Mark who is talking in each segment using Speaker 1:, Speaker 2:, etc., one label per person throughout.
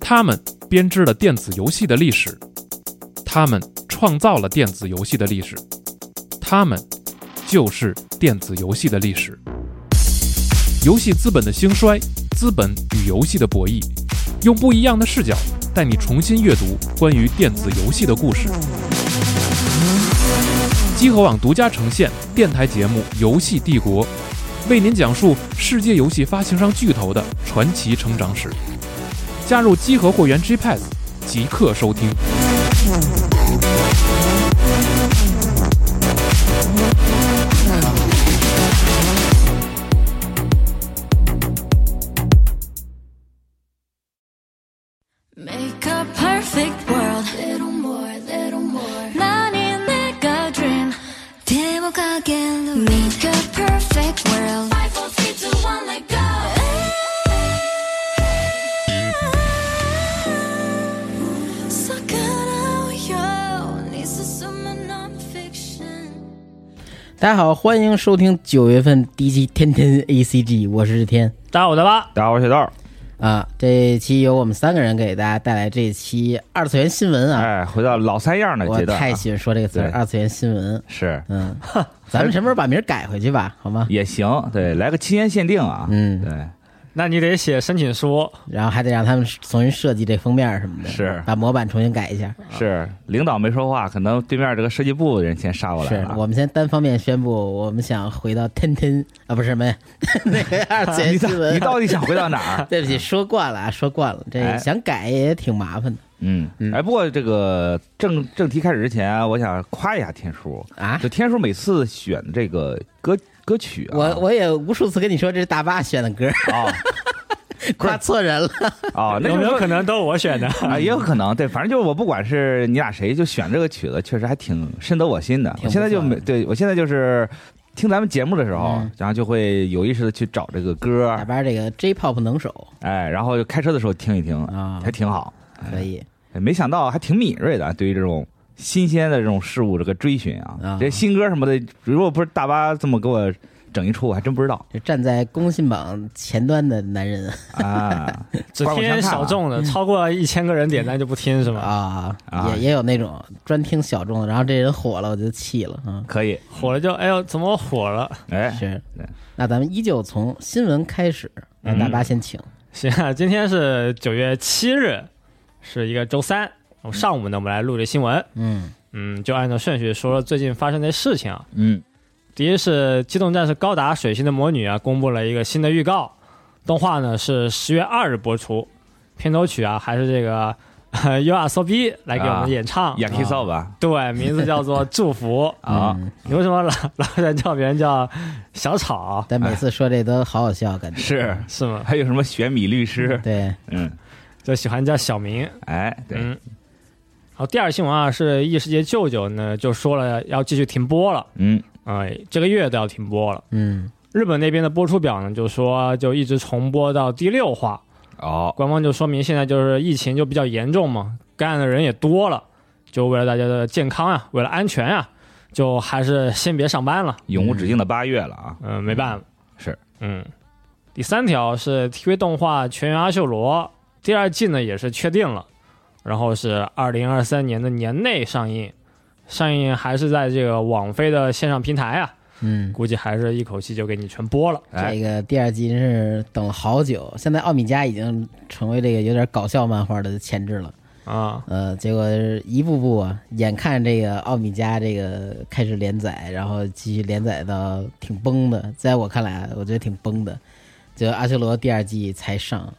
Speaker 1: 他们编织了电子游戏的历史，他们创造了电子游戏的历史，他们就是电子游戏的历史。游戏资本的兴衰，资本与游戏的博弈，用不一样的视角带你重新阅读关于电子游戏的故事。集合网独家呈现电台节目《游戏帝国》，为您讲述世界游戏发行商巨头的传奇成长史。加入集合会员 Gpass，即刻收听。
Speaker 2: Make a perfect world. Little more, little more. 많이 내가 dream. 대목하게 Make a perfect world. Five, four, three, two, one, let go. 사카나오요. 네 스스로만 non-fiction.
Speaker 3: 大家好，欢迎收听九月份第一期《天天 A C G》，我是日天
Speaker 4: 打我的吧，
Speaker 5: 大家好，我是小道。
Speaker 3: 啊。这期由我们三个人给大家带来这期二次元新闻啊。
Speaker 5: 哎，回到老三样的
Speaker 3: 我
Speaker 5: 阶段啊，
Speaker 3: 太喜欢说这个词儿“
Speaker 5: 对
Speaker 3: 二次元新闻
Speaker 5: 是”。
Speaker 3: 嗯，咱们什么时候把名儿改回去 吧？好吗？
Speaker 5: 也行，对，来个期间限定啊，
Speaker 3: 嗯
Speaker 5: 对，
Speaker 4: 那你得写申请书，
Speaker 3: 然后还得让他们重新设计这封面儿什么的，
Speaker 5: 是
Speaker 3: 把模板重新改一下。
Speaker 5: 是领导没说话，可能对面这个设计部的人先杀过来
Speaker 3: 是
Speaker 5: 了啊。
Speaker 3: 我们先单方面宣布，我们想回到天天啊，不是什么呀， 那个二次元
Speaker 5: 你到
Speaker 3: 新闻。？
Speaker 5: 你到底想回到哪 儿
Speaker 3: 对不起，说惯了啊，说惯了，这
Speaker 5: 哎
Speaker 3: 想改也挺麻烦的
Speaker 5: 嗯，哎，不过这个正正题开始之前啊，我想夸一下天叔，
Speaker 3: 啊。
Speaker 5: 就天叔每次选这个歌歌曲啊，
Speaker 3: 我我也无数次跟你说，这是大巴选的 歌，
Speaker 5: 啊
Speaker 3: 夸错人了。
Speaker 5: 啊，那
Speaker 4: 有没有可
Speaker 5: 能？
Speaker 4: 能都是我选的？
Speaker 5: 啊，也有
Speaker 3: 嗯
Speaker 5: 可能，对，反正就是我不管是你俩谁，就选这个曲子，确实还挺深得我心的。
Speaker 3: 挺
Speaker 5: 我
Speaker 3: 不
Speaker 5: 现在就
Speaker 3: 错的
Speaker 5: 没对我现在就是听咱们节目的时候，
Speaker 3: 嗯
Speaker 5: 然后就会有意识的去找这个歌
Speaker 3: 大，巴这个 J-pop 能手
Speaker 5: 哎，然后就开车的时候听一听，
Speaker 3: 啊
Speaker 5: 还挺好。
Speaker 3: 可以，
Speaker 5: 哎没想到还挺敏锐的，对于这种新鲜的这种事物这个追寻
Speaker 3: 啊
Speaker 5: 啊，这新歌什么的，如果不是大巴这么给我整一出，我还真不知道
Speaker 3: 就站在公信榜前端的男人
Speaker 5: 啊。
Speaker 4: 只
Speaker 5: 刮目相
Speaker 4: 听
Speaker 5: 看啊嗯
Speaker 4: 小众的，超过一千个人点赞就不听是吧？
Speaker 3: 啊，
Speaker 5: 啊
Speaker 3: 也也有那种专听小众的，然后这人火了，我就气了啊。
Speaker 5: 可以，
Speaker 4: 火了就哎呦，怎么火了？
Speaker 5: 哎，
Speaker 3: 是
Speaker 5: 对，
Speaker 3: 那咱们依旧从新闻开始，
Speaker 5: 嗯
Speaker 3: 让大巴先请。
Speaker 4: 行啊，今天是九月七日，是一个周三，我上午呢我们来录这新闻，
Speaker 3: 嗯
Speaker 4: 嗯，就按照顺序说最近发生的事情啊。
Speaker 5: 嗯，
Speaker 4: 第一是《机动战士高达：水星的魔女》啊，公布了一个新的预告，动画呢是十月二日播出，片头曲啊还是这个呃 U R S O B 来给我
Speaker 5: 啊
Speaker 4: 们演唱，
Speaker 5: 演 K 扫吧》
Speaker 4: 对，名字叫做《祝福
Speaker 5: 啊，
Speaker 3: 嗯
Speaker 4: 你为什么老老想叫别人叫小草
Speaker 3: 但每次说这都好好笑，感觉
Speaker 5: 是，
Speaker 4: 是吗？
Speaker 5: 还有什么选米律师，
Speaker 3: 对，
Speaker 5: 嗯，
Speaker 4: 就喜欢叫小明。
Speaker 5: 哎，对，
Speaker 4: 嗯。好，第二新闻啊是异世界舅舅呢就说了要继续停播了，
Speaker 5: 嗯
Speaker 4: 哎，这个月都要停播了。
Speaker 3: 嗯
Speaker 4: 日本那边的播出表呢就说就一直重播到第六话，
Speaker 5: 哦，
Speaker 4: 官方就说明现在就是疫情就比较严重嘛，感染的人也多了，就为了大家的健康啊，为了安全啊，就还是先别上班了。
Speaker 5: 永无止境的八月了啊，
Speaker 4: 嗯，没办法。
Speaker 5: 是，
Speaker 4: 嗯。第三条是 TV 动画《全员阿修罗》第二季呢也是确定了，然后是二零二三年的年内上映，上映还是在这个网飞的线上平台啊，
Speaker 3: 嗯。
Speaker 4: 估计还是一口气就给你全播了。
Speaker 5: 哎
Speaker 3: 这个第二季真是等了好久，现在奥米加已经成为这个有点搞笑漫画的前置了。
Speaker 4: 啊、
Speaker 3: 呃，结果一步步啊，眼看这个奥米加这个开始连载，然后继续连载到挺崩的，在我看来啊，我觉得挺崩的。就《阿修罗》第二季才上，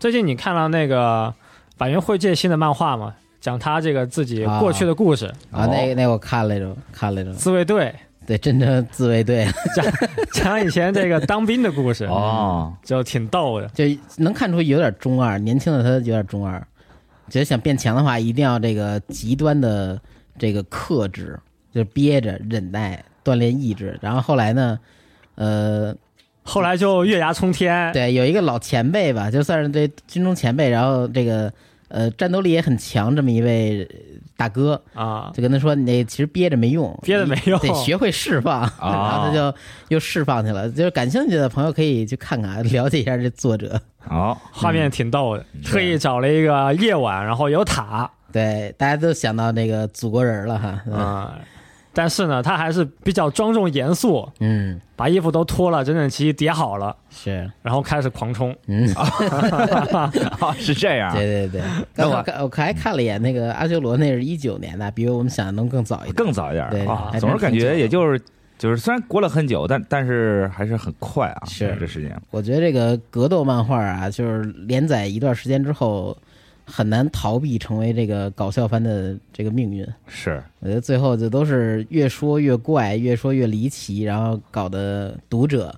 Speaker 4: 最近你看了那个板垣惠介新的漫画吗？讲他这个自己过去的故事，
Speaker 3: 啊，
Speaker 5: 哦
Speaker 3: 那个那个我看来着，看来着，
Speaker 4: 自卫队
Speaker 3: 对，真正自卫队
Speaker 4: 讲以前这个当兵的故事，
Speaker 5: 哦，
Speaker 4: 就挺逗的。
Speaker 3: 就能看出有点中二，年轻的他有点中二，觉得想变强的话，一定要这个极端的这个克制，就是憋着忍耐，锻炼意志。然后后来呢，呃，
Speaker 4: 后来就月牙冲 天，
Speaker 3: 对，有一个老前辈吧，就算是对军中前辈，然后这个呃战斗力也很强这么一位大哥，
Speaker 4: 啊，
Speaker 3: 就跟他说：“你那其实憋着没用，
Speaker 4: 憋着没用哦
Speaker 3: 得学会释放。” 然后他就又释放去了。就是感兴趣的朋友可以去看看，了解一下这作者。
Speaker 5: 哦，
Speaker 4: 画面挺逗的，
Speaker 5: 嗯
Speaker 4: 特意找了一个夜晚，然后有塔
Speaker 3: 对，大家都想到那个祖国人了哈。嗯
Speaker 4: 啊，但是呢，他还是比较庄重严肃，
Speaker 3: 嗯，
Speaker 4: 把衣服都脱了，整整齐齐叠好了，
Speaker 3: 是，
Speaker 4: 然后开始狂冲。
Speaker 3: 嗯，
Speaker 5: 哦是这样，
Speaker 3: 对对 对。刚才我看我还看了一眼那个阿修罗，那是一九年的，比我们想的能更早一点。
Speaker 5: 更早一点
Speaker 3: 对
Speaker 5: 啊
Speaker 3: 还，
Speaker 5: 总是
Speaker 3: 真
Speaker 5: 感
Speaker 3: 挺久
Speaker 5: 觉
Speaker 3: 的
Speaker 5: 也就是就是虽然过了很久，但但是还是很快啊，
Speaker 3: 是
Speaker 5: 这时间
Speaker 3: 我觉得这个格斗漫画啊，就是连载一段时间之后，很难逃避成为这个搞笑番的这个命运。
Speaker 5: 是
Speaker 3: 我觉得最后就都是越说越怪，越说越离奇，然后搞得读者，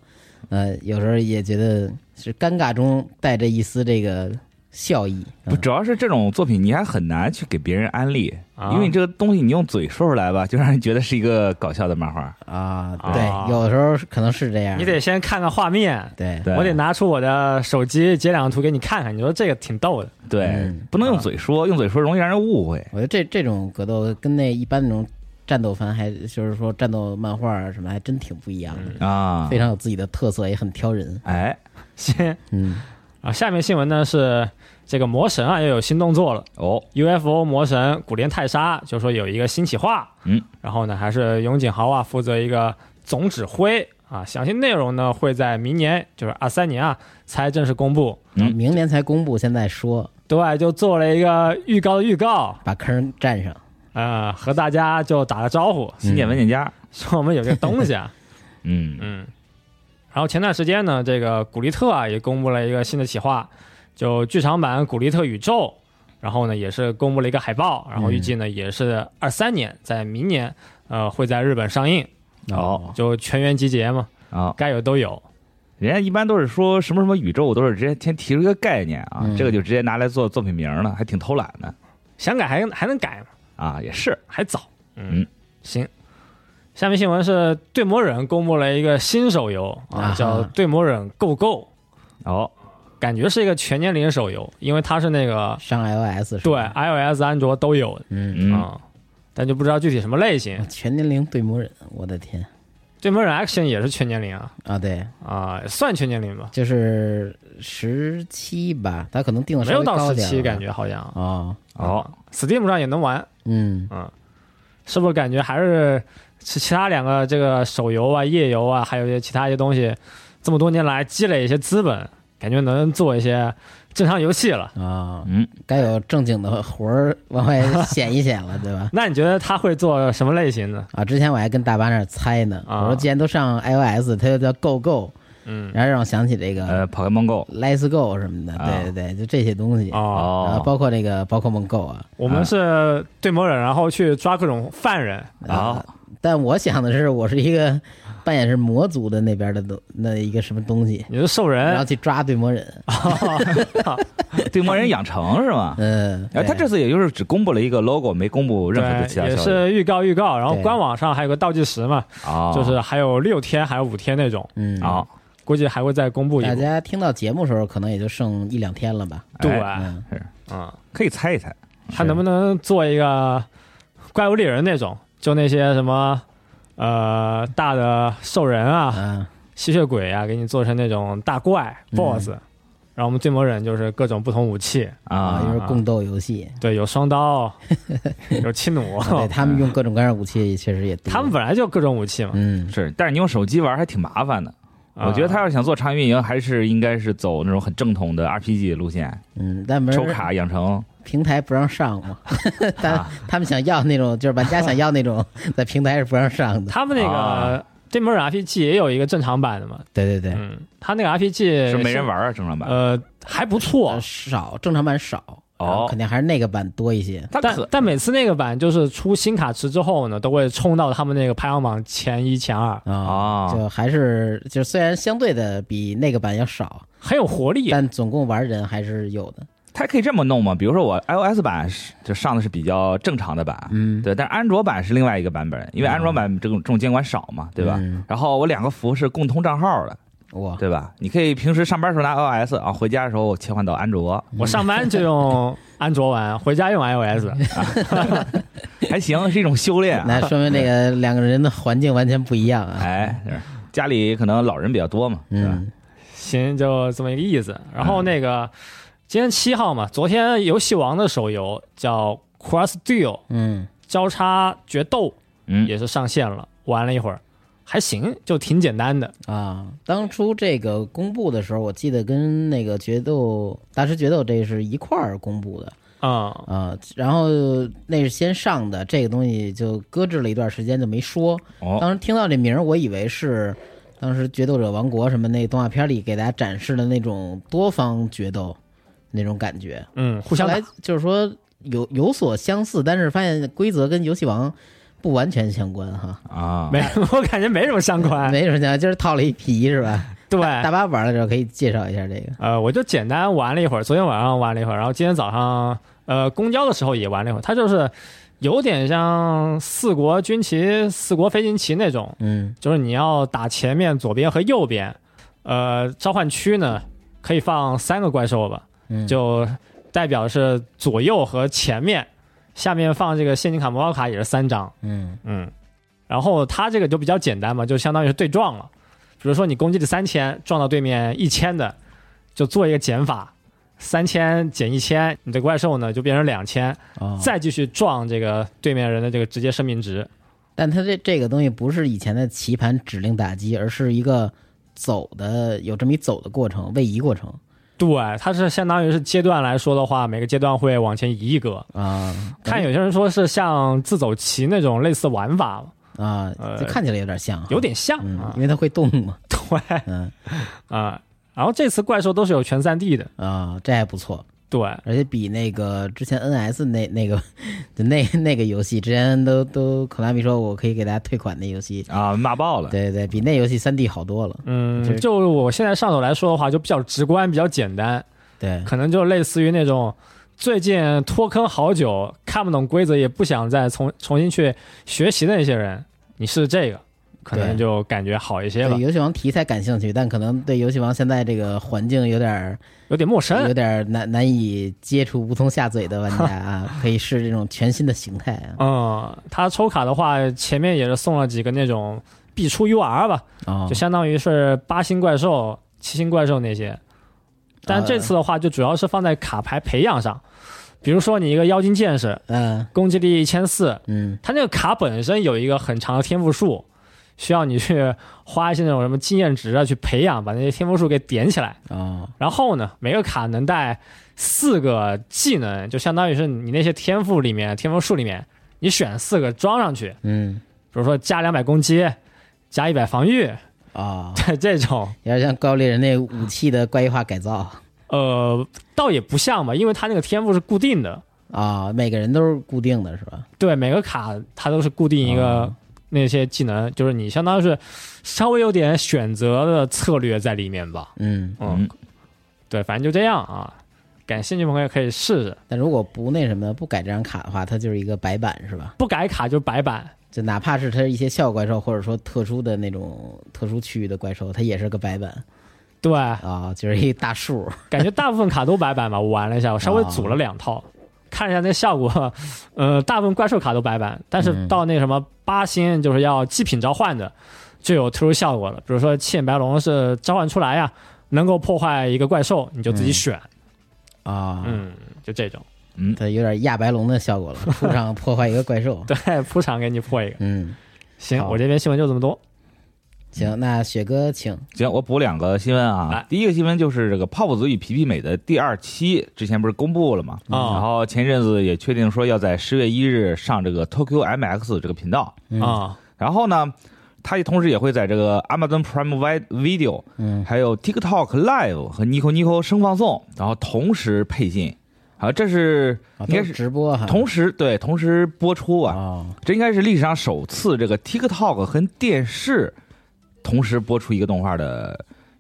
Speaker 3: 呃，有时候也觉得是尴尬中带着一丝这个笑意。
Speaker 5: 不，
Speaker 3: 嗯
Speaker 5: 主要是这种作品你还很难去给别人安利，
Speaker 4: 啊
Speaker 5: 因为你这个东西你用嘴说出来吧，就让人觉得是一个搞笑的漫画。
Speaker 3: 啊，
Speaker 4: 啊
Speaker 3: 对，有的时候可能是这样。
Speaker 4: 你得先看看画面，
Speaker 3: 对
Speaker 5: 对
Speaker 4: 我得拿出我的手机截两个图给你看看。你说这个挺逗的，
Speaker 5: 对，
Speaker 3: 嗯
Speaker 5: 不能用嘴说，用嘴说容易让人误会。
Speaker 3: 我觉得这这种格斗跟那一般那种战斗番还就是说战斗漫画啊什么还真挺不一样的，
Speaker 5: 啊，
Speaker 3: 非常有自己的特色，也很挑人。
Speaker 5: 哎，
Speaker 4: 先
Speaker 3: 嗯，
Speaker 4: 啊，下面新闻呢是这个魔神啊又有新动作了。
Speaker 5: 哦，
Speaker 4: UFO 魔神古莲泰莎就说有一个新企划，
Speaker 5: 嗯，
Speaker 4: 然后呢还是永井豪啊负责一个总指挥啊，详细内容呢会在明年就是二三年啊才正式公布。
Speaker 5: 嗯
Speaker 3: 明年才公布，现在说
Speaker 4: 对，就做了一个预告的预告，
Speaker 3: 把坑占上。
Speaker 4: 呃，和大家就打个招呼，
Speaker 5: 新建文件夹，
Speaker 4: 说我们有这个东西啊，
Speaker 5: 嗯
Speaker 4: 嗯。然后前段时间呢，这个古力特啊也公布了一个新的企划，就剧场版《古力特宇宙》，然后呢也是公布了一个海报，然后预计呢、
Speaker 5: 嗯
Speaker 4: 也是二三年，在明年呃会在日本上映，
Speaker 5: 哦
Speaker 4: 就全员集结嘛，
Speaker 5: 啊，
Speaker 4: 该有都有。
Speaker 5: 人家一般都是说什么什么宇宙，都是直接先提出一个概念啊，
Speaker 3: 嗯
Speaker 5: 这个就直接拿来做作品名了，还挺偷懒的
Speaker 4: 想改还还能改吗？
Speaker 5: 啊，也是
Speaker 4: 还早。
Speaker 5: 嗯，
Speaker 4: 行。下面新闻是《对魔忍》公布了一个新手游啊，
Speaker 3: 啊
Speaker 4: 叫《对魔忍 Go Go》。
Speaker 5: 哦，
Speaker 4: 感觉是一个全年龄手游，因为它是那个
Speaker 3: 上 iOS 是
Speaker 4: 对
Speaker 3: 吧？
Speaker 4: iOS、安卓都有的
Speaker 3: 嗯，
Speaker 5: 嗯，
Speaker 4: 啊、但就不知道具体什么类型。
Speaker 3: 全年龄对魔人，我的天
Speaker 4: 对魔人 Action 也是全年龄啊
Speaker 3: 啊！对，
Speaker 4: 啊、算全年龄吧，
Speaker 3: 就是十七吧，他可能定的
Speaker 4: 没
Speaker 3: 稍
Speaker 4: 有
Speaker 3: 微
Speaker 4: 到
Speaker 3: 高
Speaker 4: 十
Speaker 3: 点
Speaker 4: 七，
Speaker 3: 了
Speaker 4: 感觉好像啊嗯
Speaker 3: 哦，
Speaker 5: 哦，
Speaker 4: Steam 上也能玩，
Speaker 3: 嗯，
Speaker 4: 是不是？感觉还是其其他两个这个手游啊、页游啊，还有一些其他一些东西，这么多年来积累一些资本，感觉能做一些正常游戏了。
Speaker 3: 啊、
Speaker 5: 嗯，
Speaker 3: 该有正经的活儿往外显一显了，对 吧？
Speaker 4: 那你觉得他会做什么类型呢？
Speaker 3: 啊，之前我还跟大巴那儿猜呢，
Speaker 4: 啊
Speaker 3: 我说既然都上 iOS，它就叫 Go Go，
Speaker 4: 嗯，
Speaker 3: 然后让我想起这个、
Speaker 5: 呃，Pokemon Go，
Speaker 3: Let's Go 什么的，
Speaker 5: 啊
Speaker 3: 对对对，就这些东西，
Speaker 4: 哦，
Speaker 3: 啊，
Speaker 5: 哦，
Speaker 3: 包括那个宝可梦 Go 啊，
Speaker 4: 我们
Speaker 5: 啊
Speaker 4: 是对魔忍，然后去抓各种犯人，
Speaker 5: 啊，
Speaker 3: 但我想的是，我是一个扮演是魔族的那边的东那一个什么东西，
Speaker 4: 你是兽
Speaker 5: 哎
Speaker 3: 然
Speaker 4: 人
Speaker 3: 后，去抓对魔人，
Speaker 5: 对魔人养成是 吗？
Speaker 3: 嗯，
Speaker 5: 哎，他
Speaker 3: 对
Speaker 5: 这次也就是只公布了一个 logo，没公布任何的其
Speaker 4: 对，
Speaker 5: 他
Speaker 4: 也
Speaker 5: 消息
Speaker 4: 是预告预告，然后
Speaker 3: 对
Speaker 4: 官网上还有个倒计时嘛，
Speaker 5: 啊，
Speaker 4: 就是还有六天还有五天那种，
Speaker 3: 嗯
Speaker 5: 啊，
Speaker 4: 估计还会再公布一
Speaker 3: 大
Speaker 4: 个。
Speaker 3: 家听到节目时候，可能也就剩一两天了吧。
Speaker 4: 对，
Speaker 5: 哎
Speaker 4: 嗯
Speaker 3: 嗯，
Speaker 5: 可以猜一猜
Speaker 4: 看能不能做一个怪物猎人那种，就那些什么呃大的兽人啊、
Speaker 3: 啊，
Speaker 4: 吸血鬼啊，给你做成那种大怪 BOSS，然后
Speaker 3: 嗯
Speaker 4: 我们对魔忍就是各种不同武器，
Speaker 3: 啊，
Speaker 5: 啊哦
Speaker 3: 就是共斗游戏。
Speaker 4: 对，有 双刀，有轻弩，
Speaker 3: 啊对他们用各种各样的武器，确实也多。
Speaker 4: 他们本来就各种武器嘛。
Speaker 3: 嗯，
Speaker 5: 是，但是你用手机玩还挺麻烦的。我觉得他
Speaker 4: 啊
Speaker 5: 要想做长运营，还是应该是走那种很正统的 RPG 路线，
Speaker 3: 嗯，但不是
Speaker 5: 抽卡养成
Speaker 3: 平台不让上 嘛，他
Speaker 5: 啊
Speaker 3: 他们想要那种，就是玩家想要那 种，在平台是不让上的。
Speaker 4: 他们那个
Speaker 5: 啊
Speaker 4: 对魔忍 RPG 也有一个正常版的嘛，
Speaker 3: 对对对，
Speaker 4: 嗯，他那个 RPG
Speaker 5: 是没人，玩啊，正常版。
Speaker 4: 呃，还不错
Speaker 3: 呃，少正常版少，
Speaker 5: 哦
Speaker 3: 然后肯定还是那个版多一些。
Speaker 5: 他
Speaker 4: 但
Speaker 5: 可
Speaker 4: 但每次那个版就是出新卡池之后呢，都会冲到他们那个排行榜前一前二，
Speaker 3: 啊，
Speaker 5: 啊
Speaker 3: 就还是就虽然相对的比那个版要少，
Speaker 4: 很有活力。
Speaker 3: 但总共玩人还是有的。
Speaker 5: 它可以这么弄嘛？比如说我 iOS 版是就上的是比较正常的版，
Speaker 3: 嗯，
Speaker 5: 对，但是安卓版是另外一个版本，因为安卓版这种这种监管少嘛，对吧？
Speaker 3: 嗯
Speaker 5: 然后我两个服是共同账号的，
Speaker 3: 我。
Speaker 5: 对吧？你可以平时上班时候拿 iOS 啊，回家的时候切换到安卓，
Speaker 4: 我上班就用安卓玩，回家用 iOS。
Speaker 5: 还行，是一种修炼啊
Speaker 3: 那说明这 个两个人的环境完全不一样啊。
Speaker 5: 哎，是家里可能老人比较多嘛，是吧？
Speaker 3: 嗯，
Speaker 4: 行，就这么一个意思。然后那个、今天七号嘛，昨天游戏王的手游叫 Cross Duel
Speaker 3: 嗯，
Speaker 4: 交叉决斗
Speaker 5: 嗯，
Speaker 4: 也是上线了，玩了一会儿，还行，就挺简单的。
Speaker 3: 啊，当初这个公布的时候，我记得跟那个决斗大师决斗这是一块儿公布的
Speaker 4: 嗯，
Speaker 3: 啊，然后那是先上的，这个东西就搁置了一段时间就没说。
Speaker 5: 哦，
Speaker 3: 当时听到这名儿，我以为是当时《决斗者王国》什么那动画片里给大家展示的那种多方决斗那种感觉，
Speaker 4: 嗯，互相
Speaker 3: 后
Speaker 4: 打
Speaker 3: 来就是说有有所相似，但是发现规则跟游戏王不完全相关哈，
Speaker 5: 啊，
Speaker 4: 没， 我感觉没什么相关。
Speaker 3: 没什么相关，就是套了一皮是吧？
Speaker 4: 对，
Speaker 3: 大巴玩了之后可以介绍一下这个。
Speaker 4: 呃，我就简单玩了一会儿，昨天晚上玩了一会儿，然后今天早上呃公交的时候也玩了一会儿。它就是有点像四国军旗、四国飞行棋那种，
Speaker 3: 嗯
Speaker 4: 就是你要打前面、左边和右边。呃，召唤区呢可以放三个怪兽吧，
Speaker 3: 嗯，
Speaker 4: 就代表是左右和前面。下面放这个陷阱卡、魔法卡也是三张，
Speaker 3: 嗯
Speaker 4: 嗯。然后它这个就比较简单嘛，就相当于是对撞了。比如说你攻击的三千，撞到对面一千的，就做一个减法，三千减一千，你的怪兽呢就变成两千，
Speaker 3: 哦，
Speaker 4: 再继续撞这个对面人的这个直接生命值。
Speaker 3: 但它这这个东西不是以前的棋盘指令打击，而是一个走的有这么一走的过程，位移过程
Speaker 4: 对，它是相当于是阶段来说的话，每个阶段会往前移一格。
Speaker 3: 啊
Speaker 4: 看有些人说是像自走棋那种类似玩法，
Speaker 3: 啊，
Speaker 4: 呃
Speaker 3: 就看起来有点像，
Speaker 4: 有。点像
Speaker 3: 嗯
Speaker 4: 啊，
Speaker 3: 因为它会动嘛，
Speaker 4: 对
Speaker 3: 嗯
Speaker 4: 啊。然后这次怪兽都是有全三 D 的，
Speaker 3: 啊，这还不错，
Speaker 4: 对，
Speaker 3: 而且比那个之前 NS 那那个 就那那个游戏，之前都都可拉米说我可以给大家退款的游戏，
Speaker 5: 啊，骂爆了，
Speaker 3: 对对，比那游戏三 D 好多了，就
Speaker 4: 嗯，
Speaker 3: 是
Speaker 4: 就我现在上手来说的话，就比较直观，比较简单，
Speaker 3: 对，
Speaker 4: 可能就类似于那种最近脱坑好久，看不懂规则，也不想再重重新去学习的那些人，你试试这个，可能
Speaker 3: 对
Speaker 4: 就感觉好一些吧
Speaker 3: 对，游戏王题材感兴趣，但可能对游戏王现在这个环境有点儿
Speaker 4: 有点陌
Speaker 3: 有
Speaker 4: 生。
Speaker 3: 点儿难难以接触无从下嘴的玩家 啊，可以试这种全新的形态啊。
Speaker 4: 嗯，他抽卡的话，前面也是送了几个那种必出 UR 吧，
Speaker 3: 哦
Speaker 4: 就，相当于是八星怪兽、七星怪兽那些。
Speaker 3: 啊
Speaker 4: 但这次的话，就主要是放在卡牌培养上，比如说你一个妖精剑士，
Speaker 3: 嗯
Speaker 4: 攻击力一千四，
Speaker 3: 嗯
Speaker 4: 它那个卡本身有一个很长的天赋树，需要你去花一些那种什么经验值啊去培养，把那些天赋树给点起来。
Speaker 3: 哦
Speaker 4: 然后呢，每个卡能带四个技能，就相当于是你那些天赋里面天赋树里面，你选四个装上去，比
Speaker 3: 嗯
Speaker 4: 如说加两百攻击，加一百防御，
Speaker 3: 哦，
Speaker 4: 对这种。
Speaker 3: 有点像高丽人那武器的怪异化改造
Speaker 4: 呃，倒也不像吧，因为它那个天赋是固定的，
Speaker 3: 啊，每个人都是固定的是吧？
Speaker 4: 对，每个卡它都是固定一个
Speaker 3: 哦
Speaker 4: 那些技能，就是你相当于是稍微有点选择的策略在里面吧。
Speaker 3: 嗯，
Speaker 4: 嗯，对，反正就这样啊。感兴趣的朋友可以试试，
Speaker 3: 但如果不那什么不改这张卡的话，它就是一个白板是吧？
Speaker 4: 不改卡就白板。
Speaker 3: 就哪怕是它一些小怪兽或者说特殊的那种特殊区域的怪兽，它也是个白板
Speaker 4: 对，
Speaker 3: 啊，就是一大树。
Speaker 4: 感觉大部分卡都白板吧。 我玩了一下，我稍微组了两套，看了一下那效果， 呃，大部分怪兽卡都白板，但是到那什么八星就是要祭品召唤的，就有特殊效果了。比如说七眼白龙是召唤出来呀，能够破坏一个怪兽，你就自己选，
Speaker 3: 啊，
Speaker 4: 嗯，就这种，
Speaker 3: 它有点亚白龙的效果 了，树上破坏一个怪兽。
Speaker 4: 对，铺场给你破一个。
Speaker 3: 嗯，
Speaker 4: 行，
Speaker 3: 好
Speaker 4: 我这边新闻就这么多。
Speaker 5: 嗯
Speaker 3: 行，那雪哥请。
Speaker 5: 行，我补两个新闻啊
Speaker 4: 来。
Speaker 5: 第一个新闻就是这个《泡泡足与皮皮美》的第二期，之前不是公布了嘛？
Speaker 4: 哦
Speaker 5: 然后前一阵子也确定说要在十月一日上这个 Tokyo MX 这个频道。
Speaker 3: 嗯
Speaker 4: 啊、
Speaker 5: 然后呢，它也同时也会在这个 Amazon Prime Vi- Video、
Speaker 3: 嗯
Speaker 5: 还有 TikTok Live 和 Nico Nico 声放送，然后同时配信。啊，这是
Speaker 3: 啊，
Speaker 5: 应
Speaker 3: 都
Speaker 5: 该
Speaker 3: 是
Speaker 5: 是
Speaker 3: 直播哈，
Speaker 5: 同时对同时播出啊。
Speaker 3: 哦，
Speaker 5: 这应该是历史上首次这个 TikTok 和电视同时播出一个动画的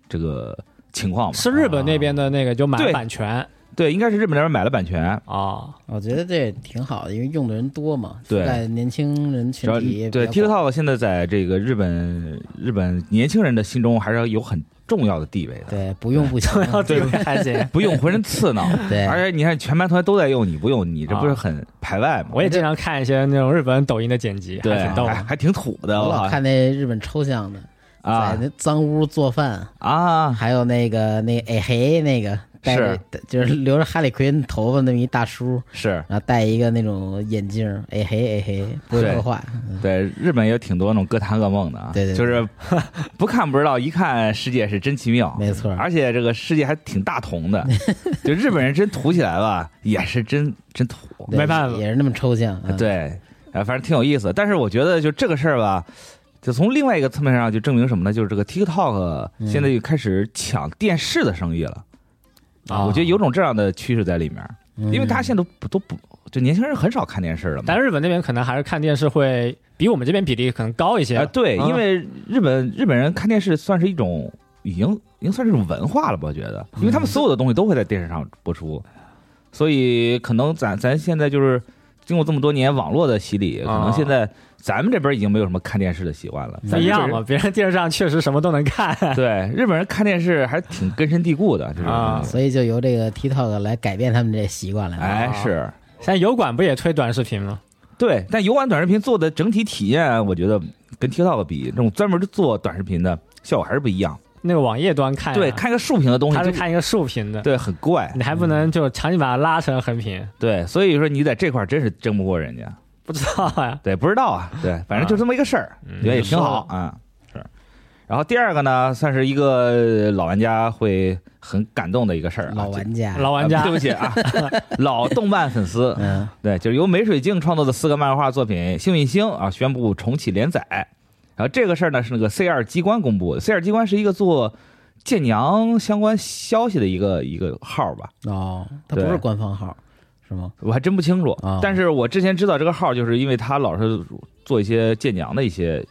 Speaker 5: 这个情况吧？
Speaker 4: 是日本那边的那个就买了
Speaker 5: 对
Speaker 4: 版权啊、
Speaker 5: 对，应该是日本那边买了版权，
Speaker 3: 我觉得这挺好的，因为用的人多嘛，
Speaker 5: 对
Speaker 3: 覆盖年轻人
Speaker 5: 只
Speaker 3: 群
Speaker 5: 要
Speaker 3: 体也比
Speaker 5: 对
Speaker 3: 较广
Speaker 5: TikTok 现在在这个日本日本年轻人的心中还是有很重要的地位的，
Speaker 3: 对，不用不 行，
Speaker 4: 对不对？还行，
Speaker 5: 不用浑身刺挠。
Speaker 3: 对
Speaker 5: 而且你看全班同学都在用，你不用，你这不是
Speaker 4: 啊
Speaker 5: 很排外吗？
Speaker 4: 我也经常看一些那种日本抖音的剪辑，
Speaker 5: 对，
Speaker 4: 还挺逗
Speaker 5: 还
Speaker 4: 的。
Speaker 5: 还挺土的，
Speaker 3: 我老
Speaker 5: 靠
Speaker 3: 看那日本抽象的，在
Speaker 5: 啊
Speaker 3: 那脏屋做饭，
Speaker 5: 啊！
Speaker 3: 还有那个那哎嘿那个戴着就是留着哈利奎恩头发那么一大叔，
Speaker 5: 是
Speaker 3: 然后戴一个那种眼镜，哎嘿哎嘿，不会说话，嗯
Speaker 5: 对日本也有挺多那种歌坛噩梦的啊，
Speaker 3: 对对对
Speaker 5: 就是 不看不知道，一看世界是真奇妙，
Speaker 3: 没错
Speaker 5: 哦而且这个世界还挺大同的， 就日本人真土起来吧，也是真真土，
Speaker 3: 对
Speaker 4: 没办法
Speaker 3: 也是那么抽象，嗯，
Speaker 5: 对，啊，反正挺有意思。但是我觉得就这个事儿吧，就从另外一个侧面上就证明什么呢？就是这个 TikTok
Speaker 3: 嗯
Speaker 5: 现在就开始抢电视的生意了。
Speaker 4: 啊
Speaker 5: 我觉得有种这样的趋势在里面，
Speaker 3: 哦嗯
Speaker 5: 因为大家现在都不都不就年轻人很少看电视了嘛。
Speaker 4: 但日本那边可能还是看电视会比我们这边比例可能高一些
Speaker 5: 啊，。对，
Speaker 4: 嗯
Speaker 5: 因为日本日本人看电视算是一种已经已经算是一种文化了吧？我觉得，因为
Speaker 4: 嗯
Speaker 5: 他们所有的东西都会在电视上播出，所以可能咱咱现在就是经过这么多年网络的洗礼，可能
Speaker 4: 啊
Speaker 5: 现在咱们这边已经没有什么看电视的习惯了。
Speaker 4: 不
Speaker 5: 咱
Speaker 4: 一
Speaker 5: 日本
Speaker 4: 样嘛，别人电视上确实什么都能看。
Speaker 5: 对，日本人看电视还挺根深蒂固的，就是
Speaker 4: 啊
Speaker 3: 所以就由这个 TikTok 来改变他们这习惯来了。
Speaker 5: 哎是。
Speaker 4: 现在油管不也推短视频吗？
Speaker 5: 对，但油管短视频做的整体体验，我觉得跟 TikTok 比，这种专门做短视频的效果还是不一样。
Speaker 4: 那个网页端看、
Speaker 5: 对，，看个竖屏的东西
Speaker 4: 哎它，
Speaker 5: 就是
Speaker 4: 看一个竖屏的，
Speaker 5: 对，很怪。
Speaker 4: 你还不能就强行把它拉成横屏，
Speaker 5: 对，所以说你在这块儿真是争不过人家。
Speaker 4: 不知道呀、
Speaker 5: 对，不知道啊，对，反正就这么一个事儿，
Speaker 4: 嗯
Speaker 5: 我觉得也挺好啊、嗯。是。然后第二个呢，算是一个老玩家会很感动的一个事儿、啊。
Speaker 3: 老玩家，
Speaker 4: 老玩家
Speaker 5: 啊对不起啊， 老动漫粉丝，
Speaker 3: 嗯，
Speaker 5: 对，就是由梅水镜创作的四个漫画作品《幸运星》啊，宣布重启连载。然后这个事儿呢，是那个 C 二机关公布的。C 二机关是一个做剑娘相关消息的一个一个号吧，
Speaker 3: 哦，他不
Speaker 5: 对
Speaker 3: 是官方号，是吗？
Speaker 5: 我还真不清楚。
Speaker 3: 啊
Speaker 5: 但是我之前知道这个号，就是因为他老是做一些剑娘的一些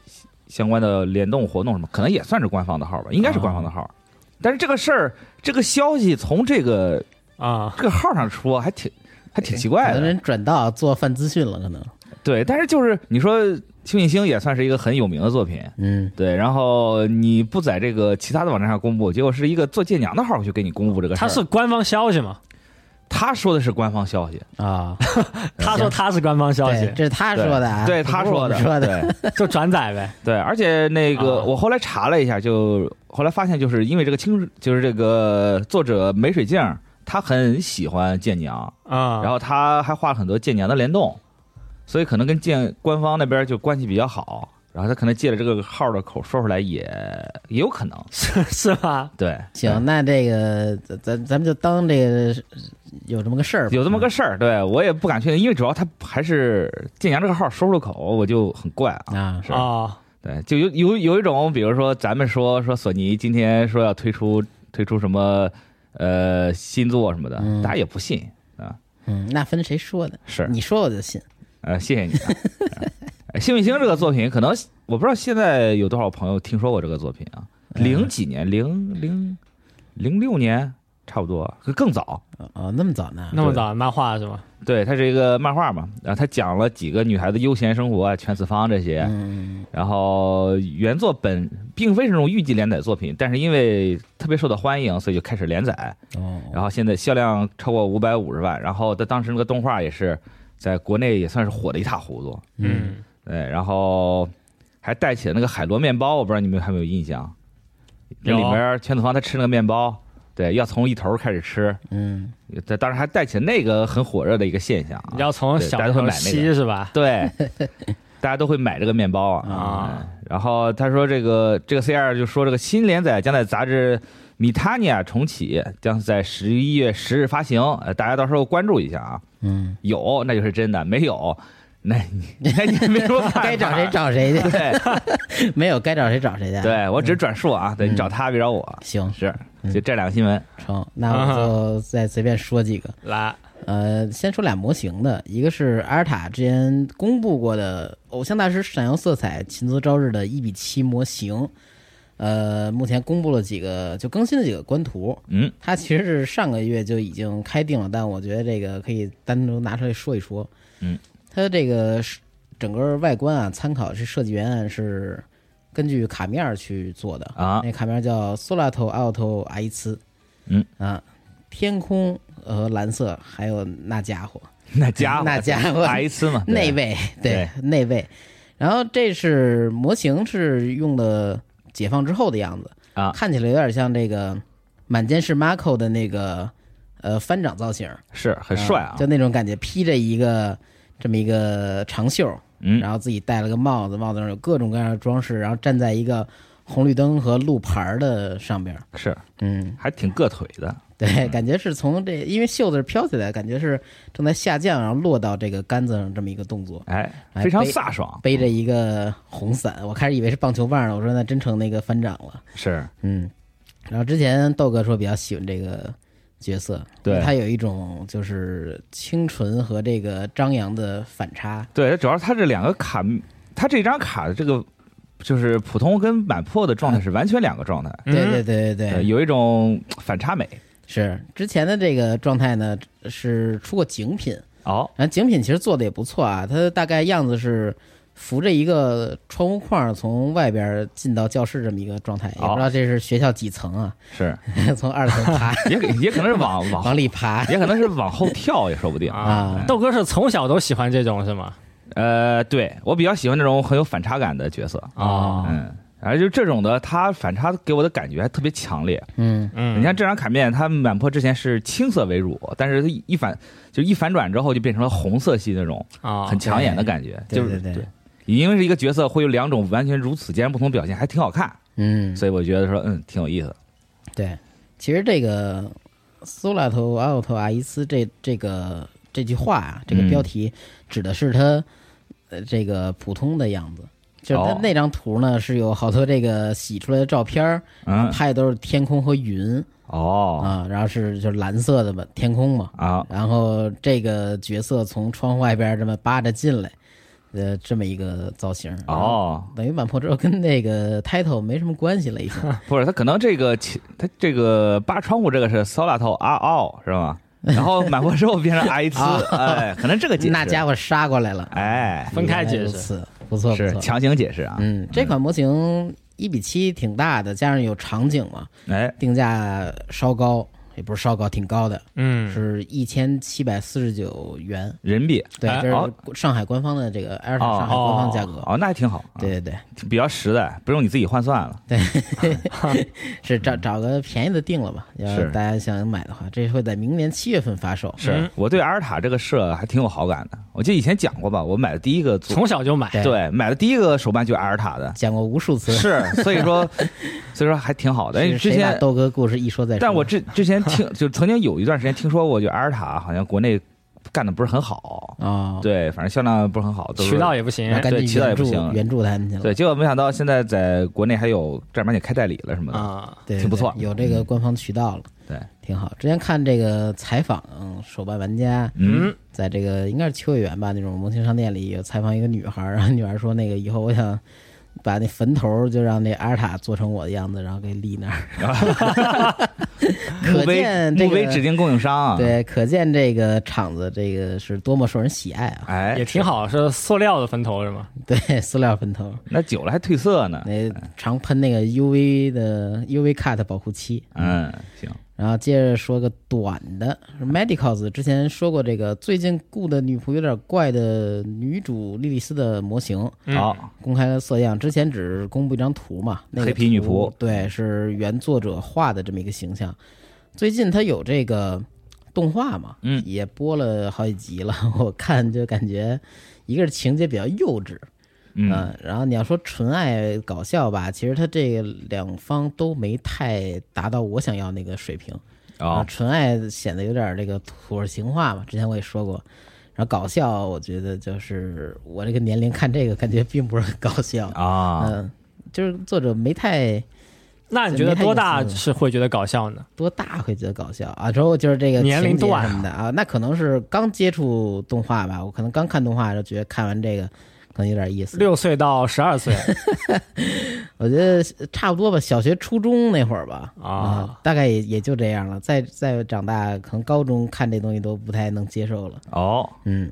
Speaker 5: 相关的联动活动什么，可能也算是官方的号吧，应该是官方的
Speaker 3: 啊
Speaker 5: 号。但是这个事儿，这个消息从这个
Speaker 4: 啊，
Speaker 5: 这个号上出，还挺还挺奇怪
Speaker 3: 可
Speaker 5: 的
Speaker 3: 能。人转到做泛资讯了，可能，
Speaker 5: 对，但是就是你说《幸运星》也算是一个很有名的作品，
Speaker 3: 嗯，
Speaker 5: 对，然后你不在这个其他的网站上公布，结果是一个做舰娘的号去给你公布这个事
Speaker 4: 他
Speaker 5: 儿。
Speaker 4: 是官方消息嘛？
Speaker 5: 他说的是官方消息，
Speaker 3: 啊，
Speaker 5: 嗯
Speaker 4: 他说他是官方消
Speaker 3: 对，
Speaker 4: 息，
Speaker 3: 这是他说的啊，
Speaker 5: 对
Speaker 3: 不
Speaker 5: 他
Speaker 3: 是我
Speaker 5: 说
Speaker 3: 们
Speaker 5: 的，
Speaker 3: 说的，
Speaker 5: 对
Speaker 4: 就转载呗。
Speaker 5: 对，而且那个、
Speaker 4: 啊
Speaker 5: 我后来查了一下，就后来发现就是因为这个清，就是这个作者梅水镜，他很喜欢舰娘，
Speaker 4: 啊、
Speaker 5: 然后他还画了很多舰娘的联动，所以可能跟舰官方那边就关系比较好，然后他可能借着这个号的口说出来也也有可能，
Speaker 4: 是是吧？
Speaker 5: 对，
Speaker 3: 行，那这个咱咱咱们就当这个是有这么个事儿吧，
Speaker 5: 有这么个事儿，对我也不敢确定，因为主要他还是建阳这个号说出口，我就很怪啊。
Speaker 3: 啊，
Speaker 5: 是
Speaker 4: 啊、
Speaker 5: 对，就有有有一种，比如说咱们说说索尼今天说要推出推出什么呃新作什么的，
Speaker 3: 嗯
Speaker 5: 大家也不信啊。
Speaker 3: 嗯，那分谁说的？
Speaker 5: 是，
Speaker 3: 你说我就信，
Speaker 5: 呃，谢谢你、啊。 呃幸运星这个作品，可能我不知道现在有多少朋友听说过这个作品啊？
Speaker 3: 嗯
Speaker 5: 零几年，零零零六年，差不多，更早。
Speaker 3: 哦，那么早呢？
Speaker 4: 那么早漫画是吗？
Speaker 5: 对，它是一个漫画嘛，啊然后它讲了几个女孩子悠闲生活啊，全子方这些。
Speaker 3: 嗯，
Speaker 5: 然后原作本并非是那种预计连载作品，但是因为特别受到欢迎，所以就开始连载。
Speaker 3: 哦，
Speaker 5: 然后现在销量超过五百五十万，然后它当时那个动画也是在国内也算是火的一塌糊涂。
Speaker 3: 嗯，
Speaker 4: 嗯，
Speaker 5: 对，然后还带起了那个海螺面包，我不知道你们还有没有印象？那里
Speaker 4: 有
Speaker 5: 面全子方他吃那个面包，对，要从一头开始吃，
Speaker 3: 嗯，
Speaker 5: 在当时还带起了那个很火热的一个现象、啊。
Speaker 4: 要从
Speaker 5: 对
Speaker 4: 小
Speaker 5: 大家都会
Speaker 4: 头
Speaker 5: 买那
Speaker 4: 吸是吧？
Speaker 5: 对，大家都会买这个面包啊。
Speaker 4: 啊
Speaker 5: 嗯然后他说这个这个 C 二就说这个新连载将在杂志《米塔尼亚》重启，将在十一月十日发行，呃，大家到时候关注一下啊。
Speaker 3: 嗯，
Speaker 5: 有那就是真的，没有 那那你没什么办法。
Speaker 3: 该找谁。找谁去，
Speaker 5: 对
Speaker 3: 没有该找谁找谁去。，
Speaker 5: 对，我只是转述啊，对你找他别找我。
Speaker 3: 行
Speaker 5: 是，就这两个新闻
Speaker 3: 成，那我
Speaker 5: 啊
Speaker 3: 就再随便说几个。
Speaker 4: 来，
Speaker 3: 呃，先说俩模型的，一个是阿尔塔之前公布过的《偶像大师闪耀色彩：秦泽朝日》的一比七模型，呃，目前公布了几个，就更新了几个官图。
Speaker 5: 嗯，
Speaker 3: 它其实是上个月就已经开定了，但我觉得这个可以单独拿出来说一说。
Speaker 5: 嗯，
Speaker 3: 它的这个是整个外观啊，参考是设计原案是根据卡米尔去做的
Speaker 5: 啊
Speaker 3: 那卡名叫 Solato Alto 阿伊茨，
Speaker 5: 嗯
Speaker 3: 啊，天空和蓝色，还有那家伙
Speaker 5: 那家伙，
Speaker 3: 那家伙
Speaker 5: 打一次嘛，对
Speaker 3: 那位，对那位。然后这是模型是用的解放之后的样子
Speaker 5: 啊
Speaker 3: 看起来有点像这个满街是 Marco 的那个呃翻掌造型，
Speaker 5: 是很帅啊
Speaker 3: 就，那种感觉，披着一个这么一个长袖，
Speaker 5: 嗯
Speaker 3: 然后自己戴了个帽子，帽子上有各种各样的装饰，然后站在一个红绿灯和路牌儿的上边儿，
Speaker 5: 是
Speaker 3: 嗯，
Speaker 5: 还挺硌腿的，
Speaker 3: 对，感觉是从这，因为袖子是飘起来的，感觉是正在下降，然后落到这个杆子上这么一个动作，
Speaker 5: 哎，
Speaker 3: 哎
Speaker 5: 非常
Speaker 3: 背
Speaker 5: 飒爽，
Speaker 3: 背着一个红伞，我开始以为是棒球棒呢，我说那真成那个翻掌了，
Speaker 5: 是
Speaker 3: 嗯，然后之前豆哥说比较喜欢这个角色，
Speaker 5: 对
Speaker 3: 因为他有一种就是清纯和这个张扬的反差，
Speaker 5: 对，主要是它这两个卡，它这张卡的这个就是普通跟满破的状态是完全两个状态，
Speaker 3: 对对
Speaker 4: 嗯
Speaker 3: 对对对，
Speaker 5: 呃有一种反差美
Speaker 3: 是之前的这个状态呢，是出过景品，
Speaker 5: 哦，
Speaker 3: 然后景品其实做的也不错啊，它大概样子是扶着一个窗户框从外边进到教室这么一个状态，也
Speaker 5: 哦
Speaker 3: 不知道这是学校几层啊，
Speaker 5: 是
Speaker 3: 从二层爬
Speaker 5: 也可也可能是往往
Speaker 3: 往里爬
Speaker 5: 也可能是往后跳也说不定
Speaker 4: 啊
Speaker 3: 啊，
Speaker 4: 豆哥是从小都喜欢这种是吗？
Speaker 5: 呃，对我比较喜欢那种很有反差感的角色，
Speaker 4: 啊，
Speaker 5: 嗯，然后就这种的，它反差给我的感觉还特别强烈。
Speaker 3: 嗯
Speaker 4: 嗯，
Speaker 5: 你看这张卡面，它满坡之前是青色为主，但是它一反就一反转之后就变成了红色系那种
Speaker 4: 啊，
Speaker 5: 很抢眼的感觉，
Speaker 3: 对
Speaker 5: 就是
Speaker 3: 对对对
Speaker 5: 因为是一个角色会有两种完全如此截然不同表现，还挺好看，
Speaker 3: 嗯，
Speaker 5: 所以我觉得说嗯挺有意思的。
Speaker 3: 对，其实这个苏拉头奥特阿伊斯这这个这句话啊，这个
Speaker 5: 嗯
Speaker 3: 标题指的是他呃这个普通的样子。就是他
Speaker 5: 哦
Speaker 3: 那张图呢，是有好多这个洗出来的照片儿，
Speaker 5: 嗯，
Speaker 3: 拍的都是天空和云
Speaker 5: 哦
Speaker 3: 啊，然后是就是蓝色的嘛，天空嘛。
Speaker 5: 啊
Speaker 3: 然后这个角色从窗户外边这么扒着进来，呃，这么一个造型。，
Speaker 5: 哦，
Speaker 3: 等于满破之后跟那个 title 没什么关系了，已经。
Speaker 5: 不是，他可能这个起他这个扒窗户这个是 Solato 阿奥啊是吧？然后满坡之后变成阿伊茨，哎，可能这个解释
Speaker 3: 啊那家伙杀过来了，
Speaker 5: 哎
Speaker 4: 分开解释
Speaker 3: 原来如此，不错不
Speaker 5: 是
Speaker 3: 错。
Speaker 5: 强行解释啊，
Speaker 3: 嗯，这款模型一比七挺大的，加上有场景嘛，
Speaker 5: 哎
Speaker 3: 定价稍高，也不是稍高，挺高的，
Speaker 4: 嗯，
Speaker 3: 是一千七百四十九元。
Speaker 5: 人民币
Speaker 3: 对，
Speaker 4: 哎
Speaker 3: 这
Speaker 5: 哦
Speaker 3: 是上海官方的这个 Air
Speaker 5: 哦
Speaker 3: 上海官方价格。
Speaker 5: 哦，那还挺好，啊
Speaker 3: 对对对，
Speaker 5: 比较实在，不用你自己换算了。
Speaker 3: 是找找个便宜的定了吧？要
Speaker 5: 嗯是
Speaker 3: 是大家想买的话，这会在明年七月份发售。
Speaker 5: 是我对阿尔塔这个社还挺有好感的，我记得以前讲过吧，我买的第一个组，
Speaker 4: 从小就买，
Speaker 3: 对，
Speaker 5: 对，买的第一个手办就是阿尔塔的
Speaker 3: 讲过无数次，
Speaker 5: 是， 所以说，所以说还挺好的。因为
Speaker 3: 是
Speaker 5: 之
Speaker 3: 谁把
Speaker 5: 前，
Speaker 3: 豆哥故事一说再说。
Speaker 5: 但我之之前听， 就曾经有一段时间听说过，就阿尔塔好像国内干的不是很好，
Speaker 3: 哦，
Speaker 5: 对，反正销量不是很好，都是
Speaker 4: 渠道也不行
Speaker 3: 然，后赶
Speaker 5: 对
Speaker 3: 紧
Speaker 5: 其他也
Speaker 3: 援
Speaker 5: 不
Speaker 3: 助
Speaker 5: 行
Speaker 3: 援助他们去了。
Speaker 5: 对，结果没想到现在在国内还有正儿八经开代理了什么的，
Speaker 4: 啊，
Speaker 3: 对，
Speaker 5: 挺不
Speaker 3: 对
Speaker 5: 错嗯
Speaker 3: 有这个官方渠道了，
Speaker 5: 对，
Speaker 3: 挺好。之前看这个采访嗯手办玩家，
Speaker 5: 嗯，
Speaker 3: 在这个应该是秋叶原吧那种模型商店里有采访一个女孩儿，然后女孩儿说那个以后我想把那坟头就让那阿尔塔做成我的样子，然后给立那儿。可
Speaker 5: 墓碑
Speaker 3: 见这
Speaker 5: 墓碑指
Speaker 3: 个
Speaker 5: 定供应商啊，，
Speaker 3: 对，可见这个厂子这个是多么受人喜爱啊！
Speaker 5: 哎，
Speaker 4: 也挺好，是塑料的坟头是吗？
Speaker 3: 对， 塑料坟头，
Speaker 5: 那久了还褪色呢，
Speaker 3: 那常喷那个 UV 的 UV cut 保护漆，
Speaker 5: 嗯，行，
Speaker 3: 然后接着说个短的是，Medicals 之前说过这个最近雇的女仆有点怪的女主莉莉丝的模型
Speaker 5: 好，
Speaker 3: 公开了色样，之前只公布一张图嘛，那个
Speaker 5: 黑皮女仆
Speaker 3: 图对，是原作者画的这么一个形象。最近它有这个动画嘛，
Speaker 5: 嗯
Speaker 3: 也播了好几集了， 我看就感觉一个是情节比较幼稚，
Speaker 5: 嗯，
Speaker 3: 嗯，然后你要说纯爱搞笑吧，其实它这个两方都没太达到我想要那个水平。啊，
Speaker 5: 哦，
Speaker 3: 纯爱显得有点这个土味情话嘛，之前我也说过。然后搞笑，我觉得就是我这个年龄看这个感觉并不是很搞笑，
Speaker 5: 啊，
Speaker 3: 嗯，就是作者没太
Speaker 4: 那你觉得多
Speaker 5: 哎
Speaker 3: 没太
Speaker 4: 大
Speaker 3: 有思路
Speaker 4: 是会觉得搞笑呢？
Speaker 3: 多大会觉得搞笑啊，之后就是这个
Speaker 4: 年龄
Speaker 3: 情节
Speaker 4: 段
Speaker 3: 什么的啊，那可能是刚接触动画吧，我可能刚看动画就觉得看完这个可能有点意思，
Speaker 4: 六岁到十二岁
Speaker 3: 我觉得差不多吧，小学初中那会儿吧，
Speaker 4: 啊，
Speaker 3: 大概也也就这样了，再再长大可能高中看这东西都不太能接受了。
Speaker 5: 哦，
Speaker 3: 嗯，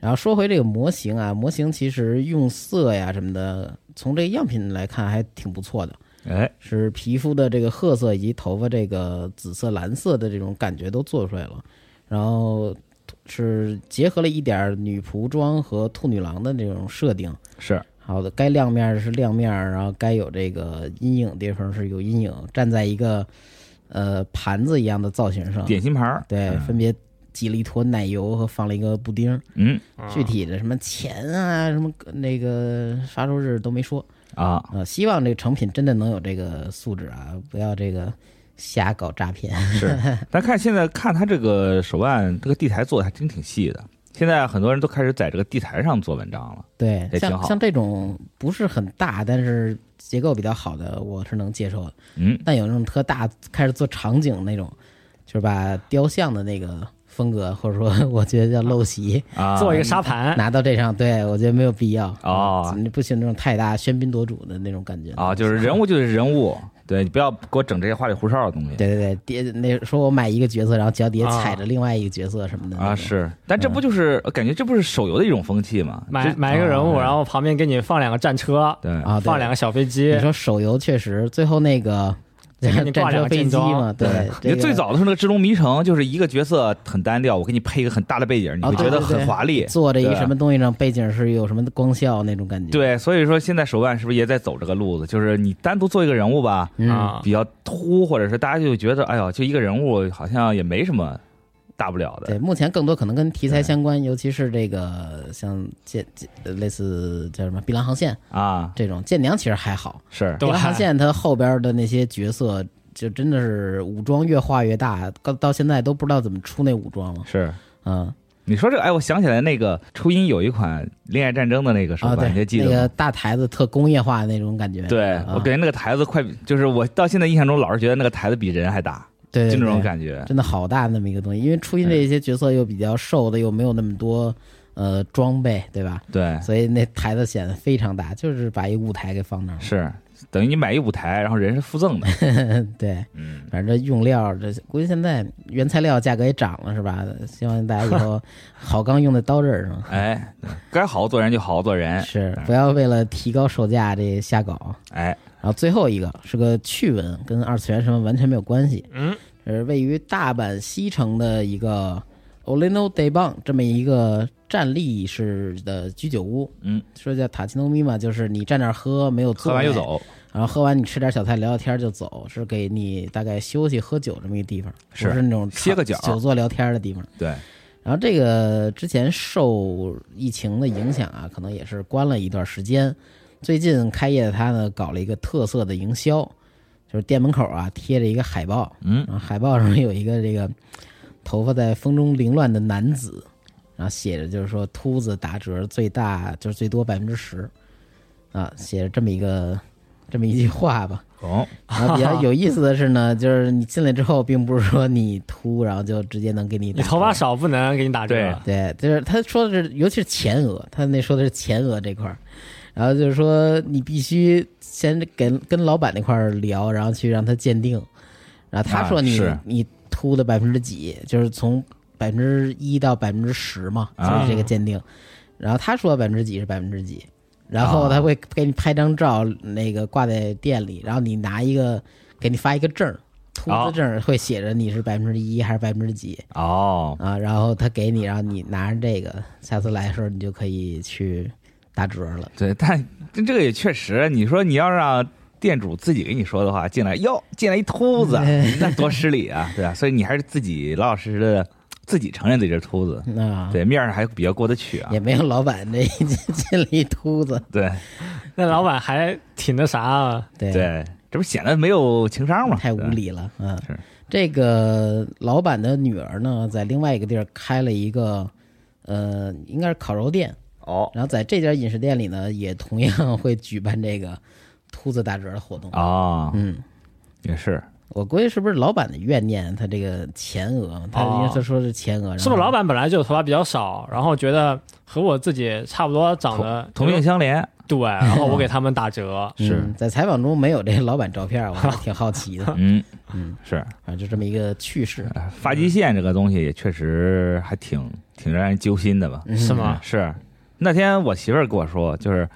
Speaker 3: 然后说回这个模型啊，模型其实用色呀什么的，从这个样品来看还挺不错的，
Speaker 5: 哎，
Speaker 3: 是皮肤的这个褐色以及头发这个紫色、蓝色的这种感觉都做出来了，然后是结合了一点儿女仆装和兔女郎的这种设定。
Speaker 5: 是
Speaker 3: 好的，该亮面儿是亮面儿，然后该有这个阴影地方是有阴影，站在一个呃盘子一样的造型上，
Speaker 5: 点心盘儿，
Speaker 3: 对，
Speaker 5: 嗯
Speaker 3: 分别挤了一坨奶油和放了一个布丁儿。
Speaker 5: 嗯
Speaker 3: 具体的什么钱啊，什么那个发售日都没说
Speaker 5: 啊，
Speaker 3: 啊、呃希望这个成品真的能有这个素质啊，不要这个瞎搞诈骗。
Speaker 5: 是。但看现在看他这个手腕，这个地台做的还真挺细的。现在很多人都开始在这个地台上做文章了。
Speaker 3: 对
Speaker 5: 也，挺
Speaker 3: 像
Speaker 5: 好
Speaker 3: 像这种不是很大，但是结构比较好的，我是能接受的。
Speaker 5: 嗯，
Speaker 3: 但有那种特大，开始做场景那种，就是把雕像的那个风格，或者说 我觉得叫陋习，
Speaker 5: 啊，
Speaker 4: 做一个沙盘，
Speaker 3: 拿到这上，对我觉得没有必要。
Speaker 5: 哦
Speaker 3: 嗯不喜欢那种太大喧宾夺主的那种感觉
Speaker 5: 啊，就是人物就是人物，对你不要给我整这些花里胡哨的东西。
Speaker 3: 对对对，爹那说我买一个角色，然后脚底
Speaker 4: 啊
Speaker 3: 下踩着另外一个角色什么的
Speaker 5: 啊，是，但这不就是、呃感觉这不是手游的一种风气吗？
Speaker 4: 买
Speaker 5: 这
Speaker 4: 买一个人物，
Speaker 5: 啊
Speaker 4: 然后旁边给你放两个战车，
Speaker 5: 对
Speaker 3: 啊，对
Speaker 4: 放两个小飞机
Speaker 3: 你，说手游确实最后那个
Speaker 4: 再给你挂
Speaker 3: 战
Speaker 4: 两
Speaker 3: 车
Speaker 4: 个
Speaker 3: 飞
Speaker 4: 正
Speaker 3: 机
Speaker 4: 装
Speaker 3: 嘛，对，这
Speaker 5: 你
Speaker 3: 个
Speaker 5: 最早的时候，那个《智龙迷城》就是一个角色很单调，我给你配一个很大的背景，你
Speaker 3: 啊
Speaker 5: 会
Speaker 3: 对
Speaker 5: 觉得
Speaker 3: 对
Speaker 5: 很
Speaker 3: 对
Speaker 5: 华丽。
Speaker 3: 坐着一个
Speaker 5: 对
Speaker 3: 什么东西上，背景是有什么光效那种感觉，，
Speaker 5: 对，所以说现在手办是不是也在走这个路子？就是你单独做一个人物吧，
Speaker 3: 嗯，
Speaker 4: 啊
Speaker 5: 比较突，或者是大家就觉得，哎呦，就一个人物好像也没什么大不了的。
Speaker 3: 对，目前更多可能跟题材相关，尤其是这个像剑剑呃类似叫什么《碧蓝航线》
Speaker 5: 啊，
Speaker 3: 这种，剑娘其实还好，
Speaker 5: 是
Speaker 3: 《碧
Speaker 4: 对
Speaker 3: 蓝航线》它后边的那些角色。就真的是武装越画越大，到到现在都不知道怎么出那武装了。
Speaker 5: 是。
Speaker 3: 嗯，
Speaker 5: 你说这个，哎，我想起来那个初音有一款《恋爱战争》的那个手
Speaker 3: 啊，
Speaker 5: 办，
Speaker 3: 对，
Speaker 5: 你还记
Speaker 3: 那
Speaker 5: 得
Speaker 3: 个
Speaker 5: 吗？
Speaker 3: 大台子特工业化的那种感觉，
Speaker 5: 对，
Speaker 3: 啊
Speaker 5: 我感觉那个台子快，就是我到现在印象中老是觉得那个台子比人还大，
Speaker 3: 对对
Speaker 5: 就那种
Speaker 3: 对
Speaker 5: 感觉。
Speaker 3: 真的好大那么一个东西。因为初音这些角色又比较瘦的，又没有那么多呃装备，对吧？
Speaker 5: 对，
Speaker 3: 所以那台子显得非常大，就是把一舞台给放那儿
Speaker 5: 是等于你买一舞台，然后人是附赠的。
Speaker 3: 了。 对，
Speaker 5: 嗯，
Speaker 3: 反正这用料这估计现在原材料价格也涨了，是吧？希望大家以 后好钢用在刀刃上，
Speaker 5: 哎，该好好做人就好好做人。
Speaker 3: 是不要为了提高售价这瞎搞。
Speaker 5: 哎，
Speaker 3: 然后最后一个是个趣闻，跟二次元什么完全没有关系。
Speaker 4: 嗯，
Speaker 3: 是位于大阪西城的一个 Olino d e b a n 这么一个站立式的居酒屋。
Speaker 5: 嗯，
Speaker 3: 说叫塔奇诺咪嘛，就是你站那儿喝没有
Speaker 5: 喝
Speaker 3: 座
Speaker 5: 完
Speaker 3: 位
Speaker 5: 就，走。
Speaker 3: 然后喝完你吃点小菜聊聊天就走，是给你大概休息喝酒这么一个地方，
Speaker 5: 是
Speaker 3: 不是那种
Speaker 5: 歇个脚
Speaker 3: 久坐聊天的地方。
Speaker 5: 对，
Speaker 3: 然后这个之前受疫情的影响啊，可能也是关了一段时间。最近开业的它呢，搞了一个特色的营销，就是店门口啊贴着一个海报，
Speaker 5: 嗯
Speaker 3: 然后海报上有一个这个头发在风中凌乱的男子，然后写着就是说秃子打折最大就是最多百分之十，啊，写着这么一个这么一句话 吧。
Speaker 5: 哦，
Speaker 3: 然后比较有意思的是呢，就是你进来之后，并不是说你秃，然后就直接能给你
Speaker 4: 你
Speaker 3: 打
Speaker 4: 头发
Speaker 3: 折
Speaker 4: 少不能给你打
Speaker 5: 对
Speaker 4: 折，
Speaker 3: 对，就是他说的是，尤其是前额，他那说的是前额这块儿，然后就是说你必须先跟跟老板那块儿聊，然后去让他鉴定，然后他
Speaker 5: 啊
Speaker 3: 说你、
Speaker 5: 是
Speaker 3: 你秃的百分之几，就是从百分之一到百分之十嘛，就
Speaker 5: 啊
Speaker 3: 是这个鉴定，然后他说百分之几是百分之几，然后他会给你拍张照，那个挂在店里，然后你拿一个给你发一个证儿。秃
Speaker 5: 哦
Speaker 3: 子证儿会写着你是百分之一还是百分之几，
Speaker 5: 哦，
Speaker 3: 啊，然后他给你，然后你拿着这个，下次来的时候你就可以去打折了。
Speaker 5: 对，但这这个也确实，你说你要让店主自己给你说的话，进来哟，进来一秃子，那多失礼啊，对吧？所以你还是自己老老实实的，自己承认自己是秃子，
Speaker 3: 啊，
Speaker 5: 对，面儿上还比较过得去啊
Speaker 3: 也。没有老板这进 进了一秃子，
Speaker 5: 对
Speaker 4: 那老板还挺那啥
Speaker 5: 嗯
Speaker 4: 啊，
Speaker 3: 对，
Speaker 5: 对，这不显得没有情商吗？
Speaker 3: 太无
Speaker 5: 对。
Speaker 3: 理了。嗯、
Speaker 5: 是
Speaker 3: 这个老板的女儿呢，在另外一个地儿开了一个，呃，应该是烤肉店，
Speaker 5: 哦
Speaker 3: 然后在这家饮食店里呢，也同样会举办这个秃子打折的活动。
Speaker 5: 哦，
Speaker 3: 嗯，
Speaker 5: 也是，
Speaker 3: 我估计是不是老板的怨念，他这个前额，他
Speaker 5: 哦
Speaker 3: 因为他说是前额，然后
Speaker 4: 是不是老板本来就头发比较少，然后觉得和我自己差不多长得
Speaker 5: 同同病相
Speaker 3: 哎
Speaker 5: 怜，
Speaker 4: 对，
Speaker 5: ，
Speaker 4: 然后我给他们打折
Speaker 5: 是
Speaker 3: 嗯在采访中没有这个老板照片，我还挺好奇的
Speaker 5: 嗯，
Speaker 3: 嗯，
Speaker 5: 是
Speaker 3: 反正就这么一个趣事，
Speaker 5: 呃发际线这个东西也确实还挺挺让人揪心的吧？
Speaker 3: 嗯
Speaker 4: 是吗？
Speaker 5: 是，那天我媳妇儿跟我说，就是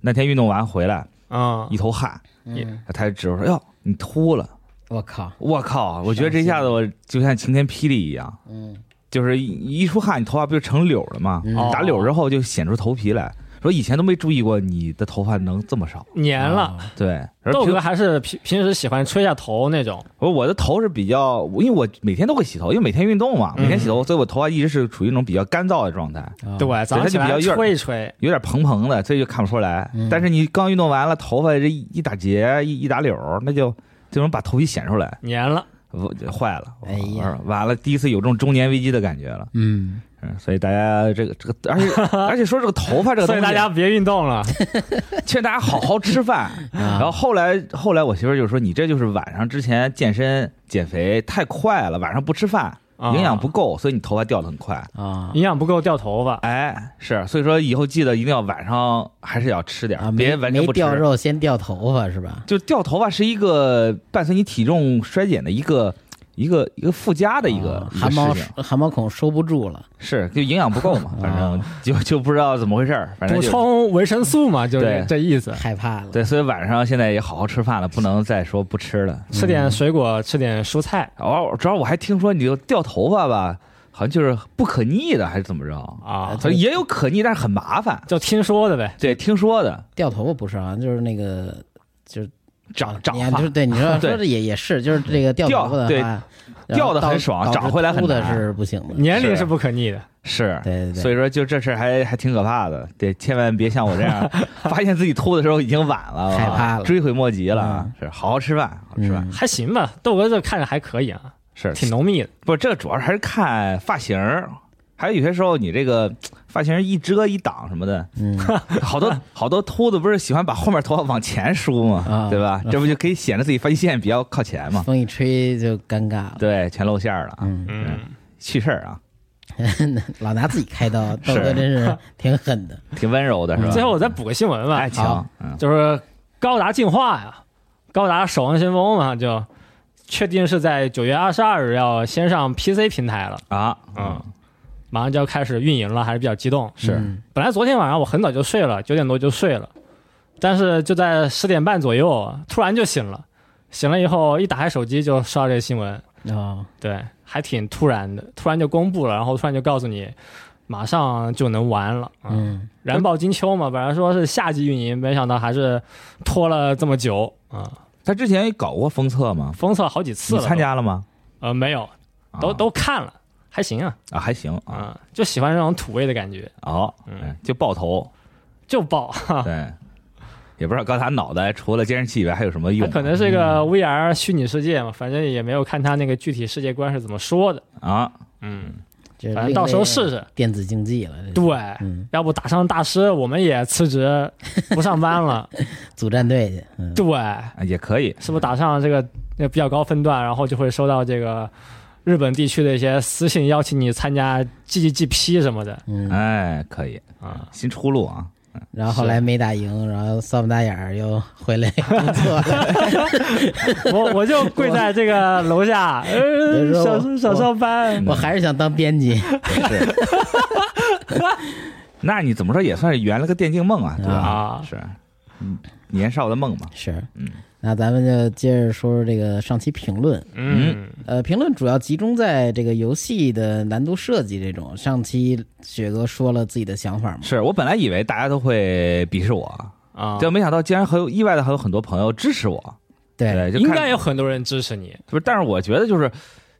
Speaker 5: 那天运动完回来
Speaker 4: 啊
Speaker 5: 一，头汗，
Speaker 3: 嗯，
Speaker 5: 她就指我说：“哟，你秃了
Speaker 3: 我靠！”，
Speaker 5: 我靠，我觉得这下子我就像晴天霹雳一样，
Speaker 3: 嗯，
Speaker 5: 就是一一出汗，你头发不就成绺了吗？
Speaker 3: 嗯
Speaker 5: 打绺之后就显出头皮来。说以前都没注意过你的头发能这么少，
Speaker 4: 粘了。
Speaker 3: 啊，
Speaker 5: 对。而
Speaker 4: 豆
Speaker 5: 平啊
Speaker 4: 哥还是平平时喜欢吹下头那种，
Speaker 5: 我我的头是比较，因为我每天都会洗头，因为每天运动嘛，
Speaker 4: 嗯
Speaker 5: 每天洗头，所以我头发一直是处于一种比较干燥的状态，
Speaker 3: 啊
Speaker 4: 对，早上起
Speaker 5: 它就
Speaker 4: 来
Speaker 5: 比较
Speaker 4: 吹一吹，
Speaker 5: 有点蓬蓬的，所以就看不出来。
Speaker 3: 嗯
Speaker 5: 但是你刚运动完了，头发这一一打结一一打绺儿，那就就能把头皮显出来，
Speaker 4: 粘了。
Speaker 5: 我就坏了，
Speaker 3: 哎呀
Speaker 5: 完了，第一次有这种中年危机的感觉了。
Speaker 3: 嗯，
Speaker 5: 嗯，所以大家这个这个， 而且而且说这个头发这个东
Speaker 4: 所
Speaker 5: 西，啊
Speaker 4: 以大家别运动了，
Speaker 5: 劝大家好好 吃饭。然
Speaker 3: 然
Speaker 5: 后后来后来我媳妇儿就说：“你这就是晚上之前健身减肥太快了，晚上不吃饭。”
Speaker 4: 啊
Speaker 5: 营养不够，所以你头发掉的很快。
Speaker 3: 啊
Speaker 4: 营养不够掉头发。
Speaker 5: 哎，是，所以说以后记得一定要晚上还是要吃点儿，
Speaker 3: 啊，
Speaker 5: 别
Speaker 3: 没
Speaker 5: 完全
Speaker 3: 没
Speaker 5: 不吃。
Speaker 3: 掉肉先掉头发是吧？
Speaker 5: 就掉头发是一个伴随你体重衰减的一个一个一个附加的一个、
Speaker 3: 啊
Speaker 5: 一
Speaker 3: 汗
Speaker 5: 个
Speaker 3: 毛
Speaker 5: 事情，
Speaker 3: 汗毛孔收不住了，
Speaker 5: 是就营养不够 嘛，反正就就啊不知道怎么回事儿，反正
Speaker 4: 补
Speaker 5: 就
Speaker 4: 充维生素嘛，就是
Speaker 5: 对
Speaker 4: 这意思。
Speaker 3: 害怕了。
Speaker 5: 对，所以晚上现在也好好吃饭了，不能再说不吃了。
Speaker 4: 吃点水果，吃点蔬菜
Speaker 5: 哦，主要我还听说你就掉头发吧，好像就是不可逆的，还是怎么着？
Speaker 4: 啊，
Speaker 5: 哎所以也有可逆，但是很麻烦。
Speaker 4: 就听说的呗。
Speaker 5: 对，听说的
Speaker 3: 掉头发不是啊，就是那个就是
Speaker 5: 长长
Speaker 3: 你看
Speaker 5: 发
Speaker 3: 就是对你说
Speaker 5: 对
Speaker 3: 说的也也是，就是这个掉头发
Speaker 5: 掉对
Speaker 3: 的话，然
Speaker 5: 掉
Speaker 3: 后
Speaker 5: 得
Speaker 3: 到
Speaker 5: 很爽
Speaker 3: 导致
Speaker 5: 长回来很
Speaker 3: 秃的
Speaker 5: 难
Speaker 3: 是不行的。
Speaker 4: 年龄
Speaker 5: 是
Speaker 4: 是不可逆的，
Speaker 5: 是，
Speaker 3: 对对对，
Speaker 5: 所以说，就这事儿还还挺可怕的，得千万别像我这 样，发现自己秃的时候已经晚了，啊
Speaker 3: 害怕了
Speaker 5: 追悔莫及了。啊！是，好好吃饭，好好吃饭。
Speaker 3: 嗯
Speaker 4: 还行吧。豆哥这看着还可以啊，
Speaker 5: 是，
Speaker 4: 挺浓密的。
Speaker 5: 不是这主要还是看发型儿，还有有些时候你这个发型一遮一挡什么 的，
Speaker 3: 嗯，
Speaker 5: 好多好多秃子不是喜欢把后面头发往前梳嘛
Speaker 3: 啊，
Speaker 5: 对吧？这不就可以显得自己发际线比较靠前嘛？
Speaker 3: 风一吹就尴尬了。
Speaker 5: 对，全露馅儿了啊！
Speaker 3: 嗯，
Speaker 4: 嗯，
Speaker 5: 趣事儿啊，
Speaker 3: 老拿自己开刀，豆
Speaker 5: 是
Speaker 3: 哥真是挺狠的。
Speaker 5: 挺温柔的是吧？
Speaker 4: 最后我再补个新闻吧
Speaker 5: 爱，情
Speaker 3: 好，
Speaker 5: 嗯，
Speaker 4: 就是高达进化呀，高达守望先锋嘛，就确定是在九月二十二日要先上 PC 平台了，
Speaker 5: 啊，
Speaker 4: 嗯，马上就要开始运营了，还是比较激动。
Speaker 5: 是
Speaker 3: 嗯
Speaker 4: 本来昨天晚上我很早就睡了，九点多就睡了，但是就在十点半左右，啊突然就醒了。醒了以后，一打开手机就刷这个新闻，
Speaker 3: 哦，
Speaker 4: 对，还挺突然的，突然就公布了，然后突然就告诉你，马上就能玩了。嗯，
Speaker 3: 嗯，
Speaker 4: 燃爆金秋嘛，本来说是夏季运营，没想到还是拖了这么久啊、
Speaker 5: 他之前搞过封测吗？
Speaker 4: 封测好几次
Speaker 5: 你
Speaker 4: 了。
Speaker 5: 参？加了吗？
Speaker 4: 呃，没有，都
Speaker 5: 啊
Speaker 4: 都看了，还行啊，
Speaker 5: 啊，还行啊，
Speaker 4: 啊、就喜欢这种土味的感觉，
Speaker 5: 哦，
Speaker 4: 嗯
Speaker 5: 哎就爆头，
Speaker 4: 就爆。
Speaker 5: 对，也不知道刚才脑袋除了监视器以外还 有什嗯么
Speaker 4: 它
Speaker 5: 用
Speaker 4: 可能是个 VR 虚拟世界嘛，反正也没有看它那个具体世界观是怎么说的。
Speaker 5: 啊？
Speaker 4: 嗯，
Speaker 3: 这
Speaker 4: 反正到时候试
Speaker 3: 试
Speaker 4: 试。
Speaker 3: 电子竞技了。这是
Speaker 4: 对，
Speaker 3: 嗯，
Speaker 4: 要不打上大师，我们也辞职不上 班了。
Speaker 5: 嗯
Speaker 3: 组战队去。嗯，
Speaker 4: 对，
Speaker 5: 啊也可以，
Speaker 4: 是不是打上这个那个比较高分段，然后就会收到这个日本地区的一些私信，邀请你参加 GGGP 什么的
Speaker 3: 嗯，
Speaker 5: 哎，可以，
Speaker 4: 啊？
Speaker 5: 新出路啊，
Speaker 3: 然后后来没打赢，然后扫把大眼儿又回来工作了。
Speaker 4: 我我就跪在这个楼 下，
Speaker 3: 别
Speaker 4: 呃，
Speaker 3: 说
Speaker 4: 想
Speaker 3: 我
Speaker 4: 想上班。
Speaker 3: 我还是想当编辑，
Speaker 5: 是。那你怎么说也算是圆了个电竞梦啊，对吧？
Speaker 4: 啊
Speaker 5: 是，嗯年少的梦嘛，
Speaker 3: 是。
Speaker 5: 嗯，
Speaker 3: 那咱们就接着说说这个上期评论。
Speaker 4: 嗯，
Speaker 3: 呃，评论主要集中在这个游戏的难度设计这种。上期雪哥说了自己的想法嘛，
Speaker 5: 是我本来以为大家都会鄙视我，
Speaker 4: 啊，
Speaker 5: 就没想到竟然还有意外的还有很多朋友支持我，
Speaker 3: 对，
Speaker 5: 对，就
Speaker 4: 应
Speaker 5: 看
Speaker 4: 该有很多人支持你。
Speaker 5: 不是，但是我觉得就是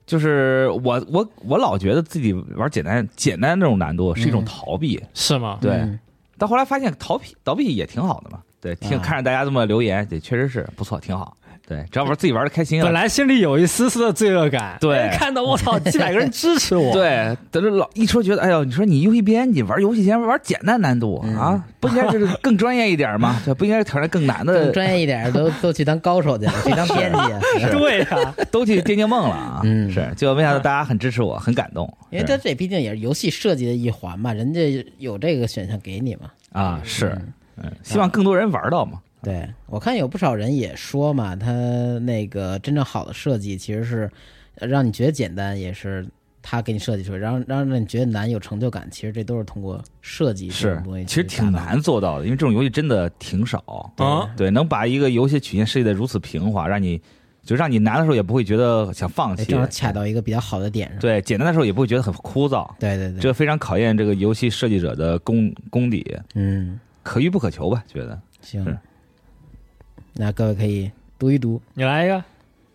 Speaker 5: 就是我我我老觉得自己玩简单简单这种难度是一种
Speaker 3: 嗯
Speaker 5: 逃避，
Speaker 4: 是吗？
Speaker 5: 对
Speaker 3: 嗯
Speaker 5: 但后来发现逃避逃避也挺好的嘛，对，听
Speaker 3: 啊
Speaker 5: 看着大家这么留言，也确实是不错，挺好，对，只要玩自己玩的开心啊
Speaker 4: 本
Speaker 5: 了。
Speaker 4: 来心里有一丝丝的罪恶感，
Speaker 5: 对
Speaker 4: 哎看到我 操几百个人支持我，，
Speaker 5: 对，但是老一说觉得，哎呦，你说你游戏编辑玩游戏前玩简单难
Speaker 3: 嗯
Speaker 5: 度、啊，不应该就是更专业一 点吗？对，不应该挑战更难
Speaker 3: 更
Speaker 5: 的，
Speaker 3: 专业一点儿都都去当高手去了，去当编辑啊去了。
Speaker 4: 对 呀，
Speaker 5: 都去电竞梦了啊！
Speaker 3: 嗯
Speaker 5: 是，就没想到大家很支持我，很感动。
Speaker 3: 因为
Speaker 5: 是
Speaker 3: 它这毕竟也是游戏设计的一环嘛，人家有这个选项给你嘛。
Speaker 5: 嗯啊，是，嗯，希望更多人玩到嘛。
Speaker 3: 对我看有不少人也说嘛，他那个真正好的设计其实是呃让你觉得简单，也是他给你设计出来，然后然后让你觉得难有成就感。其实这都是通过设计这
Speaker 5: 是
Speaker 3: 种东西，
Speaker 5: 其实挺。难做到的，因为这种游戏真的挺少。
Speaker 4: 啊
Speaker 5: 对，能把一个游戏曲线设计的如此平滑，让你就让你难的时候也不会觉得想放
Speaker 3: 哎
Speaker 5: 弃，
Speaker 3: 正好卡到一个比较好的点上。
Speaker 5: 对，简单的时候也不会觉得很枯燥。
Speaker 3: 对对对，
Speaker 5: 这非常考验这个游戏设计者的功功底，啊
Speaker 3: 嗯，
Speaker 5: 可遇不可求吧？觉得，
Speaker 3: 行
Speaker 5: 是。
Speaker 3: 那各位可以读一读，
Speaker 4: 你来一个，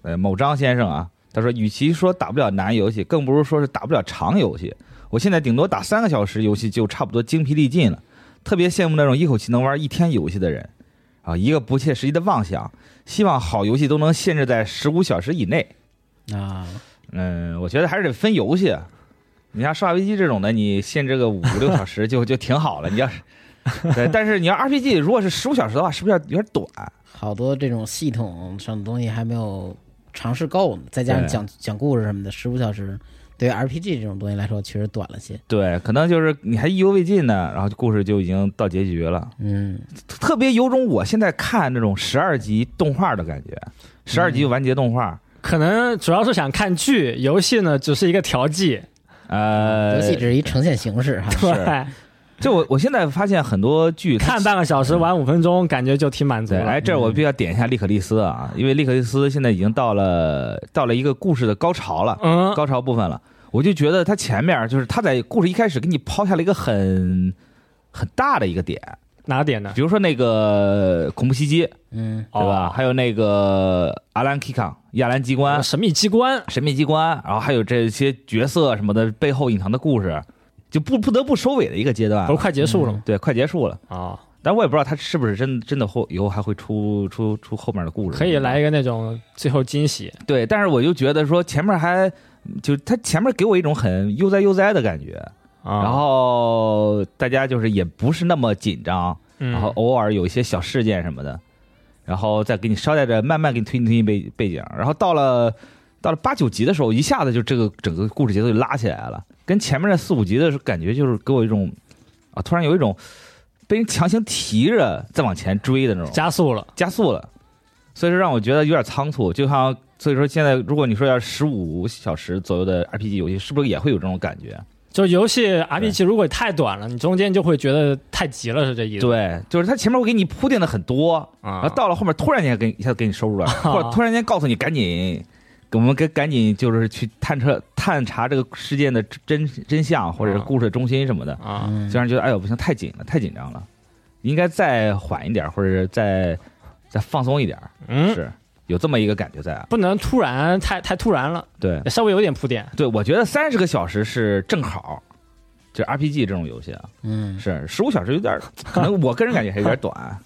Speaker 5: 呃，某张先生啊，他说，与其说打不了难游戏，更不如说是打不了长游戏。我现在顶多打三个小时游戏就差不多精疲力尽了，特别羡慕那种一口气能玩一天游戏的人，啊，一个不切实际的妄想，希望好游戏都能限制在十五小时以内。
Speaker 3: 啊，
Speaker 5: 嗯，我觉得还是得分游戏。啊你像《生化危机》这种的，你限制个五六小时就就挺好了。你要是，对，但是你要 RPG，如果是十五小时的话，是不是有点有点短？
Speaker 3: 好多这种系统上的东西还没有尝试够呢，再加上
Speaker 5: 对
Speaker 3: 讲讲故事什么的，十五小时对于 RPG 这种东西来说确实短了些。
Speaker 5: 对，可能就是你还意犹未尽呢，然后故事就已经到结局了，
Speaker 3: 嗯，
Speaker 5: 特特别有种我现在看那种十二集动画的感觉，十二集完结动画，
Speaker 4: 可能主要是想看剧，游戏呢只是一个调剂。
Speaker 5: 呃，
Speaker 4: 嗯
Speaker 3: 游戏嗯只是一呈现形式哈。
Speaker 5: 是
Speaker 4: 对，
Speaker 5: 就我我现在发现很多剧它
Speaker 4: 看半个小时，玩五分钟，感觉就挺满足
Speaker 5: 对，
Speaker 4: 了嗯
Speaker 5: 哎，。这儿我必须要点一下利可利斯啊，因为利可利斯现在已经到了到了一个故事的高潮了，
Speaker 4: 嗯，
Speaker 5: 高潮部分了。我就觉得他前面就是他在故事一开始给你抛下了一个很很大的一个点，
Speaker 4: 哪点呢？
Speaker 5: 比如说那个恐怖袭击，
Speaker 3: 嗯，
Speaker 5: 对
Speaker 4: 哦
Speaker 5: 吧？还有那个阿兰基康亚兰机关
Speaker 4: 呃、神秘机关，
Speaker 5: 神秘机关，然后还有这些角色什么的背后隐藏的故事，就不不得不收尾的一个阶段
Speaker 4: 不是。快结束了吗？
Speaker 5: 对，快结束了，
Speaker 4: 哦，
Speaker 5: 但我也不知道他是不是真真的后以后还会出出出后面的故事。
Speaker 4: 可以来一个那种最后惊喜。
Speaker 5: 对，但是我就觉得说前面还就他前面给我一种很悠哉悠哉的感觉，
Speaker 4: 啊
Speaker 5: 然后大家就是也不是那么紧张，
Speaker 4: 嗯
Speaker 5: 然后偶尔有一些小事件什么的，然后再给你捎带着慢慢给你推进推进背背景，然后到了到了八九集的时候，一下子就这个整个故事节奏就拉起来了，跟前面的四五集的时候感觉就是给我一种啊，突然有一种被人强行提着再往前追的那种
Speaker 4: 加速了，
Speaker 5: 加速了，所以说让我觉得有点仓促，就像所以说现在如果你说要十五小时左右的 RPG 游戏，是不是也会有这种感觉？
Speaker 4: 就游戏 RPG 如果太短了，你中间就会觉得太急了，是这意思？
Speaker 5: 对，就是它前面会给你铺垫的很多，
Speaker 4: 啊
Speaker 5: 然后到了后面突然间给你一下子给你收住 了，或者突然间告诉你赶紧。给我们赶赶紧就是去探测探查这个事件的真真相，或者是
Speaker 4: 啊
Speaker 5: 故事的中心什么的，
Speaker 4: 啊，
Speaker 3: 嗯
Speaker 5: 就让人觉得哎呦不行，太紧了，太紧张了，应该再缓一点，或者是再再放松一点，
Speaker 4: 嗯，
Speaker 5: 是有这么一个感觉在啊。
Speaker 4: 不能突然太太突然了，
Speaker 5: 对，
Speaker 4: 得稍微有点铺垫。
Speaker 5: 对，我觉得三十个小时是正好，就 RPG 这种游戏啊，
Speaker 3: 嗯，
Speaker 5: 是十五小时有点儿，可能我个人感觉还有点 短。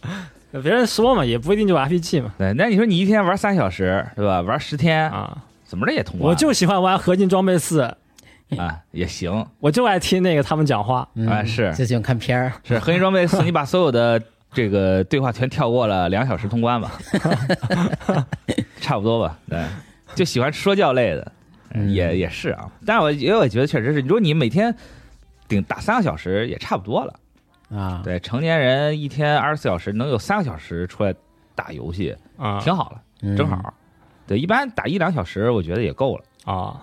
Speaker 4: 别人说嘛，也不一定就 RPG 嘛。
Speaker 5: 对，那你说你一天玩三小时，对吧？玩十天，
Speaker 4: 啊，
Speaker 5: 怎么着也通关。
Speaker 4: 我就喜欢玩合金装备四，
Speaker 5: 啊，也行，
Speaker 4: 我就爱听那个他们讲话。
Speaker 3: 嗯
Speaker 5: 哎是
Speaker 3: 就喜欢看片儿，
Speaker 5: 是合金装备四，你把所有的这个对话全跳过了，两小时通关 吧，差不多吧。对，就喜欢说教类的，
Speaker 3: 嗯
Speaker 5: 也也是啊。但是我也我觉得确实是，你说你每天顶打三个小时也差不多了。
Speaker 3: 啊，
Speaker 5: 对，成年人一天二十四小时能有三个小时出来打游戏，
Speaker 4: 啊
Speaker 5: 挺好了，
Speaker 3: 嗯
Speaker 5: 正好。对，一般打一两小时，我觉得也够了。
Speaker 4: 啊，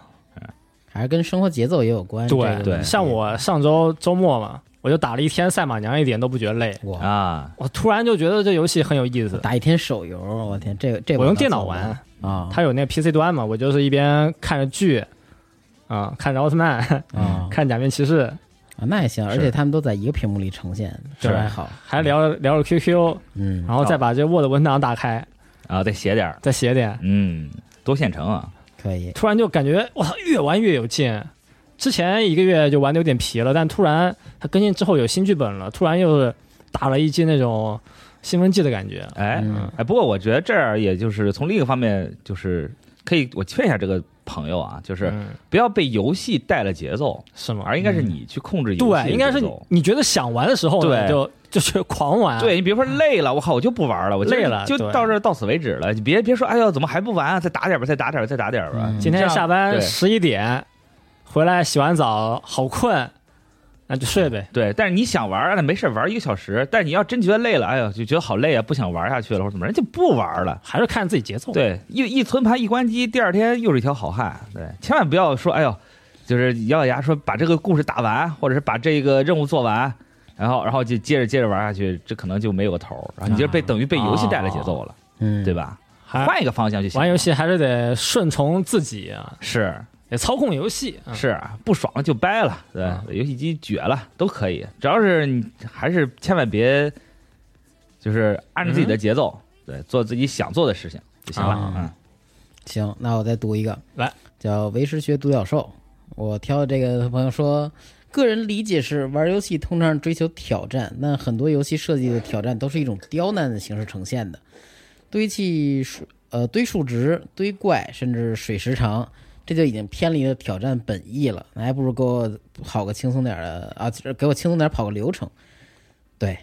Speaker 3: 还是跟生活节奏也有关。这
Speaker 4: 对
Speaker 3: 个
Speaker 5: 对
Speaker 4: 像我上周周末嘛，我就打了一天赛马娘，一点都不觉得累。
Speaker 3: 我
Speaker 5: 啊，
Speaker 4: 我突然就觉得这游戏很有意思。
Speaker 3: 打一天手游，我天，这个这个
Speaker 4: 我用
Speaker 3: 倒
Speaker 4: 电脑
Speaker 3: 做不到
Speaker 4: 玩，
Speaker 5: 嗯
Speaker 3: 啊，
Speaker 4: 它有那个 PC 端嘛，我就是一边看着剧，啊、看着奥特曼，
Speaker 3: 啊
Speaker 4: 看假面骑士，
Speaker 3: 啊那也行，而且他们都在一个屏幕里呈现，这
Speaker 4: 是
Speaker 3: 还好。
Speaker 4: 还聊聊着 QQ，
Speaker 3: 嗯，
Speaker 4: 然后再把这 Word 文档打开，
Speaker 5: 啊，再写点儿，
Speaker 4: 再写点，
Speaker 5: 嗯，多现成啊。
Speaker 3: 可以，
Speaker 4: 突然就感觉哇，越玩越有劲。之前一个月就玩的有点疲了，但突然它更新之后有新剧本了，突然又是打了一剂那种兴奋剂的感觉。
Speaker 5: 哎、
Speaker 3: 嗯
Speaker 5: 哎，不过我觉得这儿也就是从另一个方面，就是可以我劝一下这个朋友啊，就是
Speaker 4: 嗯、
Speaker 5: 不要被游戏带了节奏，
Speaker 4: 是吗？
Speaker 5: 而应该是你去控制游戏的节奏。
Speaker 4: 对，应该是你你觉得想玩的时候
Speaker 5: 对
Speaker 4: 呢，就就是狂玩。啊
Speaker 5: 对你别说累了，我靠，我就不玩了，我今儿
Speaker 4: 累了
Speaker 5: 就
Speaker 4: 对
Speaker 5: 到这儿到此为止了。你别别说，哎呦，怎么还不完啊？再打点儿吧，再打点儿吧，再打点儿吧。
Speaker 3: 嗯
Speaker 4: 今
Speaker 5: 这
Speaker 4: 天
Speaker 5: 样
Speaker 4: 下班
Speaker 5: 对
Speaker 4: 十一点回来洗完澡，好困，那就睡呗。
Speaker 5: 对，但是你想玩儿，那没事儿玩儿一个小时，但是你要真觉得累了，哎呦，就觉得好累啊，不想玩下去了，或者怎么，人就不玩儿了。
Speaker 4: 还是看自己节奏。，
Speaker 5: 对，一一存盘一关机，第二天又是一条好汉。对，千万不要说，哎呦，就是咬咬牙说把这个故事打完，或者是把这个任务做完，然后然后就接着接着玩下去，这可能就没有个头儿，然后你就被、等于被游戏带来节奏了，
Speaker 3: 嗯，
Speaker 5: 对？吧？
Speaker 4: 还
Speaker 5: 换一个方向去想
Speaker 4: 玩，游戏还是得顺从自己啊，
Speaker 5: 是
Speaker 4: 得操控游戏啊。
Speaker 5: 是不爽了就掰了，对，
Speaker 4: 啊
Speaker 5: 游戏机撅了都可以，只要是你还是千万别，就是按照自己的节奏，对，做自己想做的事情就行了。嗯
Speaker 3: 啊行，那我再读一个，
Speaker 4: 来，
Speaker 3: 叫《为师学独角兽》。我挑的这个朋友说，个人理解是，玩游戏通常追求挑战，但很多游戏设计的挑战都是一种刁难的形式呈现的，堆砌数呃堆数值、堆怪，甚至水时长，这就已经偏离了挑战本意了。那还不如给我跑个轻松点儿的啊，给我轻松点儿跑个流程。对，
Speaker 5: 嗯，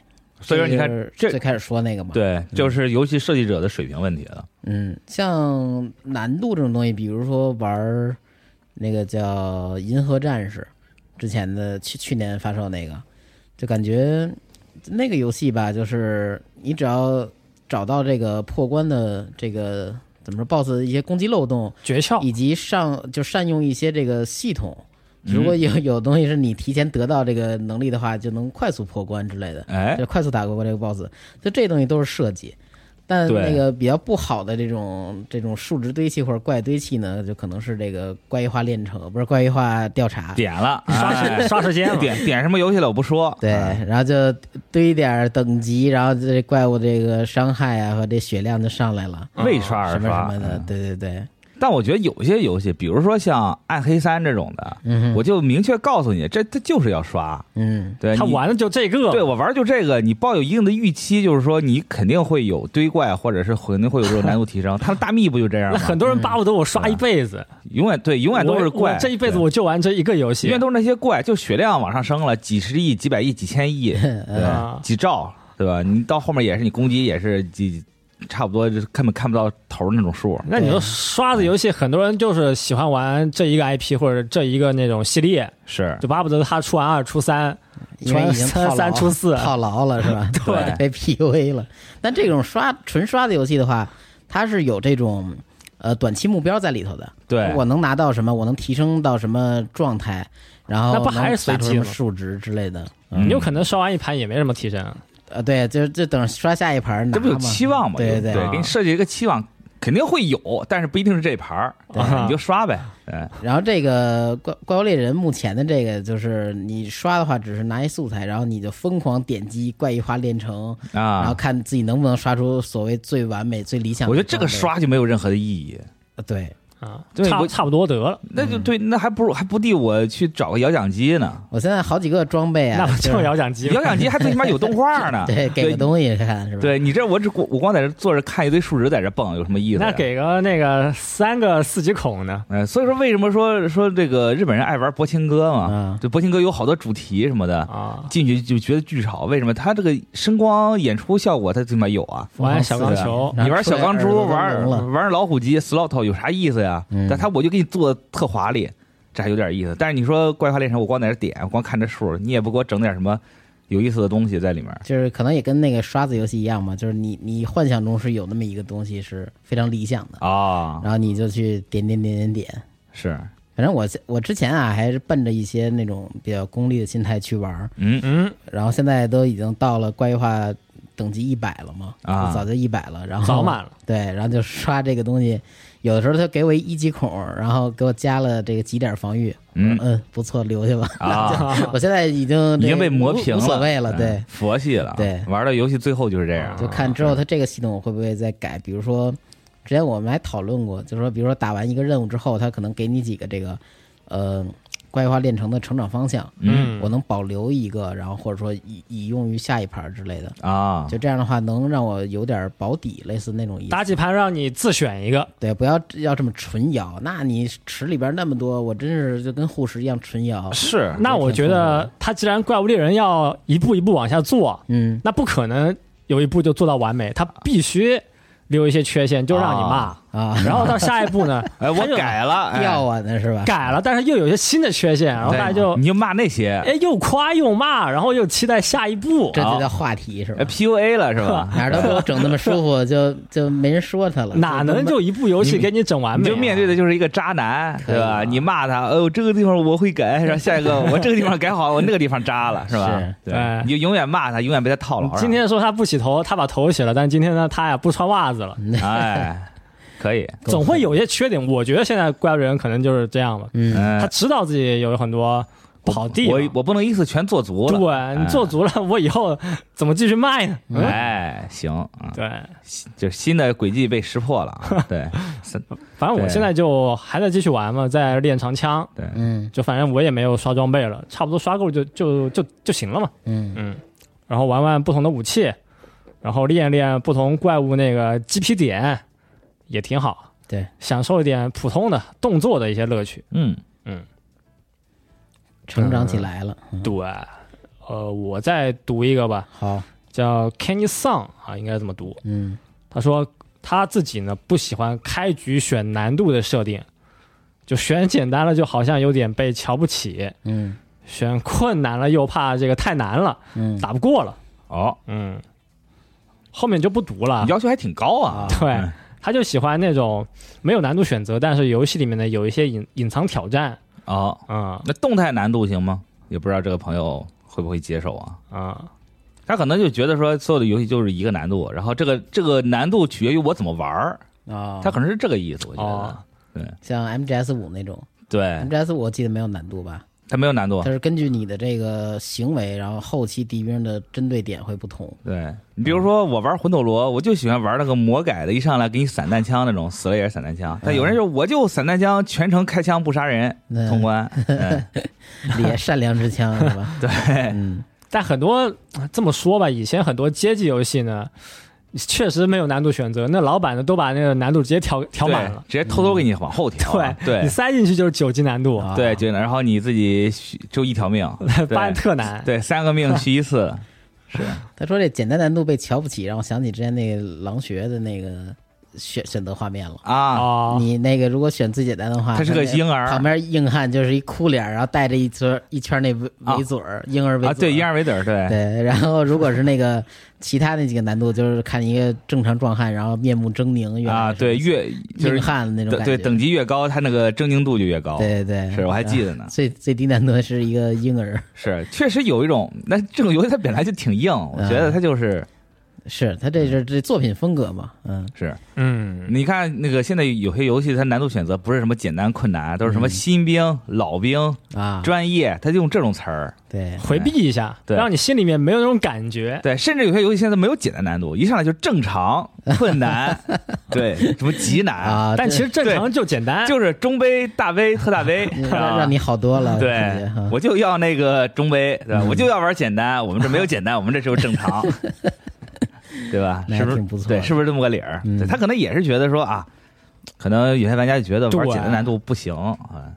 Speaker 5: 所以说你看
Speaker 3: 这就是
Speaker 5: 这
Speaker 3: 最开始说那个嘛，
Speaker 4: 嗯
Speaker 5: 对，就是游戏设计者的水平问题了。
Speaker 3: 嗯，像难度这种东西，比如说玩儿那个叫《银河战士》，之前的去去年发售那个，就感觉那个游戏吧，就是你只要找到这个破关的这个怎么说 BOSS 的一些攻击漏洞，
Speaker 4: 诀窍
Speaker 3: 以及上就善用一些这个系统。如果有有东西是你提前得到这个能力的话，就能快速破关之类的。
Speaker 5: 哎，
Speaker 3: 就快速打过这个 boss，就这东西都是设计。但
Speaker 5: 对
Speaker 3: 那个比较不好的这种这种数值堆砌或者怪堆砌呢，就可能是这个怪异化炼成，不是怪异化调查。
Speaker 5: 点了，
Speaker 4: 刷时
Speaker 5: 哎
Speaker 4: 刷时间嘛。
Speaker 5: 点点什么游戏了？我不说。
Speaker 3: 对，
Speaker 5: 哎
Speaker 3: 然后就堆点儿等级，然后这怪物这个伤害啊和这血量就上来了，
Speaker 4: 哦
Speaker 5: 未刷
Speaker 3: 什
Speaker 5: 二
Speaker 3: 么什
Speaker 5: 刷
Speaker 3: 么的，
Speaker 5: 嗯
Speaker 3: 对对对，
Speaker 5: 但我觉得有些游戏，比如说像《暗黑三》这种的，
Speaker 3: 嗯哼
Speaker 5: 我就明确告诉你，这这就是要刷。
Speaker 3: 嗯
Speaker 5: 对，
Speaker 4: 他
Speaker 5: 你
Speaker 4: 玩的就这个，
Speaker 5: 对我玩儿就这个，你抱有一定的预期，就是说你肯定会有堆怪，或者是肯定会有这种难度提升。他们大秘不就这样
Speaker 4: 那
Speaker 5: 吗？
Speaker 4: 很多人巴不得我刷一辈子，
Speaker 5: 永远对，永远都是
Speaker 4: 我
Speaker 5: 怪
Speaker 4: 我。这一辈子
Speaker 5: 对
Speaker 4: 我就玩这一个游戏
Speaker 5: 永远。都是那些怪，就血量往上升了，几十亿、几百亿、几 千亿，
Speaker 3: 嗯
Speaker 4: 啊
Speaker 5: 对，几兆，对吧？你到后面也是，你攻击也是几，差不多就是根本看不到头儿那种数。
Speaker 3: 嗯
Speaker 4: 那你说刷子游戏，很多人就是喜欢玩这一个 IP 或者这一个那种系列，
Speaker 5: 是，
Speaker 4: 就巴不得他出完二出三，
Speaker 3: 因为已经
Speaker 4: 穿
Speaker 3: 套牢
Speaker 4: 三出四
Speaker 3: 套牢了是吧？
Speaker 5: 对
Speaker 3: 被 PUA 了。但这种刷纯刷的游戏的话，它是有这种呃短期目标在里头的。
Speaker 5: 对
Speaker 3: 我能拿到什么？我能提升到什么状态？然后
Speaker 4: 那不还
Speaker 3: 能
Speaker 4: 是随
Speaker 3: 打出
Speaker 4: 机
Speaker 3: 什么
Speaker 4: 吗
Speaker 3: 数值之类的？
Speaker 5: 嗯
Speaker 4: 你有可能刷完一盘也没什么提升。
Speaker 3: 呃，对，就就等刷下一盘儿拿
Speaker 5: 这不有
Speaker 3: 嘛
Speaker 5: 期望吗？
Speaker 3: 对
Speaker 5: 对
Speaker 3: 对
Speaker 5: 给你设计一个期望，肯定会有，但是不一定是这盘儿，啊你就刷呗。哎，
Speaker 3: 然后这个怪怪物猎人目前的这个就是你刷的话，只是拿一素材，然后你就疯狂点击怪异化炼成，然后
Speaker 5: 啊，
Speaker 3: 看自己能不能刷出所谓最完美、最理想的
Speaker 5: 我
Speaker 3: 状态。
Speaker 5: 觉得这个刷就没有任何的意义。
Speaker 3: 呃对。
Speaker 4: 啊，
Speaker 5: 对
Speaker 4: 差
Speaker 5: 我
Speaker 4: 差不多得了，
Speaker 5: 那就对，那还不如还不地我去找个摇奖机呢。
Speaker 3: 我现在好几个装备啊，
Speaker 4: 那不
Speaker 3: 就，
Speaker 4: 就是摇奖机吗？
Speaker 5: 摇奖机还最起码有动画呢
Speaker 3: 对，给个东西看是吧？，
Speaker 5: 对你这我只我我光在这坐着看一堆数值在这蹦，有什么意思呀？
Speaker 4: 那给个那个三个四级孔呢？
Speaker 5: 嗯，所以说为什么说说这个日本人爱玩博情歌嘛
Speaker 3: 嗯？
Speaker 5: 就博情歌有好多主题什么的，
Speaker 4: 啊，
Speaker 5: 进去就觉得巨吵。为什么？他这个声光演出效果，他最起码有啊。
Speaker 4: 玩小钢球，
Speaker 3: 然后
Speaker 5: 你玩小钢
Speaker 3: 嗯出来
Speaker 5: 珠，
Speaker 3: 耳朵都
Speaker 5: 玩
Speaker 3: 聋了
Speaker 5: 玩老虎机 slot 有啥意思呀？
Speaker 3: 嗯
Speaker 5: 但他我就给你做的特华丽，这还有点意思。但是你说怪花炼神，我光在这点，我光看这数，你也不给我整点什么有意思的东西在里面。
Speaker 3: 就是可能也跟那个刷子游戏一样嘛，就是你你幻想中是有那么一个东西是非常理想的，
Speaker 5: 啊、
Speaker 3: 然后你就去点点点点点。
Speaker 5: 是，啊
Speaker 3: 反正我我之前啊还是奔着一些那种比较功利的心态去玩儿，
Speaker 5: 嗯，
Speaker 4: 嗯，
Speaker 3: 然后现在都已经到了怪异化等级一百了嘛，
Speaker 5: 啊
Speaker 3: 就早就一百了，然后
Speaker 4: 早满了，
Speaker 3: 对，然后就刷这个东西，有的时候他给我一级孔，然后给我加了这个几点防御，
Speaker 5: 嗯
Speaker 3: 嗯，不错，留下吧。
Speaker 5: 啊
Speaker 3: 我现在已经
Speaker 5: 已
Speaker 3: 这
Speaker 5: 经被磨平
Speaker 3: 无
Speaker 5: 了，
Speaker 3: 无所谓了，
Speaker 5: 嗯
Speaker 3: 对，
Speaker 5: 佛系了，
Speaker 3: 对
Speaker 5: 玩到游戏最后啊就是这样，
Speaker 3: 就看之后它这个系统会不会再改，比如说之前我们还讨论过，就是说比如说打完一个任务之后，它可能给你几个这个呃怪化炼成的成长方向，
Speaker 5: 嗯
Speaker 3: 我能保留一个，然后或者说以以用于下一盘之类的，
Speaker 5: 啊，
Speaker 3: 就这样的话能让我有点保底，类似那种意思
Speaker 4: 打。几盘让你自选一个，
Speaker 3: 对，不要要这么纯摇，那你池里边那么多，我真是就跟护食一样纯摇。
Speaker 5: 是
Speaker 4: 那我觉得他既然怪物猎人要一步一步往下做，
Speaker 3: 嗯，
Speaker 4: 那不可能有一步就做到完美，他必须留一些缺陷，就让你骂。
Speaker 5: 啊
Speaker 3: 啊，
Speaker 4: 然后到下一步呢，
Speaker 5: 哎，我
Speaker 4: 他就
Speaker 5: 改了，哎
Speaker 3: 吊啊那是吧？
Speaker 4: 改了，但是又有一些新的缺陷，然后
Speaker 5: 对嗯
Speaker 4: 大家就
Speaker 5: 你就骂那些，
Speaker 4: 哎又夸又骂，然后又期待下一步啊
Speaker 3: 这。就叫话题是
Speaker 5: 哎
Speaker 3: 吧？
Speaker 5: ，PUA 了是吧？哎
Speaker 3: 哪儿都给我整那么舒服，就就没人说他了，
Speaker 4: 哪能就一步游戏
Speaker 5: 你
Speaker 4: 给你整完
Speaker 5: 你
Speaker 4: 美啊？
Speaker 5: 就面对的就是一个渣男，
Speaker 3: 可以
Speaker 5: 对吧？
Speaker 3: 啊
Speaker 5: 你骂他，哦，这个地方我会改，然后下一个我这个地方改好，我那个地方渣了，是吧
Speaker 3: 是？
Speaker 5: 对
Speaker 4: 哎，
Speaker 5: 你就永远骂他，永远被他套牢上。
Speaker 4: 嗯今天说他不洗头，他把头洗了，但今天呢，他呀不穿袜子了，
Speaker 5: 哎，可以，
Speaker 3: 够
Speaker 4: 总会有一些缺点。我觉得现在怪人可能就是这样吧，
Speaker 3: 嗯，
Speaker 5: 嗯
Speaker 4: 他，知道自己有很多不好地方。
Speaker 5: 我我不哎能一次全做足了，
Speaker 4: 对你做足了，我以后怎么继续卖呢？
Speaker 5: 哎，
Speaker 4: 嗯，
Speaker 5: 哎，行啊，
Speaker 4: 对，
Speaker 5: 就是新的轨迹被识破了 啊，对，三
Speaker 4: 反正我
Speaker 5: 对
Speaker 4: 现在就还在继续玩嘛，在练长枪，
Speaker 5: 对，
Speaker 3: 嗯
Speaker 4: 就反正我也没有刷装备了，差不多刷够就就就就行了嘛。
Speaker 3: 嗯
Speaker 4: 嗯，然后玩玩不同的武器，然后练练不同怪物那个 GP 点，也挺好。
Speaker 3: 对，
Speaker 4: 享受一点普通的动作的一些乐趣。
Speaker 5: 嗯，
Speaker 3: 成长起来了，
Speaker 4: 对，呃，我再读一个吧，
Speaker 3: 好，
Speaker 4: 叫 Kenny Song 啊，应该怎么读？
Speaker 3: 嗯
Speaker 4: 他说他自己呢不喜欢开局选难度的设定，就选简单了，就好像有点被瞧不起；
Speaker 3: 嗯
Speaker 4: 选困难了，又怕这个太难了，
Speaker 3: 嗯，
Speaker 4: 打不过了。
Speaker 5: 哦，
Speaker 4: 嗯，后面就不读了。
Speaker 5: 要求还挺高啊，
Speaker 4: 对
Speaker 5: 嗯，
Speaker 4: 他就喜欢那种没有难度选择，但是游戏里面呢有一些隐隐藏挑战。
Speaker 5: 哦，
Speaker 4: 啊
Speaker 5: 那动态难度行吗？也不知道这个朋友会不会接受啊。
Speaker 4: 啊，
Speaker 5: 他可能就觉得说，所有的游戏就是一个难度，然后这个这个难度取决于我怎么玩儿，
Speaker 3: 哦，
Speaker 5: 他可能是这个意思，我觉
Speaker 4: 啊哦
Speaker 5: 得。
Speaker 3: 像 MGS 五那种
Speaker 5: 对，
Speaker 3: ，MGS 五我记得没有难度吧？
Speaker 5: 他没有难度啊
Speaker 3: 它。是根据你的这个行为，然后后期敌兵的针对点会不同。
Speaker 5: 对你比如说，我玩魂斗罗，我就喜欢玩那个魔改的，一上来给你散弹枪那种，死了也是散弹
Speaker 4: 嗯
Speaker 5: 枪。但有人说，我就散弹枪，全程开枪不杀人，
Speaker 3: 嗯
Speaker 5: 通关。嗯
Speaker 3: 也善良之枪是吧？对，嗯，
Speaker 4: 但很多这么说吧，以前很多街机游戏呢，确实没有难度选择，那老板呢都把那个难度直接调调满
Speaker 5: 对
Speaker 4: 了，。
Speaker 5: 直接偷偷给你往后调啊。
Speaker 4: 对，你
Speaker 5: 对
Speaker 4: 塞进去就是九级难度，，
Speaker 3: 啊
Speaker 5: 对，就然后你自己续就一条命对
Speaker 4: 发现特难。
Speaker 5: 对三个命续一次，是
Speaker 3: 他说这简单难度被瞧不起，让我想起之前那个狼学的那个选选择画面了。
Speaker 5: 啊，
Speaker 4: 啊，
Speaker 3: 你那个如果选最简单的话，
Speaker 5: 他是个婴儿
Speaker 3: 旁边硬汉就是一哭脸，然后带着一圈一圈那围
Speaker 5: 啊
Speaker 3: 围嘴儿，婴儿围
Speaker 5: 啊，
Speaker 3: 嘴
Speaker 5: 对，
Speaker 3: 儿
Speaker 5: 一二为子儿，对，
Speaker 3: 对，然后如果是那个其他那几个难度，就是看一个正常壮汉，然后面目狰狞，原来
Speaker 5: 啊，
Speaker 3: 是
Speaker 5: 对，越就是
Speaker 3: 硬汉的那种
Speaker 5: 对
Speaker 3: 感觉，
Speaker 5: 对，等级越高，它那个狰狞度就越高。，
Speaker 3: 对对，
Speaker 5: 是我还记得呢
Speaker 3: 啊最最低难度是一个婴儿，
Speaker 5: 是确实有一种，那这种游戏它本来就挺硬，我
Speaker 3: 嗯
Speaker 5: 觉得它就是
Speaker 3: 是他这是这作品风格嘛，嗯，
Speaker 5: 是。
Speaker 4: 嗯，
Speaker 5: 你看那个现在有些游戏，它难度选择不是什么简单困难，啊都是什么新兵、老兵、
Speaker 3: 嗯啊，
Speaker 5: 专业，它就用这种词儿。
Speaker 3: 对，
Speaker 4: 回避一下，
Speaker 5: 对
Speaker 4: 让你心里面没有那种感觉。
Speaker 5: 对，甚至有些游戏现在没有简单难度，一上来就正常、困难，对，什么极难，
Speaker 3: 啊，
Speaker 4: 但
Speaker 3: 这
Speaker 4: 其实正常就简单，
Speaker 5: 就是中杯、大杯、特大杯，是吧
Speaker 3: 让 让你好多了，感觉
Speaker 5: 对
Speaker 3: 啊哈，嗯
Speaker 5: 我就要那个中杯，对吧？我就要玩简单，我们这没有简 单，我们这只有正常，对吧？
Speaker 3: 那还
Speaker 5: 是不是
Speaker 3: 挺不错
Speaker 5: 对，
Speaker 3: 的
Speaker 5: 是不是这么个理儿？
Speaker 3: 嗯
Speaker 5: 对他可能也是觉得说啊，可能有些玩家就觉得玩
Speaker 4: 对
Speaker 5: 简单难度不行啊，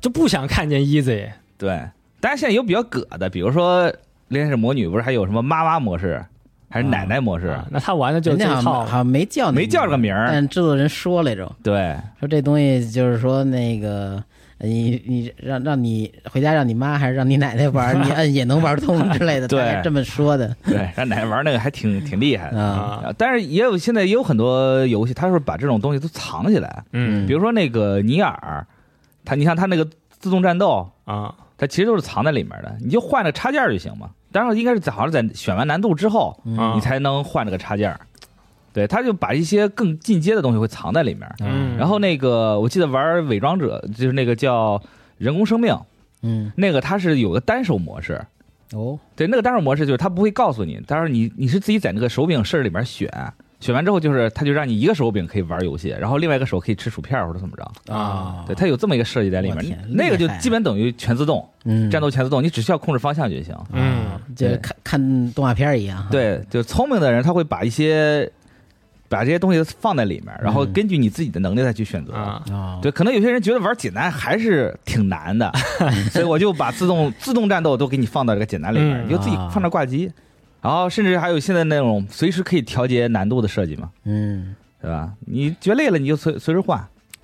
Speaker 4: 就不想看见 easy。
Speaker 5: 对。但是现在有比较葛的，比如说《猎天使魔女》不是还有什么妈妈模式，还是奶奶模式
Speaker 4: 啊，那他玩的就
Speaker 3: 人
Speaker 4: 这
Speaker 3: 家
Speaker 4: 一
Speaker 3: 好像
Speaker 4: 套
Speaker 3: 好，像没叫那
Speaker 5: 没叫这个名儿
Speaker 3: 但制作人说来着，
Speaker 5: 对，
Speaker 3: 说这东西就是说那个。呃你你让让你回家让你妈还是让你奶奶玩儿，你摁也能玩通之 类的，
Speaker 5: 对
Speaker 3: 大概这么说的
Speaker 5: 对，让奶奶玩那个还挺挺厉害的。
Speaker 3: 嗯啊，
Speaker 4: 啊，
Speaker 5: 啊但是也有现在也有很多游戏，它是把这种东西都藏起来，
Speaker 4: 嗯
Speaker 5: 比如说那个尼尔，它你像它那个自动战斗，
Speaker 4: 啊，
Speaker 5: 它其实都是藏在里面的，你就换个插件儿就行嘛。当然应该是在好像在选完难度之后，
Speaker 4: 啊
Speaker 5: 你才能换这个插件儿。对，他就把一些更进阶的东西会藏在里面。
Speaker 4: 嗯，
Speaker 5: 然后那个我记得玩伪装者，就是那个叫人工生命，
Speaker 3: 嗯
Speaker 5: 那个它是有个单手模式。
Speaker 3: 哦，
Speaker 5: 对，那个单手模式就是它不会告诉你，但是你你是自己在那个手柄设置里面选，选完之后就是它就让你一个手柄可以玩游戏，然后另外一个手可以吃薯片儿或者怎么着。
Speaker 3: 啊，
Speaker 5: 对，它有这么一个设计在里
Speaker 3: 我天
Speaker 5: 面，那个就
Speaker 3: 厉害啊
Speaker 5: 基本等于全自动，
Speaker 3: 嗯，
Speaker 5: 战斗全自动，你只需要控制方向就行。
Speaker 4: 嗯，
Speaker 3: 就是
Speaker 5: 对
Speaker 3: 看看动画片儿一样，，
Speaker 5: 对，就聪明的人他会把一些把这些东西放在里面，然后
Speaker 3: 嗯
Speaker 5: 根据你自己的能力再去选择。
Speaker 4: 啊，
Speaker 3: 哦，
Speaker 5: 对，可能有些人觉得玩简单还是挺 难的，所以我就把自动自动战斗都给你放到这个简单里面，
Speaker 4: 嗯
Speaker 5: 你就自
Speaker 3: 啊
Speaker 5: 己放那挂机。然后甚至还有现在那种随时可以调节难度的设计嘛，
Speaker 3: 嗯，
Speaker 5: 对吧？你觉累了你就随随时换，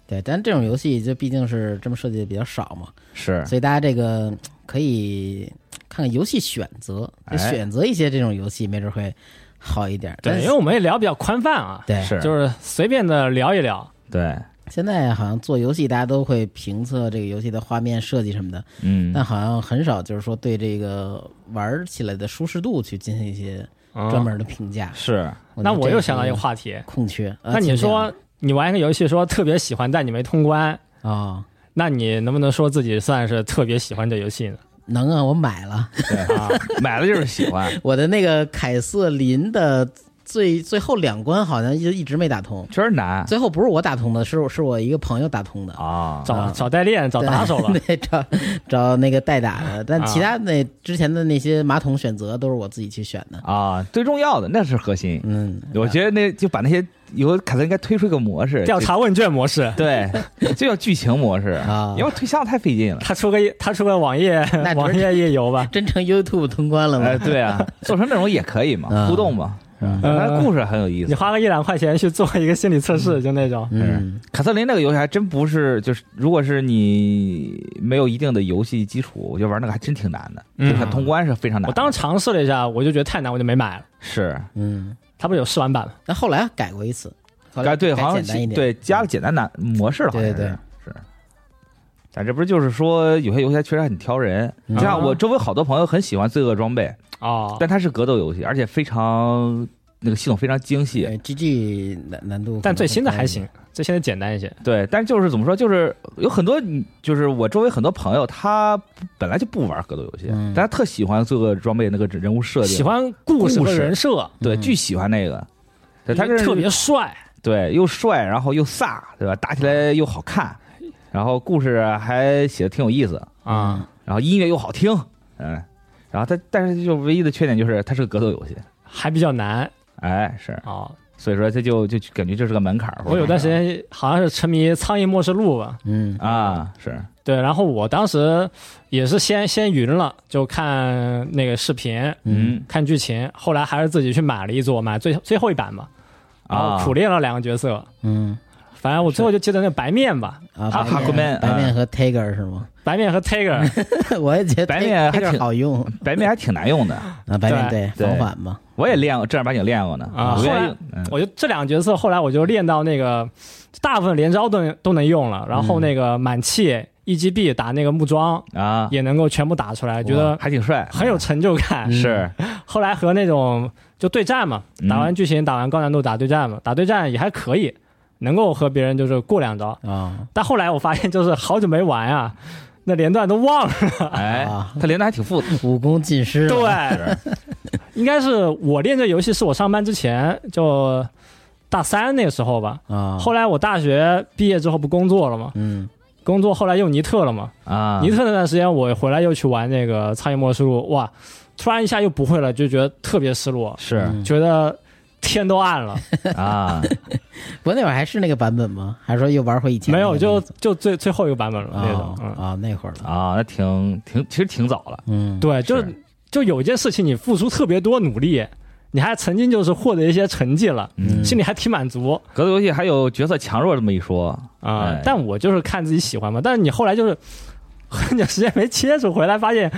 Speaker 3: 对，但这种游戏就毕竟是这么设计的比较少嘛，
Speaker 5: 是
Speaker 3: 所以大家这个嗯可以看看游戏选择，
Speaker 5: 哎
Speaker 3: 选择一些这种游戏，没准会好一点。但
Speaker 4: 对，
Speaker 3: 是
Speaker 4: 因为我们也聊比较宽泛啊，
Speaker 3: 对，
Speaker 5: 是，
Speaker 4: 就是随便的聊一聊。
Speaker 5: 对，
Speaker 3: 现在好像做游戏，大家都会评测这个游戏的画面设计什么的，
Speaker 5: 嗯，
Speaker 3: 但好像很少就是说对这个玩起来的舒适度去进行一些
Speaker 4: 嗯
Speaker 3: 专，门的评价。
Speaker 5: 是
Speaker 4: 那我又想到一
Speaker 3: 一
Speaker 4: 个话题，
Speaker 3: 空缺，呃
Speaker 4: 那你
Speaker 3: 请讲
Speaker 4: 说你玩一个游戏说特别喜欢，但你没通关，
Speaker 3: 啊、
Speaker 4: 那你能不能说自己算是特别喜欢这游戏呢？
Speaker 3: 能啊，我买了
Speaker 4: 啊，
Speaker 5: 买了就是喜欢，
Speaker 3: 我的那个凯瑟琳的最最后两关，好像就一直没打通。
Speaker 5: 确实
Speaker 4: 啊
Speaker 5: 难
Speaker 3: 最后不是我打通的，是我是我一个朋友打通的，
Speaker 5: 啊，
Speaker 4: 找找代练，哦找 打手了。啊
Speaker 3: 对，找找那个代打的。但其他那之前的那些马桶选择都是我自己去选的。
Speaker 5: 啊，最重要的那是核心，
Speaker 3: 嗯，
Speaker 5: 我觉得那就把那些以后凯特应该推出一个模式，
Speaker 4: 调查问卷模式，
Speaker 5: 对， 就叫剧情模式
Speaker 3: 啊
Speaker 5: 要不推箱太费劲了。
Speaker 4: 他出个他出个网页
Speaker 3: 那
Speaker 4: 网页页 游吧。
Speaker 3: 真成 YouTube 通关了吗？
Speaker 5: 哎，对 啊，做成那种也可以嘛，
Speaker 3: 嗯
Speaker 5: 互动嘛，是吧？
Speaker 4: 嗯
Speaker 5: 但是故事很有意
Speaker 4: 你
Speaker 5: 思。
Speaker 4: 花个一两块钱去做一个心理测试，就那种。
Speaker 3: 嗯，
Speaker 5: 凯瑟琳那个游戏还真不是，就是如果是你没有一定的游戏基础，我觉得玩那个还真挺难的，
Speaker 4: 嗯
Speaker 5: 就是它通关是非常难的。
Speaker 4: 我当时尝试了一下，我就觉得太难，我就没买了。
Speaker 5: 是，
Speaker 3: 嗯。
Speaker 4: 它不是有试玩版吗？
Speaker 3: 那后来改过一次，后来
Speaker 5: 哎，对，
Speaker 3: 改
Speaker 5: 好像
Speaker 3: 简单一点。嗯
Speaker 5: 对加了简单难模式了，好像
Speaker 3: 对
Speaker 5: 是
Speaker 3: 对
Speaker 5: 是。但这不是就是说，有些游戏还确实很挑人。
Speaker 3: 嗯
Speaker 5: 你
Speaker 3: 啊
Speaker 5: 像我周围好多朋友很喜欢《罪恶装备》，
Speaker 4: 哦，
Speaker 5: 但它是格斗游戏，而且非常那个系统非常精细。
Speaker 3: 对，GG 呃难难度，
Speaker 4: 但最新的还。行，最新的简单一些。
Speaker 5: 对，但就是怎么说，就是有很多，就是我周围很多朋友，他本来就不玩格斗游戏，
Speaker 3: 嗯
Speaker 5: 但他特喜欢《罪恶装备》那个人物设定，
Speaker 4: 喜欢故事和人设，
Speaker 5: 对，
Speaker 3: 嗯
Speaker 5: 巨喜欢那个。对，他
Speaker 4: 因为
Speaker 5: 是
Speaker 4: 特别帅。
Speaker 5: 对，又帅，然后又飒，对吧？打起来又好看，
Speaker 3: 嗯
Speaker 5: 然后故事还写的挺有意思，
Speaker 4: 啊，
Speaker 5: 然后音乐又好听，嗯，然后它但是就唯一的缺点就是它是个格斗游戏，
Speaker 4: 还比较难
Speaker 5: 哎，是，
Speaker 4: 哦。
Speaker 5: 所以说它就就感觉就是个门槛儿。
Speaker 4: 我有段时
Speaker 5: 嗯
Speaker 4: 间好像是沉迷《苍蝇末世录》吧，
Speaker 3: 嗯，
Speaker 5: 啊，是
Speaker 4: 对，然后我当时也是先先云了，就看那个视频，
Speaker 5: 嗯
Speaker 4: 看剧情，后来还是自己去买了一座，买最最后一版嘛，然
Speaker 5: 啊
Speaker 4: 后，苦练了两个角色，
Speaker 3: 嗯
Speaker 4: 反正我最后就记得那白面吧，
Speaker 3: 啊，
Speaker 5: 哈哈
Speaker 3: 白
Speaker 5: 库曼
Speaker 3: 面白面
Speaker 5: 嗯
Speaker 3: 和 Tiger 是吗？
Speaker 4: 白面和 Tiger，
Speaker 3: 我也觉得
Speaker 5: 白面还
Speaker 3: Tiger
Speaker 5: 挺
Speaker 3: 好用
Speaker 5: 白面还挺难用的，
Speaker 3: 啊，白面对
Speaker 5: 对
Speaker 3: 防反嘛，
Speaker 5: 我也练过，正儿八经练过呢。
Speaker 4: 啊
Speaker 5: 我愿
Speaker 4: 后来
Speaker 5: 意嗯
Speaker 4: 我就这两个角色后来我就练到那个大部分连招都能都能用了，然后那个满气 EGB 打那个木桩
Speaker 5: 嗯啊，
Speaker 4: 也能够全部打出来，觉得嗯
Speaker 5: 还挺帅，
Speaker 4: 很有成就感。
Speaker 5: 是
Speaker 4: 后来和那种就对战嘛，
Speaker 5: 嗯
Speaker 4: 打完剧情，打完高难度打对战嘛，打对战也还可以，能够和别人就是过两招。
Speaker 3: 啊
Speaker 4: 但后来我发现就是好久没玩啊，那连段都忘了。
Speaker 5: 哎
Speaker 3: 啊，
Speaker 5: 他练的还挺复杂，
Speaker 3: 武功尽失了，
Speaker 4: 对，应该是我练这游戏是我上班之前就大三那个时候吧。
Speaker 3: 啊，
Speaker 4: 后来我大学毕业之后不工作了吗？
Speaker 3: 嗯
Speaker 4: 工作后来用尼特了嘛？
Speaker 5: 啊，
Speaker 4: 尼特那段时间我回来又去玩那个《苍蝇末世录》，哇，突然一下又不会了，就觉得特别失落，
Speaker 5: 是
Speaker 3: 嗯
Speaker 4: 觉得天都暗了。
Speaker 5: 啊，
Speaker 3: 不过那会儿还是那个版本吗？还是说又玩回以前
Speaker 4: 没
Speaker 3: 那个
Speaker 4: 有，
Speaker 3: 那
Speaker 4: 就
Speaker 3: 种？
Speaker 4: 就最最后一个版本了那
Speaker 3: 啊
Speaker 4: 种。嗯，
Speaker 3: 啊那会儿了，
Speaker 5: 啊，那挺挺，其实挺早了。
Speaker 3: 嗯，
Speaker 4: 对，就是就有一件事情，你付出特别多努力，你还曾经就是获得一些成绩了，
Speaker 3: 嗯
Speaker 4: 心里还挺满足
Speaker 5: 格斗游戏还有角色强弱这么一说，
Speaker 4: 啊。
Speaker 5: 哎
Speaker 4: 但我就是看自己喜欢嘛。但是你后来就是 很久时间没接触，回来发现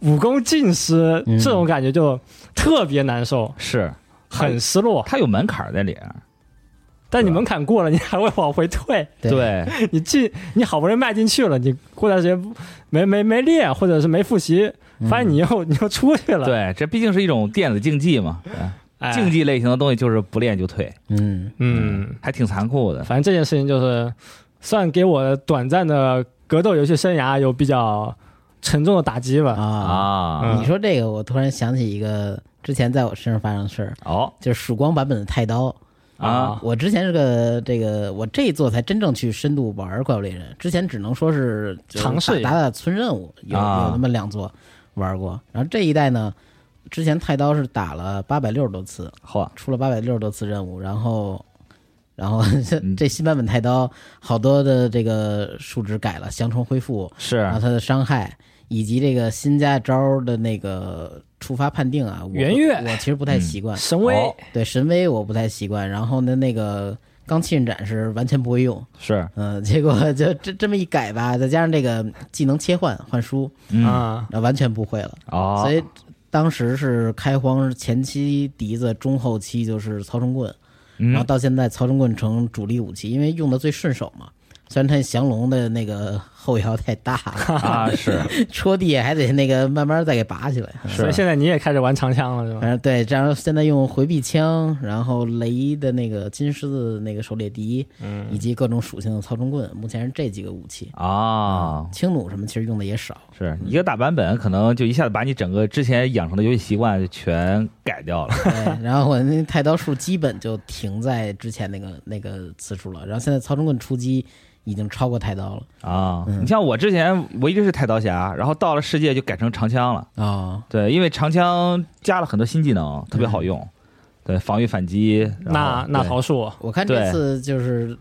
Speaker 4: 武功尽失，
Speaker 3: 嗯
Speaker 4: 这种感觉就特别难受，
Speaker 5: 是
Speaker 3: 哎
Speaker 4: 很失落。
Speaker 5: 它有门槛儿在里边儿。
Speaker 4: 但你门槛过了，你还会往回退。
Speaker 3: 对，
Speaker 4: 你进，你好不容易迈进去了，你过段时间不没没没练，或者是没复习，
Speaker 3: 嗯
Speaker 4: 发现你又、你又出去了。，
Speaker 5: 对，这毕竟是一种电子竞技嘛，对
Speaker 4: 哎、
Speaker 5: 竞技类型的东西就是不练就退，
Speaker 3: 嗯
Speaker 4: 嗯，
Speaker 5: 还挺残酷的。
Speaker 4: 反正这件事情就是算给我短暂的格斗游戏生涯有比较沉重的打击吧。
Speaker 3: 啊，
Speaker 5: 啊
Speaker 4: 嗯，
Speaker 3: 你说这个，我突然想起一个之前在我身上发生的事儿，
Speaker 5: 哦
Speaker 3: 就是曙光版本的太刀。
Speaker 5: 啊
Speaker 3: 我之前是个这个，我这一座才真正去深度玩怪物猎人，之前只能说是就是
Speaker 4: 尝试一下
Speaker 3: 打打打村任务，有
Speaker 5: 啊
Speaker 3: 有那么两座玩过。然后这一代呢，之前太刀是打了八百六十多次，
Speaker 5: 嚯，
Speaker 3: 出了八百六十多次任务，然后，然后 这
Speaker 5: 嗯
Speaker 3: 这新版本太刀好多的这个数值改了，降虫恢复，
Speaker 5: 是
Speaker 3: 然后它的伤害以及这个新加招儿的那个触发判定啊，我
Speaker 4: 圆月嗯
Speaker 3: 我其实不太习惯，
Speaker 4: 神威
Speaker 5: 哦
Speaker 3: 对神威我不太习惯，然后呢那个刚气刃斩是完全不会用，
Speaker 5: 是，
Speaker 3: 嗯，结果就这这么一改吧，再加上这个技能切换换书，
Speaker 5: 嗯，
Speaker 4: 啊，
Speaker 3: 那完全不会了。
Speaker 5: 哦，
Speaker 3: 所以当时是开荒前期笛子，中后期就是曹冲棍，然后
Speaker 5: 嗯，
Speaker 3: 到现在曹冲棍成主力武器，因为用的最顺手嘛。虽然它降龙的那个后摇太大了，
Speaker 5: 啊，是，
Speaker 3: 戳地还得那个慢慢再给拔起来。
Speaker 4: 所以现在你也开始玩长枪了是吧？
Speaker 3: 反正对，这样现在用回避枪，然后雷的那个金狮子的那个狩猎笛，
Speaker 4: 嗯，
Speaker 3: 以及各种属性的操纵棍，目前是这几个武器。
Speaker 5: 啊，
Speaker 3: 轻弩什么其实用的也少，
Speaker 5: 是一个大版本，可能就一下子把你整个之前养成的游戏习惯就全改掉了。
Speaker 3: 对。然后我那太刀术基本就停在之前那个那个次数了，然后现在操纵棍出击已经超过太刀了
Speaker 5: 啊，
Speaker 3: 嗯
Speaker 5: 你像我之前我一直是太刀侠，然后到了世界就改成长枪了。
Speaker 3: 啊、
Speaker 5: 对，因为长枪加了很多新技能，特别好用。对，防御反击。然后
Speaker 4: 那那
Speaker 5: 哦对
Speaker 4: 桃树，
Speaker 3: 我看
Speaker 5: 对
Speaker 3: 这次就是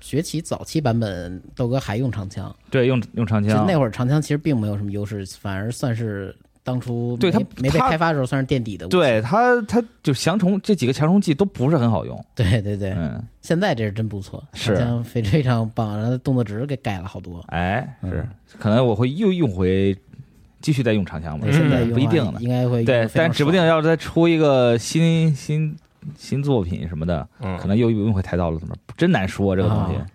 Speaker 3: 崛起早期版本，豆哥还用长枪，
Speaker 5: 对用用长
Speaker 3: 就
Speaker 5: 枪
Speaker 3: 那会儿长枪其实并没有什么优势，反而算是当初
Speaker 5: 对
Speaker 3: 没
Speaker 5: 它
Speaker 3: 没被
Speaker 5: 它
Speaker 3: 开发的时候算是垫底的武器。
Speaker 5: 对它它就降虫这几个强虫剂都不是很好用。
Speaker 3: 对对对，
Speaker 5: 嗯，
Speaker 3: 现在这是真不错，
Speaker 5: 是
Speaker 3: 长枪非非常棒，然后动作值给改了好多。
Speaker 5: 哎，是
Speaker 3: 嗯，
Speaker 5: 可能我会又用回，继续再用长枪吧
Speaker 3: 对，，现在
Speaker 5: 嗯
Speaker 3: 用
Speaker 5: 不一
Speaker 3: 啊
Speaker 5: 定的。
Speaker 3: 应该会用得
Speaker 5: 对，
Speaker 3: 非常
Speaker 5: 但指不定
Speaker 3: 爽
Speaker 5: 要是再出一个新新新作品什么的，
Speaker 4: 嗯
Speaker 5: 可能又用回太刀了，怎么真难说这个东西
Speaker 3: 啊。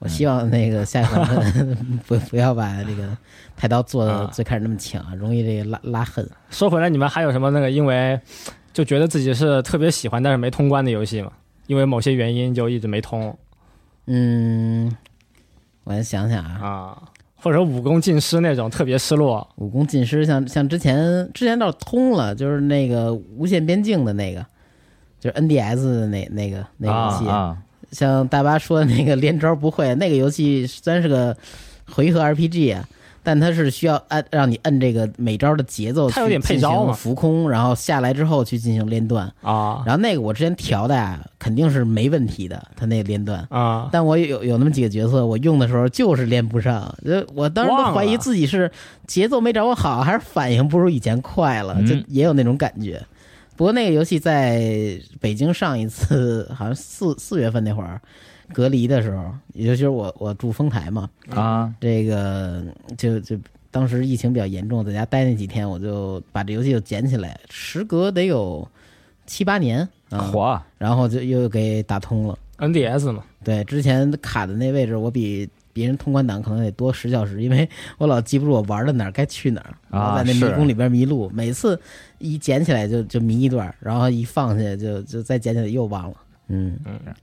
Speaker 3: 我希望那个下一版 本 不不要把这个太刀做的
Speaker 4: 啊
Speaker 3: 最开始那么强，容易这个拉拉恨。
Speaker 4: 说回来，你们还有什么那个因为就觉得自己是特别喜欢但是没通关的游戏吗？因为某些原因就一直没通
Speaker 3: 嗯，我先想想啊，
Speaker 4: 啊，或者武功尽失那种特别失落
Speaker 3: 武功尽失，像像之前之前倒是通了，就是那个无限边境的那个，就是 NDS 的那那个那个游戏，
Speaker 5: 啊啊，
Speaker 3: 像大巴说的那个连招不会，那个游戏虽然是个回合 RPG 啊，但它是需要按让你按这个每招的节奏，
Speaker 4: 它有点配招嘛
Speaker 3: 浮空，然后下来之后去进行连段。
Speaker 4: 啊
Speaker 3: 然后那个我之前调的啊，肯定是没问题的，它那个连段。
Speaker 4: 啊，
Speaker 3: 但我有有那么几个角色，我用的时候就是连不上，呃，我当时都
Speaker 4: 忘了
Speaker 3: 怀疑自己是节奏没掌握好，还是反应不如以前快了，
Speaker 5: 嗯
Speaker 3: 就也有那种感觉。不过那个游戏在北京上一次好像四四月份那会儿隔离的时候，也就是我我住丰台嘛，
Speaker 5: 啊，
Speaker 3: 这个就就当时疫情比较严重，在家待那几天，我就把这游戏就捡起来，时隔得有七八年啊，
Speaker 5: 火啊
Speaker 3: 然后就又给打通了。
Speaker 4: NDS 嘛，
Speaker 3: 对，之前卡的那位置，我比别人通关档可能得多十小时，因为我老记不住我玩的哪儿该去哪儿，
Speaker 5: 啊
Speaker 3: 我在那迷
Speaker 5: 是
Speaker 3: 宫里边迷路，每次一捡起来就就迷一段儿，然后一放下就就再捡起来又忘了。嗯，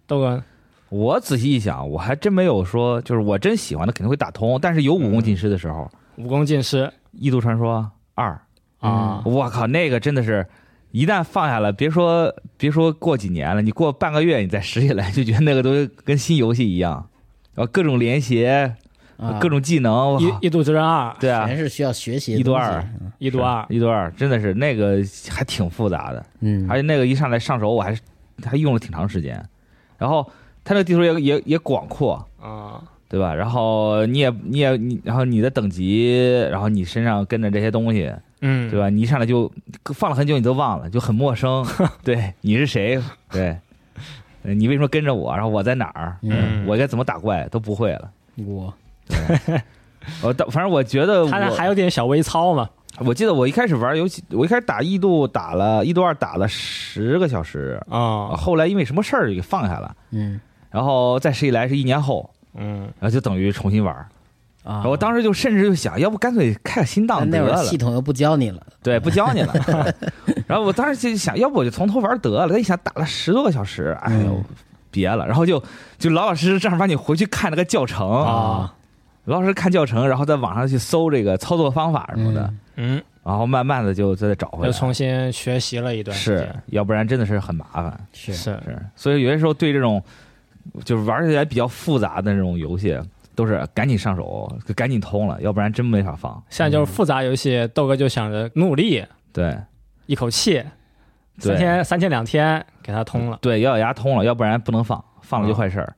Speaker 4: 豆哥
Speaker 5: 我仔细一想，我还真没有说，就是我真喜欢的肯定会打通，但是有武
Speaker 3: 嗯
Speaker 5: 功尽失的时候，
Speaker 4: 武功尽失
Speaker 5: 异度传说二》
Speaker 4: 啊，
Speaker 5: 我靠，那个真的是，一旦放下了，别说别说过几年了，你过半个月你再拾起来，就觉得那个东西跟新游戏一样，然后各种连携，
Speaker 3: 啊、
Speaker 5: 各种技能，我靠
Speaker 4: 嗯一一度之刃二，
Speaker 5: 对啊
Speaker 3: 全，是需要学习的
Speaker 5: 一度
Speaker 3: 东西
Speaker 5: 二，
Speaker 4: 一度二，
Speaker 5: 一度二真的是那个还挺复杂的，
Speaker 3: 嗯，
Speaker 5: 而且那个一上来上手我还是还用了挺长时间，然后它那个地图也也也广阔，
Speaker 4: 啊，
Speaker 5: 对吧？然后你也你也你，然后你的等级，然后你身上跟着这些东西，
Speaker 4: 嗯，
Speaker 5: 对吧？你一上来就放了很久，你都忘了，就很陌生。对，你是谁？对，呃你为什么跟着我？然后我在哪儿？
Speaker 4: 嗯
Speaker 5: 我该怎么打怪都不会了。
Speaker 3: 我
Speaker 5: 我但反正我觉得我，
Speaker 4: 他那还有点小微操嘛，
Speaker 5: 我记得我一开始玩游戏，我一开始打异度打了异度二打了十个小时，
Speaker 4: 啊，
Speaker 5: 后来因为什么事儿就给放下了，
Speaker 3: 嗯
Speaker 5: 然后再试一来是一年后，
Speaker 4: 嗯，
Speaker 5: 然后就等于重新玩儿。
Speaker 3: 啊，
Speaker 5: 我当时就甚至就想，要不干脆开个新档
Speaker 3: 但
Speaker 5: 得
Speaker 3: 那会
Speaker 5: 了
Speaker 3: 儿。系统又不教你了，
Speaker 5: 对，不教你了。 然后我当时就想，要不我就从头玩得了。他一想打了十多个小时，哎呦，
Speaker 3: 嗯
Speaker 5: 别了。然后就就老老实实正儿八经回去看那个教程，
Speaker 4: 啊，
Speaker 5: 老老实实看教程，然后在网上去搜这个操作方法什么的，
Speaker 3: 嗯
Speaker 4: 嗯，
Speaker 5: 然后慢慢的就再找回
Speaker 4: 又
Speaker 5: 来。
Speaker 4: 重新学习了一段时
Speaker 5: 是
Speaker 4: 间，，
Speaker 5: 要不然真的是很麻烦。
Speaker 3: 是
Speaker 4: 是
Speaker 5: 是，嗯所以有些时候对这种就是玩起来比较复杂的那种游戏，都是赶紧上手，赶紧通了，要不然真没法放。
Speaker 4: 现在就是复杂游戏，豆哥就想着努力
Speaker 5: 对，
Speaker 4: 一口气，
Speaker 5: 对
Speaker 4: 三天三天两天给他通
Speaker 5: 嗯
Speaker 4: 了。嗯
Speaker 5: 对，咬咬牙通了，要不然不能放，放了就坏事儿。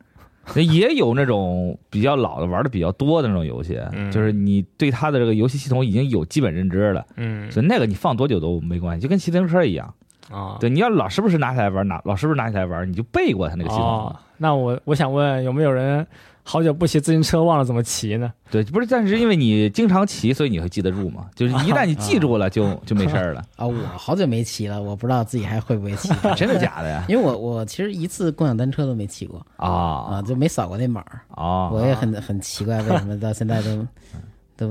Speaker 5: 那也有那种比较老的、玩的比较多的那种游戏，
Speaker 4: 嗯
Speaker 5: 就是你对它的这个游戏系统已经有基本认知了，
Speaker 4: 嗯
Speaker 5: 所以那个你放多久都没关系，就跟骑自行车一样，
Speaker 3: 嗯
Speaker 4: 啊，
Speaker 5: 对，你要老时不时拿起来玩，拿老时不时拿起来玩，你就背过它那个系统了。
Speaker 4: 哦，那我我想问，有没有人好久不骑自行车，忘了怎么骑呢？
Speaker 5: 对，不是，但是因为你经常骑，所以你会记得住嘛。就是一旦你记住了， 就就没事儿了。
Speaker 3: 啊，我好久没骑了，我不知道自己还会不会 骑，
Speaker 5: 真的假的呀？
Speaker 3: 因为我我其实一次共享单车都没骑过
Speaker 5: 啊
Speaker 4: 嗯
Speaker 3: 啊，就没扫过那码儿。
Speaker 5: 啊！
Speaker 3: 我也很很奇怪，为什么到现在 都都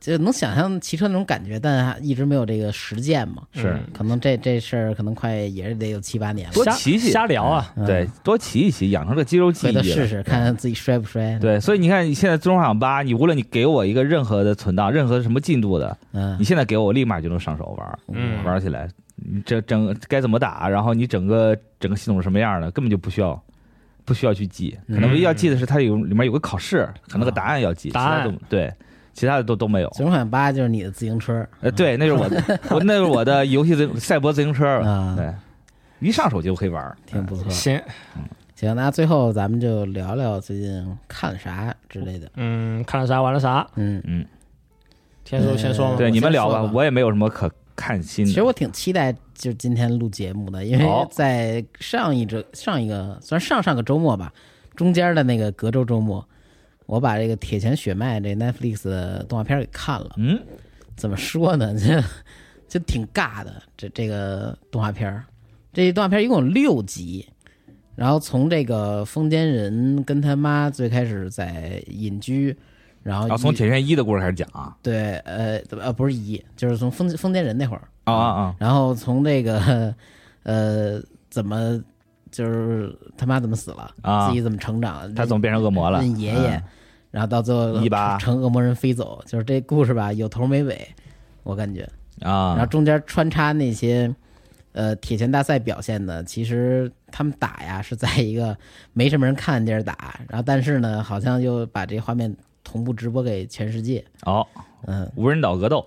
Speaker 3: 就能想象骑车那种感觉，但一直没有这个实践嘛。
Speaker 4: 嗯
Speaker 5: 是
Speaker 3: 可能这这事儿可能快也是得有七八年了
Speaker 5: 多，
Speaker 4: 瞎
Speaker 5: 骑骑
Speaker 4: 瞎聊啊，
Speaker 3: 嗯
Speaker 5: 对，多骑一骑，养成这肌肉记
Speaker 3: 回
Speaker 5: 忆了
Speaker 3: 头试试看看自己摔不摔。，
Speaker 5: 对，所以你看，你现在《最终幻想八》，你无论你给我一个任何的存档，任何什么进度的，
Speaker 3: 嗯
Speaker 5: 你，现在给我，我立马就能上手玩儿，
Speaker 4: 嗯
Speaker 5: 玩起来。你这整该怎么打，然后你整个整个系统是什么样的，根本就不需要不需要去记。可
Speaker 3: 嗯
Speaker 5: 能唯一要记的是它有里面有个考试，可能个答案要记，
Speaker 4: 答
Speaker 5: 其
Speaker 4: 案
Speaker 5: 他的都对，其他的都都没有。
Speaker 3: 最终幻想八啊就是你的自行车，
Speaker 5: 呃，对，那是 我的，我那是我的游戏自赛博自行车，
Speaker 3: 啊
Speaker 5: 对，一上手就可以玩儿。
Speaker 3: 挺不错。
Speaker 4: 行，
Speaker 3: 行，那最后咱们就聊聊最近看啥之类的。
Speaker 4: 嗯，看了啥玩了啥，
Speaker 3: 嗯，
Speaker 4: 天叔先说嘛。
Speaker 5: 对，
Speaker 3: 哦我
Speaker 5: 你们
Speaker 3: 先
Speaker 5: 聊
Speaker 3: 说
Speaker 5: 吧
Speaker 3: 吧，
Speaker 5: 我也没有什么可看新的。
Speaker 3: 其实我挺期待就是今天录节目的，因为
Speaker 5: 嗯好
Speaker 3: 在上一周、上一个算是上上个周末吧，中间的那个隔周周末，我把这个《铁拳血脉》这 Netflix 的动画片给看了。
Speaker 5: 嗯，
Speaker 3: 怎么说呢？ 这就挺尬的。这这个动画片儿，这动画片儿一共有六集，然后从这个风间人跟他妈最开始在隐居，然后
Speaker 5: 然后啊从
Speaker 3: 遇
Speaker 5: 铁拳一的故事开始讲啊
Speaker 3: 对呃呃不是一，就是从风风间人那会儿。
Speaker 5: 啊啊啊！
Speaker 3: 然后从这个 呃怎么就是他妈怎么死了，
Speaker 5: 啊
Speaker 3: 自己怎么成长，
Speaker 5: 他怎么变成恶魔
Speaker 3: 嗯
Speaker 5: 了？
Speaker 3: 认爷爷，然后到最后
Speaker 5: 一把
Speaker 3: 成恶魔人飞走，就是这故事吧，有头没尾，我感觉。
Speaker 5: 嗯
Speaker 3: 然后
Speaker 5: 啊
Speaker 3: 中间穿插那些呃铁拳大赛表现的，其实他们打呀是在一个没什么人看的地儿打，然后但是呢，好像又把这画面同步直播给全世界，
Speaker 5: 哦，
Speaker 3: 嗯。
Speaker 5: 无人岛格斗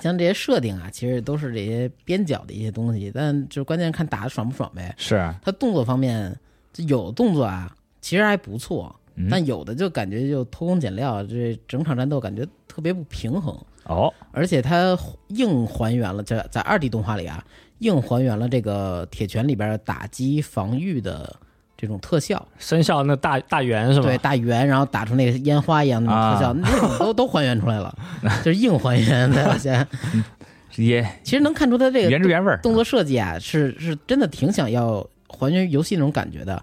Speaker 3: 像这些设定啊，其实都是这些边角的一些东西，但就关键看打的爽不爽呗。
Speaker 5: 是
Speaker 3: 他动作方面，就有动作啊，其实还不错，
Speaker 5: 嗯
Speaker 3: 但有的就感觉就偷工减料，这整场战斗感觉特别不平衡。
Speaker 5: 哦
Speaker 3: 而且它硬还原了在在二 D 动画里啊，硬还原了这个铁拳里边打击防御的这种特效，
Speaker 4: 生肖那大大圆是吧？
Speaker 3: 对，大圆，然后打出那个烟花一样的那种特效，
Speaker 5: 啊
Speaker 3: 那种都都还原出来了，就是硬还原的。现在
Speaker 5: 也
Speaker 3: 其实能看出它这个
Speaker 5: 原汁原味儿
Speaker 3: 动作设计啊，是是真的挺想要还原游戏那种感觉的。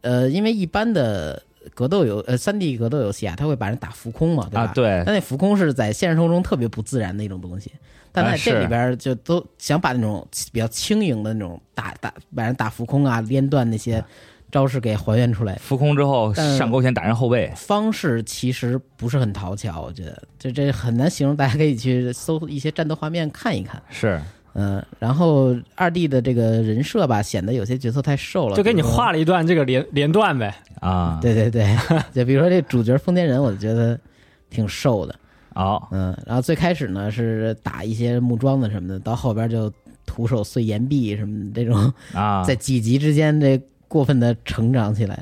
Speaker 3: 呃，因为一般的格斗游呃三 D 格斗游戏啊，它会把人打浮空嘛，对吧？嗯
Speaker 5: 啊，对
Speaker 3: 但那浮空是在现实生活中特别不自然的一种东西，但在
Speaker 5: 啊
Speaker 3: 这
Speaker 5: 是
Speaker 3: 里边儿就都想把那种比较轻盈的那种打打把人打浮空啊、连段那些招式给还原出来。
Speaker 5: 浮空之后
Speaker 3: 但
Speaker 5: 上勾拳打人后背，
Speaker 3: 方式其实不是很讨巧，我觉得这这很难形容，大家可以去搜一些战斗画面看一看。
Speaker 5: 是
Speaker 3: 嗯，然后二弟的这个人设吧，显得有些角色太瘦了，
Speaker 4: 就给
Speaker 3: 比
Speaker 4: 你
Speaker 3: 如说
Speaker 4: 画了一段这个连连段呗。
Speaker 5: 啊，
Speaker 3: 对对 对，就比如说这主角丰田人，我就觉得挺瘦的。
Speaker 5: 哦
Speaker 3: 嗯，然后最开始呢是打一些木桩子什么的，到后边就徒手碎岩壁什么的这种，
Speaker 5: 啊
Speaker 3: 在几集之间这过分的成长起来。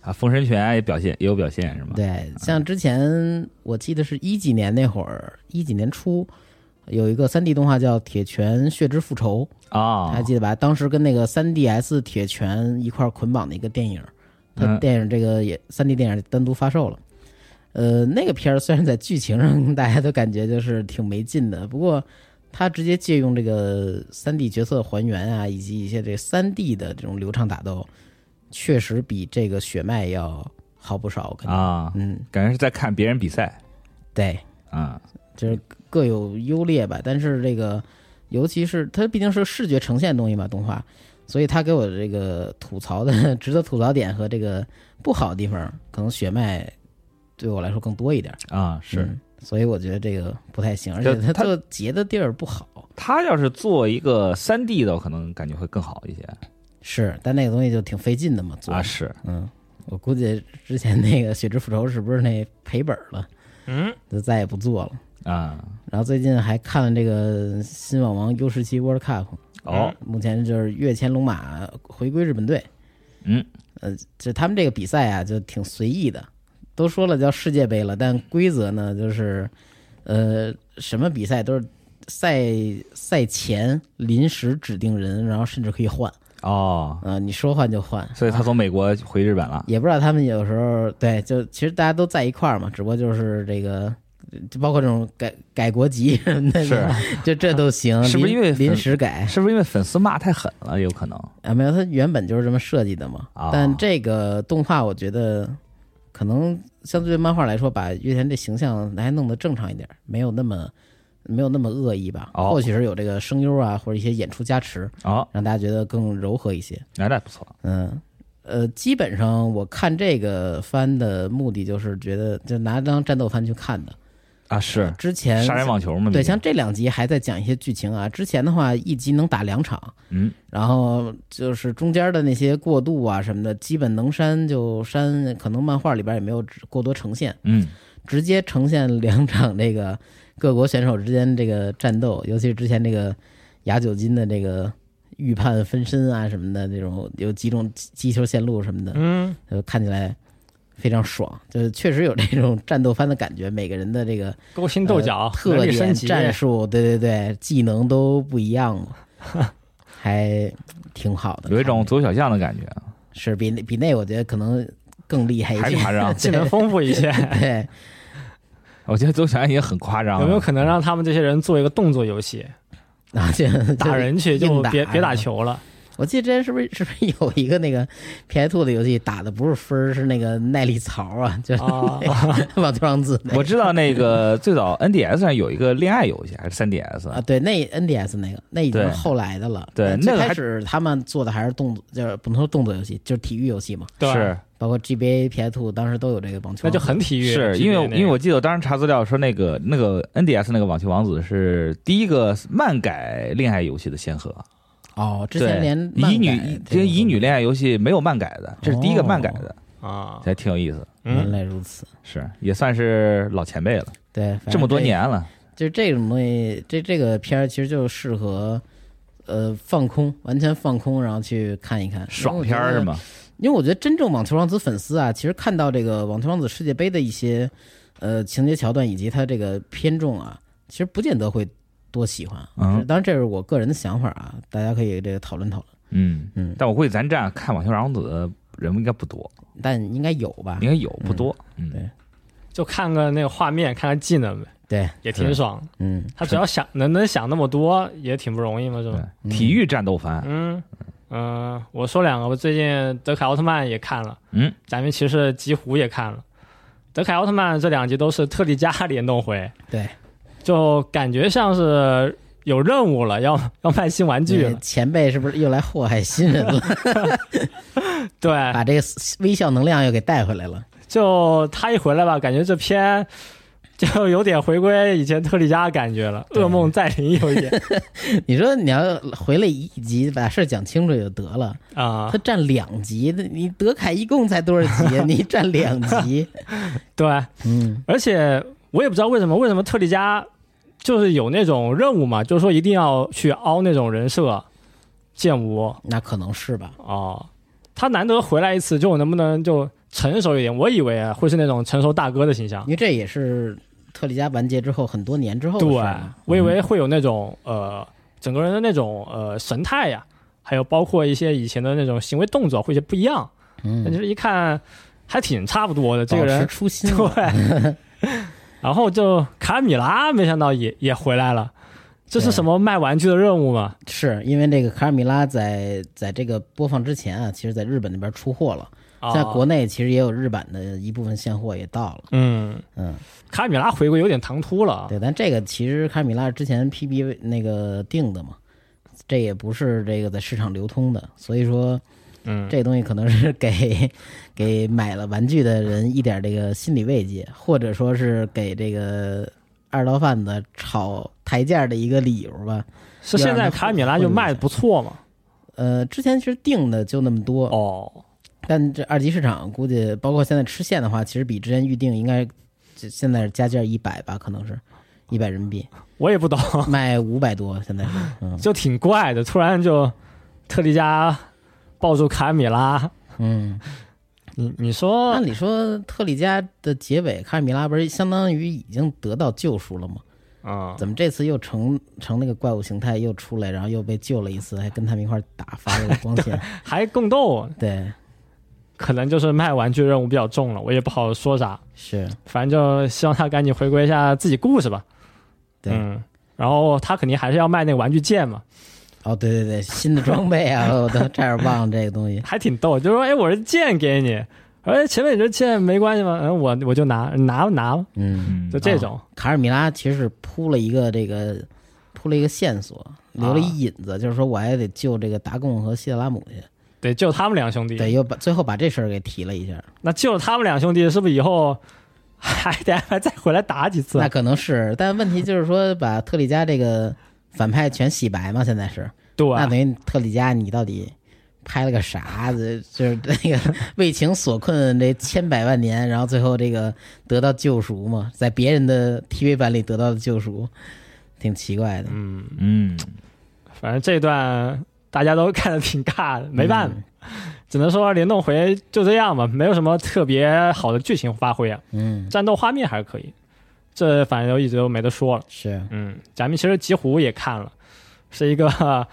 Speaker 5: 啊，封神拳也表现也有表现是吗？
Speaker 3: 对，像之前我记得是一几年那会儿，一几年初有一个三 D 动画叫《铁拳血之复仇》，
Speaker 5: 啊
Speaker 3: 还记得吧？当时跟那个三 DS 铁拳一块儿捆绑的一个电影，它
Speaker 5: 嗯
Speaker 3: 电影这个也三 D 电影单独发售了。呃，那个片儿虽然在剧情上大家都感觉就是挺没劲的，不过它直接借用这个三 D 角色还原啊，以及一些这三 D 的这种流畅打斗，确实比这个血脉要好不少。我感觉，
Speaker 5: 啊，
Speaker 3: 嗯，
Speaker 5: 感觉是在看别人比赛
Speaker 3: 对，
Speaker 5: 啊，
Speaker 3: 就是各有优劣吧。但是这个，尤其是它毕竟是视觉呈现的东西嘛，动画，所以它给我的这个吐槽的 值得吐槽点和这个不好的地方，可能血脉对我来说更多一点。
Speaker 5: 啊是。
Speaker 3: 嗯所以我觉得这个不太行，而且它
Speaker 5: 它
Speaker 3: 做结的地儿不好。
Speaker 5: 他要是做一个三 D 的，我可能感觉会更好一些
Speaker 3: 是，但那个东西就挺费劲的嘛，做。
Speaker 5: 啊。是
Speaker 3: 嗯，我估计之前那个《血之复仇》是不是那赔本了，
Speaker 4: 嗯，
Speaker 3: 就再也不做了。
Speaker 5: 啊，
Speaker 3: 然后最近还看了这个新网王 U 十七 World Cup，
Speaker 5: 哦，
Speaker 3: 目前就是越前龙马回归日本队，
Speaker 5: 嗯，
Speaker 3: 呃，就他们这个比赛啊，就挺随意的。都说了叫世界杯了，但规则呢，就是呃，什么比赛都是赛赛前临时指定人，然后甚至可以换
Speaker 5: 哦，
Speaker 3: 啊、你说换就换。
Speaker 5: 所以他从美国回日本了。
Speaker 3: 也不知道他们有时候对，就其实大家都在一块儿嘛，只不过就是这个，就包括这种改改国籍什么的，
Speaker 5: 是
Speaker 3: 就这都行。
Speaker 5: 是不是
Speaker 3: 临
Speaker 5: 因为
Speaker 3: 临
Speaker 5: 粉
Speaker 3: 时改
Speaker 5: 是不是因为粉丝骂太狠了？有可能
Speaker 3: 啊？没有，它原本就是这么设计的嘛。
Speaker 5: 啊
Speaker 3: 但这个动画，我觉得可能相对于漫画来说，把月田这形象还弄得正常一点，没有那么没有那么恶意吧。
Speaker 5: 哦
Speaker 3: 或许是有这个声优啊，或者一些演出加持，
Speaker 5: 哦，
Speaker 3: 让大家觉得更柔和一些。
Speaker 5: 那那不错
Speaker 3: 嗯，呃，基本上我看这个番的目的就是觉得，就拿当战斗番去看的。
Speaker 5: 啊，是
Speaker 3: 之前
Speaker 5: 杀人网球嘛？
Speaker 3: 对，
Speaker 5: 毕竟
Speaker 3: 像这两集还在讲一些剧情啊。之前的话，一集能打两场，
Speaker 5: 嗯，
Speaker 3: 然后就是中间的那些过渡啊什么的，基本能删就删，可能漫画里边也没有过多呈现，
Speaker 5: 嗯，
Speaker 3: 直接呈现两场这个各国选手之间这个战斗，尤其是之前这个雅久金的这个预判分身啊什么的这种，有几种击球线路什么的，
Speaker 4: 嗯，
Speaker 3: 就看起来非常爽，就是确实有这种战斗番的感觉，每个人的这个
Speaker 4: 勾心斗角
Speaker 3: 呃、特
Speaker 4: 能力升
Speaker 3: 点、
Speaker 4: 级
Speaker 3: 战术，对对对，技能都不一样嘛， 还挺好的，
Speaker 5: 有一种
Speaker 3: 看着
Speaker 5: 左小象的感觉，
Speaker 3: 是比那比那我觉得可能更厉害一
Speaker 5: 还
Speaker 3: 些，
Speaker 5: 夸 张
Speaker 3: 对
Speaker 4: 技能丰富一些。
Speaker 3: 对，
Speaker 5: 我觉得左小象也很夸张了。啊
Speaker 4: 有没有可能让他们这些人做一个动作游戏，
Speaker 3: 然后就
Speaker 4: 打。人去
Speaker 3: 嗯硬
Speaker 4: 就
Speaker 3: 打
Speaker 4: 别别打
Speaker 3: 是吧
Speaker 4: 球了？
Speaker 3: 我记得之前是不是是不是有一个那个 PS 兔的游戏打的不是分儿是那个耐力槽啊，就是
Speaker 4: 啊，
Speaker 3: 往头上字那个
Speaker 5: 我知道那个最早 NDS 上有一个恋爱游戏，还是
Speaker 3: 啊，
Speaker 5: 3DS，
Speaker 3: 对，那 NDS 那个，那已经是
Speaker 5: 对
Speaker 3: 后来的了。
Speaker 5: 对
Speaker 3: 最
Speaker 5: 那个
Speaker 3: 开
Speaker 5: 还
Speaker 3: 始他们做的还是动作，就是不能说动作游戏，就是体育游戏嘛，
Speaker 4: 对吧，
Speaker 5: 是
Speaker 3: 包括 GBA、PS Two 当时都有这个网球。
Speaker 4: 那就很体育。
Speaker 5: 是因为因为我记得我当时查资料说那个那个 NDS 那个网球王子是第一个漫改恋爱游戏的先河，
Speaker 3: 哦，之
Speaker 5: 对
Speaker 3: 前连
Speaker 5: 乙
Speaker 3: 漫
Speaker 5: 女
Speaker 3: 改
Speaker 5: 以
Speaker 3: 这个
Speaker 5: 前乙女恋爱游戏没有漫改的，这是第一个漫改的，
Speaker 4: 我啊，
Speaker 5: 还挺有意思，
Speaker 3: 原
Speaker 4: 嗯，
Speaker 3: 来如此，
Speaker 5: 是也算是老前辈了，
Speaker 3: 对，反正
Speaker 5: 这么多，年了，
Speaker 3: 就是这种东西，这这个片儿其实就适合。呃，放空，完全放空，然后去看一看
Speaker 5: 爽片儿是？吗？
Speaker 3: 因为我觉得因为我觉得真正网球王子粉丝啊，其实看到这个网球王子世界杯的一些呃情节桥段以及它这个偏重啊，其实不见得会多喜欢。
Speaker 5: 嗯
Speaker 3: 当然这是我个人的想法啊，大家可以这个讨论讨论。
Speaker 5: 嗯
Speaker 3: 嗯
Speaker 5: 但我估计咱这样看网球王子的人应该不多，
Speaker 3: 但应该有吧
Speaker 5: 应？该有不
Speaker 3: 嗯
Speaker 5: 多，啊嗯
Speaker 3: 对
Speaker 4: 就看个那个画面，看看技能呗，
Speaker 3: 对，
Speaker 4: 也挺
Speaker 5: 是
Speaker 4: 爽。
Speaker 3: 嗯，
Speaker 4: 他只要想能能想那么多，也挺不容易嘛，是吧？
Speaker 5: 对，嗯体育战斗番，
Speaker 4: 嗯嗯、呃我说两个，我最近德凯奥特曼也看了，
Speaker 5: 嗯，
Speaker 4: 假面骑士吉胡也看了。德凯奥特曼这两集都是特利迦联动回，
Speaker 3: 对，
Speaker 4: 就感觉像是有任务了，要要卖新玩具
Speaker 3: 这
Speaker 4: 了。
Speaker 3: 前辈是不是又来祸害新人了？
Speaker 4: 对，
Speaker 3: 把这个微笑能量又给带回来 了。
Speaker 4: 就他一回来吧，感觉这篇就有点回归以前特利迦的感觉了，噩梦再临有一点
Speaker 3: 你说你要回来一集，把事儿讲清楚就得了。
Speaker 4: 啊、
Speaker 3: 他占两集，那你德凯一共才多少 集啊？你占两集，
Speaker 4: 对，
Speaker 3: 嗯，
Speaker 4: 而且我也不知道为什么，为什么特利迦就是有那种任务嘛，就是说一定要去凹那种人设建模
Speaker 3: 那可能是吧。
Speaker 4: 哦。他难得回来一次，就我能不能就成熟一点？我以为啊会是那种成熟大哥的形象
Speaker 3: 因，为这也是特利迦完结之后很多年之后的
Speaker 4: 对
Speaker 3: 事儿嘛，
Speaker 4: 我以为会有那种呃整个人的那种呃神态呀、还有包括一些以前的那种行为动作会有些不一样。
Speaker 3: 嗯，哦
Speaker 4: 但就是一看还挺差不多的，这个
Speaker 3: 保持
Speaker 4: 人
Speaker 3: 初心了，
Speaker 4: 对。然后就卡米拉，没想到也也回来了，这是
Speaker 3: 对
Speaker 4: 什么卖玩具的任务吗？
Speaker 3: 是因为这个卡尔米拉在在这个播放之前啊，其实在日本那边出货了，
Speaker 4: 啊
Speaker 3: 在国内其实也有日版的一部分现货也到了，
Speaker 4: 嗯，
Speaker 3: 嗯，
Speaker 4: 卡米拉回归有点唐突了啊，
Speaker 3: 对，但这个其实卡尔米拉之前 PB 那个定的嘛，这也不是这个在市场流通的，所以说
Speaker 4: 嗯，
Speaker 3: 这东西可能是给 给买了玩具的人一点这个心理慰藉，或者说是给这个二道贩子炒台价的一个理由吧。
Speaker 4: 是现在卡米拉就卖的不错嘛？
Speaker 3: 呃，之前其实定的就那么多，
Speaker 4: 哦，
Speaker 3: 但这二级市场估计，包括现在吃线的话，其实比之前预定应该，这现在加价一百吧，可能是一百人民 币，
Speaker 4: 我也不懂，
Speaker 3: 卖五百多，现在是，嗯
Speaker 4: 就挺怪的，突然就特利迦抱住卡米拉，
Speaker 3: 嗯。
Speaker 4: 你你说
Speaker 3: 按理说，特里迦的结尾，卡米拉不是相当于已经得到救赎了吗？
Speaker 4: 啊，
Speaker 3: 怎么这次又成成那个怪物形态又出来，然后又被救了一次，还跟他们一块儿打发了个光 线。
Speaker 4: 还共斗，
Speaker 3: 对，
Speaker 4: 可能就是卖玩具任务比较重了，我也不好说啥，
Speaker 3: 是
Speaker 4: 反正就希望他赶紧回归一下自己故事吧。
Speaker 3: 对
Speaker 4: 嗯，然后他肯定还是要卖那个玩具剑嘛，
Speaker 3: 哦，对对对，新的装备啊，我都差点忘了这个东西。
Speaker 4: 还挺逗，就说哎，我是剑给你，哎，前面你这剑没关系吗？嗯，我我就拿拿拿，
Speaker 3: 嗯，
Speaker 5: 嗯
Speaker 4: 就这种，
Speaker 3: 卡尔米拉其实是铺了一个这个铺了一个线索，留了一引子，就是说我还得救这个达贡和希特拉姆去。
Speaker 4: 得救他们两兄弟。
Speaker 3: 对，又把最后把这事儿给提了一下。
Speaker 4: 那救了他们两兄弟，是不是以后还得安排再回来打几次
Speaker 3: 那？可能是，但问题就是说，把特里迦这个反派全洗白嘛，现在是，
Speaker 4: 对，啊
Speaker 3: 那等于特里迦你到底拍了个啥？这就是那个为情所困这千百万年，然后最后这个得到救赎嘛，在别人的 TV 版里得到的救赎，挺奇怪的。
Speaker 4: 嗯，
Speaker 5: 嗯，
Speaker 4: 反正这段大家都看的挺尬的，没办法，只能说联动回就这样吧，没有什么特别好的剧情发挥啊，
Speaker 3: 嗯，
Speaker 4: 战斗画面还是可以，这反正就一直都没得说了。
Speaker 3: 是，
Speaker 4: 嗯，咱们其实几乎也看了，是一个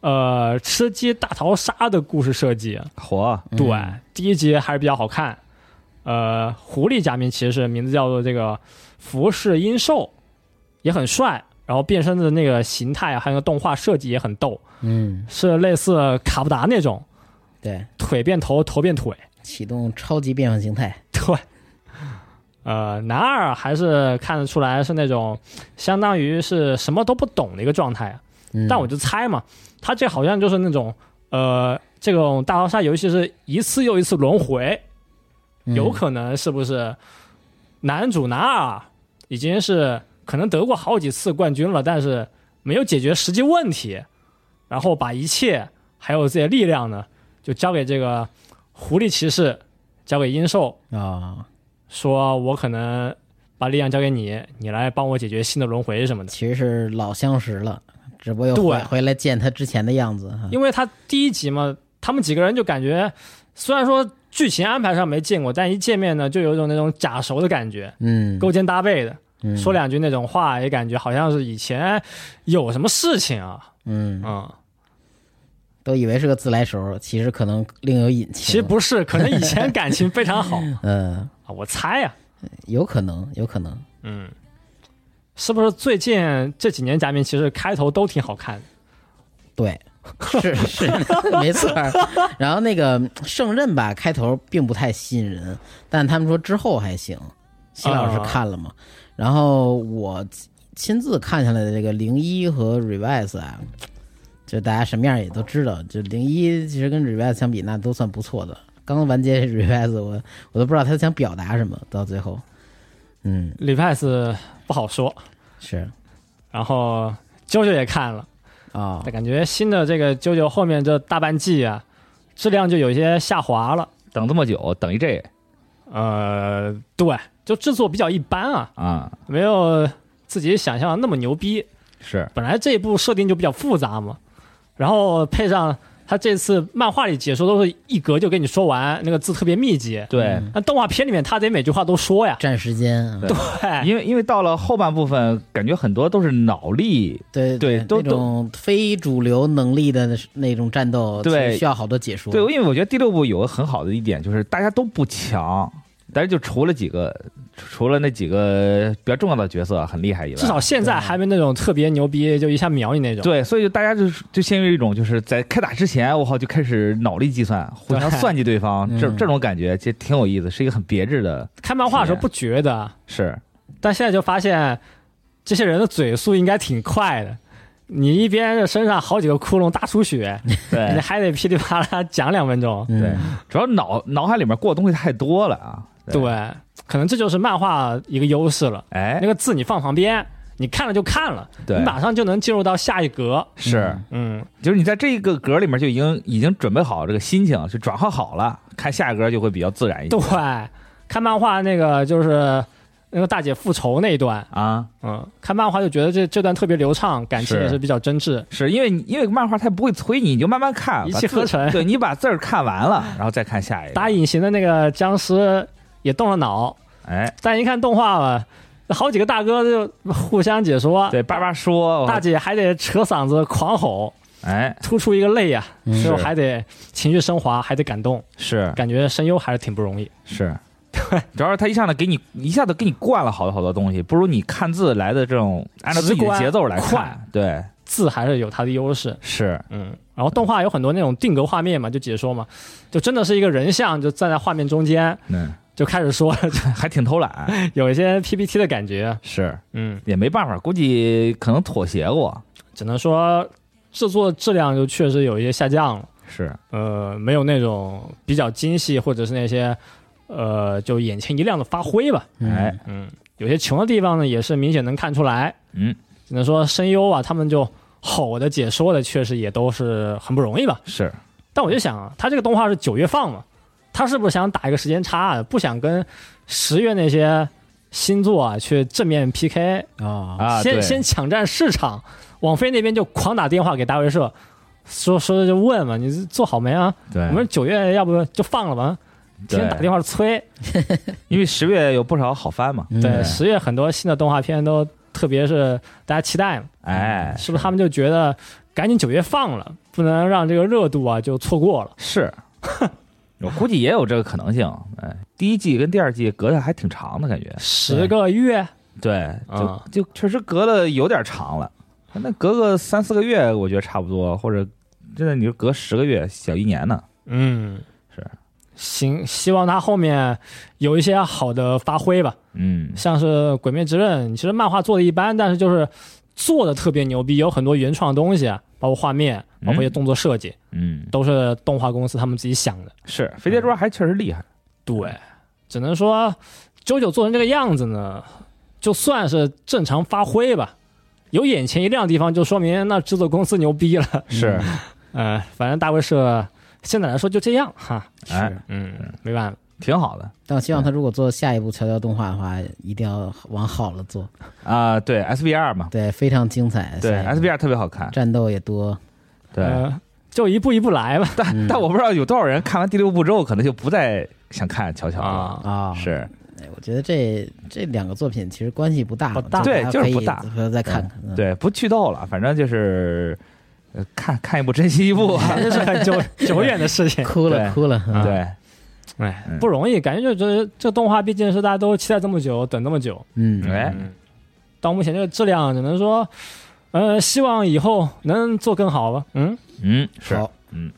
Speaker 4: 呃吃鸡大逃杀的故事设计。啊
Speaker 5: 火，
Speaker 3: 嗯
Speaker 4: 对，第一集还是比较好看。呃，狐狸假面骑士名字叫做这个服饰阴兽，也很帅。然后变身的那个形态啊，还有那个动画设计也很逗，
Speaker 3: 嗯，
Speaker 4: 是类似卡布达那种
Speaker 3: 对，
Speaker 4: 腿变头，头变腿。
Speaker 3: 启动超级变换形态，
Speaker 4: 对，呃，男二还是看得出来是那种相当于是什么都不懂的一个状态啊。
Speaker 3: 嗯、
Speaker 4: 但我就猜嘛，他这好像就是那种呃，这种大逃杀游戏是一次又一次轮回，
Speaker 3: 嗯
Speaker 4: 有可能是不是男主男二已经是可能得过好几次冠军了，但是没有解决实际问题，然后把一切还有自己的力量呢，就交给这个狐狸骑士，交给阴兽，
Speaker 3: 哦，
Speaker 4: 说我可能把力量交给你，你来帮我解决新的轮回什么的。
Speaker 3: 其实是老相识了，只不过又
Speaker 4: 对
Speaker 3: 回回来见他之前的样子哈。
Speaker 4: 因为他第一集嘛，他们几个人就感觉，虽然说剧情安排上没见过，但一见面呢，就有一种那种假熟的感觉，
Speaker 3: 嗯，
Speaker 4: 勾肩搭背的，
Speaker 3: 嗯
Speaker 4: 说两句那种话，也感觉好像是以前有什么事情啊，
Speaker 3: 嗯，
Speaker 4: 嗯，
Speaker 3: 都以为是个自来熟，其实可能另有隐情。
Speaker 4: 其实，不是，可能以前感情非常好啊，
Speaker 3: 嗯，
Speaker 4: 我猜啊，
Speaker 3: 有可能，有可能。
Speaker 4: 嗯，是不是最近这几年假面骑士开头都挺好看的？
Speaker 3: 对，是是， 没错儿。然后那个圣刃吧，开头并不太吸引人，但他们说之后还行。西老师看了嘛？然后我亲自看下来的这个零一和 Revise 啊，就大家什么样也都知道。就零一其实跟 Revise 相比，那都算不错的。刚完结 Revise，我我都不知道他想表达什么，到最后，嗯，
Speaker 4: 李派斯不好说，
Speaker 3: 是
Speaker 4: 然后啾啾也看了。
Speaker 3: 啊、
Speaker 4: 但感觉新的这个啾啾后面这大半季啊，质量就有些下滑了。
Speaker 5: 等这么久，等一这
Speaker 4: 呃，对，就制作比较一般啊，
Speaker 5: 啊，
Speaker 4: 没有自己想象的那么牛逼。
Speaker 5: 是
Speaker 4: 本来这一部设定就比较复杂嘛，然后配上他这次漫画里解说都是一格就给你说完，那个字特别密集。
Speaker 5: 对，
Speaker 4: 那动画片里面他得每句话都说呀，
Speaker 3: 占时间啊，
Speaker 5: 对
Speaker 4: 对，
Speaker 5: 因为因为到了后半部分，感觉很多都是脑力，
Speaker 3: 对
Speaker 5: 对都
Speaker 3: 那种非主流能力的那种战斗，
Speaker 5: 对
Speaker 3: 其实需要好多解说。
Speaker 5: 对，因为我觉得第六部有个很好的一点就是大家都不强，但是就除了几个，除了那几个比较重要的角色很厉害以外，
Speaker 4: 至少现在还没那种特别牛逼就一下秒你那种。
Speaker 5: 对，所以就大家就是就陷入一种就是在开打之前，我靠就开始脑力计算，互相
Speaker 4: 对
Speaker 5: 算计对方，这
Speaker 3: 嗯
Speaker 5: 这种感觉其实挺有意思，是一个很别致的，
Speaker 4: 看漫画的时候不觉得啊，
Speaker 5: 是
Speaker 4: 但现在就发现，这些人的嘴速应该挺快的。你一边身上好几个窟窿大出血，你
Speaker 5: 对
Speaker 4: 还得噼里啪啦讲两分钟。
Speaker 3: 嗯
Speaker 5: 对，主要脑脑海里面过的东西太多了啊，
Speaker 4: 对，，嗯可能这就是漫画一个优势了。
Speaker 5: 哎
Speaker 4: 那，个字你放旁边，你看了就看了，你
Speaker 5: 对，
Speaker 4: 马上就能进入到下一格。
Speaker 5: 是。
Speaker 4: 嗯，
Speaker 5: 就是你在这个格里面就已经已经准备好这个心情，就转化好了，看下一格就会比较自然一些
Speaker 4: 对，看漫画那个就是那个大姐复仇那一段，
Speaker 5: 啊。
Speaker 4: 嗯，看漫画就觉得这这段特别流畅，感情
Speaker 5: 是
Speaker 4: 也是比较真挚。
Speaker 5: 是因为你因为漫画它不会催你，你就慢慢看，
Speaker 4: 一
Speaker 5: 把
Speaker 4: 气
Speaker 5: 字
Speaker 4: 呵成
Speaker 5: 对你把字儿看完了，然后再看下一个。
Speaker 4: 打隐形的那个僵尸也动了脑，
Speaker 5: 哎，
Speaker 4: 但一看动画吧，好几个大哥就互相解说，
Speaker 5: 对，叭叭说，
Speaker 4: 大姐还得扯嗓子狂吼，
Speaker 5: 哎，
Speaker 4: 突出一个泪呀、
Speaker 3: 嗯
Speaker 4: 最后还得情绪升华，还得感动，
Speaker 5: 是
Speaker 4: 感觉声优还是挺不容易。
Speaker 5: 是，对，主要是他一下子给你一下子给你灌了好多好多东西，不如你看字来的这种按照自己
Speaker 4: 直
Speaker 5: 的
Speaker 4: 观
Speaker 5: 节奏来
Speaker 4: 快
Speaker 5: 看，对，
Speaker 4: 字还是有它的优势，
Speaker 5: 是
Speaker 4: 嗯，然后动画有很多那种定格画面嘛，就解说嘛，就真的是一个人像就站在画面中间
Speaker 5: 嗯，
Speaker 4: 就开始说， 就
Speaker 5: 还挺偷懒，
Speaker 4: 有一些 PPT 的感觉，
Speaker 5: 是
Speaker 4: 嗯，
Speaker 5: 也没办法，估计可能妥协过，
Speaker 4: 只能说制作质量就确实有一些下降了，
Speaker 5: 是
Speaker 4: 呃，没有那种比较精细或者是那些呃就眼前一亮的发挥吧，
Speaker 5: 哎，
Speaker 4: 嗯，有些穷的地方呢也是明显能看出来，
Speaker 5: 嗯，
Speaker 4: 只能说声优啊，他们就吼的解说的确实也都是很不容易吧。
Speaker 5: 是
Speaker 4: 但我就想啊，他这个动画是九月放嘛，他是不是想打一个时间差、啊，不想跟十月那些新作啊去正面 PK，、
Speaker 3: 哦，
Speaker 5: 啊，对
Speaker 4: 先先抢占市场？网飞那边就狂打电话给大卫社，说说的就问嘛，你做好没啊？
Speaker 5: 对，
Speaker 4: 我们九月要不就放了吧？天天打电
Speaker 5: 话，
Speaker 4: 话催。
Speaker 5: 因为十月有不少好番嘛，
Speaker 3: 嗯
Speaker 4: 对，十月很多新的动画片都特别是大家期待嘛，
Speaker 5: 哎，
Speaker 4: 是不是？他们就觉得赶紧九月放了，不能让这个热度啊就错过了。
Speaker 5: 是， 我估计也有这个可能性。哎，第一季跟第二季隔的还挺长的感觉，
Speaker 4: 十个月，
Speaker 5: 对，就、
Speaker 4: 啊
Speaker 5: 就确实隔的有点长了。那隔个三四个月，我觉得差不多，或者真的你就隔十个月，小一年呢。
Speaker 4: 嗯，
Speaker 5: 是，
Speaker 4: 行，希望他后面有一些好的发挥吧，
Speaker 5: 嗯，
Speaker 4: 像是《鬼灭之刃》，其实漫画做的一般，但是就是做的特别牛逼，有很多原创的东西啊，包括画面，包括一些动作设计，
Speaker 5: 嗯，
Speaker 4: 都是动画公司他们自己想的。
Speaker 5: 是飞碟桌还确实厉害，
Speaker 4: 对，只能说九九做成这个样子呢，就算是正常发挥吧。有眼前一亮的地方，就说明那制作公司牛逼了。
Speaker 5: 是，
Speaker 4: 嗯，反正大卫社现在来说就这样哈。
Speaker 5: 哎，
Speaker 4: 嗯，没办法，
Speaker 5: 挺好的
Speaker 3: 但我希望他如果做下一部乔乔动画的话，一定要往好了做，
Speaker 5: 啊、对 SBR 嘛，
Speaker 3: 对，非常精彩。
Speaker 5: 对
Speaker 3: 下一部
Speaker 5: SBR 特别好看，
Speaker 3: 战斗也多，嗯
Speaker 5: 对。
Speaker 4: 呃就一步一步来吧。
Speaker 5: 但、但我不知道有多少人看完第六部之后，可能就不再想看乔乔了。
Speaker 4: 啊，
Speaker 3: 啊、
Speaker 5: 是，
Speaker 3: 哎我觉得这这两个作品其实关系不大，
Speaker 4: 不大
Speaker 5: 对就是不大
Speaker 3: 大家可以再看看。嗯，
Speaker 5: 对，不剧透了，反正就是，呃，看看一部珍惜一部啊。
Speaker 4: 这是很久久远的事情。
Speaker 3: 哭了
Speaker 5: 对啊
Speaker 3: 哭了，嗯
Speaker 5: 对，
Speaker 4: 哎
Speaker 5: 嗯，
Speaker 4: 不容易，感觉就觉得这动画毕竟是大家都期待这么久，等这么久，
Speaker 3: 嗯，
Speaker 5: 哎，
Speaker 4: 到目前这个质量，只能说，呃，希望以后能做更好吧。嗯，
Speaker 5: 嗯，是，
Speaker 3: 好，
Speaker 5: 嗯，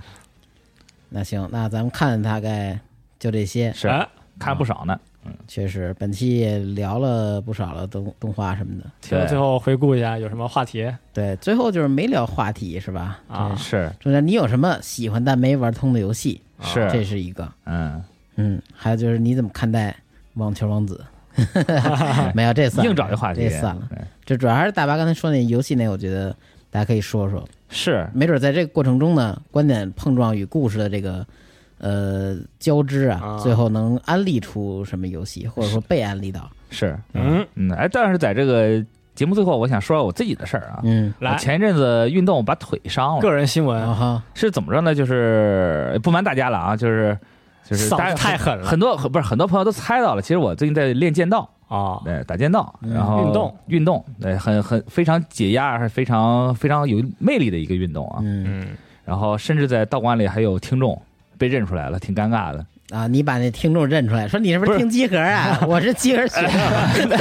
Speaker 3: 那行，那咱们看大概就这些，
Speaker 5: 是
Speaker 4: 哎
Speaker 5: 看不少呢。
Speaker 3: 确实本期也聊了不少了动动画什么的。
Speaker 4: 听了
Speaker 5: 对
Speaker 4: 最后回顾一下有什么话题
Speaker 3: 对，最后就是没聊话题是吧？
Speaker 4: 啊？
Speaker 5: 是
Speaker 3: 中间你有什么喜欢但没玩通的游戏？这
Speaker 5: 是，
Speaker 3: 是一个。
Speaker 5: 嗯，
Speaker 3: 嗯，还有就是你怎么看待网球王子？没有，这算了
Speaker 5: 硬找这话题
Speaker 3: 这算了。
Speaker 5: 对
Speaker 3: 这主要还是大巴刚才说那游戏那，我觉得大家可以说说，
Speaker 5: 是，
Speaker 3: 没准在这个过程中呢，观点碰撞与故事的这个呃交织啊，
Speaker 4: 啊
Speaker 3: 最后能安利出什么游戏，或者说被安利到。
Speaker 5: 是，
Speaker 4: 嗯
Speaker 5: 嗯，哎，但是在这个节目最后，我想说我自己的事儿啊。啊
Speaker 3: 嗯，
Speaker 5: 我
Speaker 4: 来，
Speaker 5: 前一阵子运动把腿伤
Speaker 4: 个
Speaker 5: 了，
Speaker 4: 人新
Speaker 3: 然
Speaker 4: 闻，
Speaker 3: 后
Speaker 5: 是怎么着呢？就是不瞒大家了啊，就是就是大
Speaker 4: 嗓
Speaker 5: 家
Speaker 4: 子太狠了
Speaker 5: 很多很不是很多朋友都猜到了，其实我最近在练剑道，
Speaker 4: 啊！
Speaker 5: 对，打剑道，
Speaker 3: 嗯
Speaker 5: 然后
Speaker 4: 运动
Speaker 5: 运动，对，很很非常解压，还非常非常有魅力的一个运动啊。
Speaker 3: 嗯
Speaker 4: 嗯，
Speaker 5: 然后甚至在道馆里还有听众被认出来了，挺尴尬的。
Speaker 3: 啊，你把那听众认出来，说你是不
Speaker 5: 不
Speaker 3: 是
Speaker 5: 是哎
Speaker 3: 听集合啊？ 我是集合学生，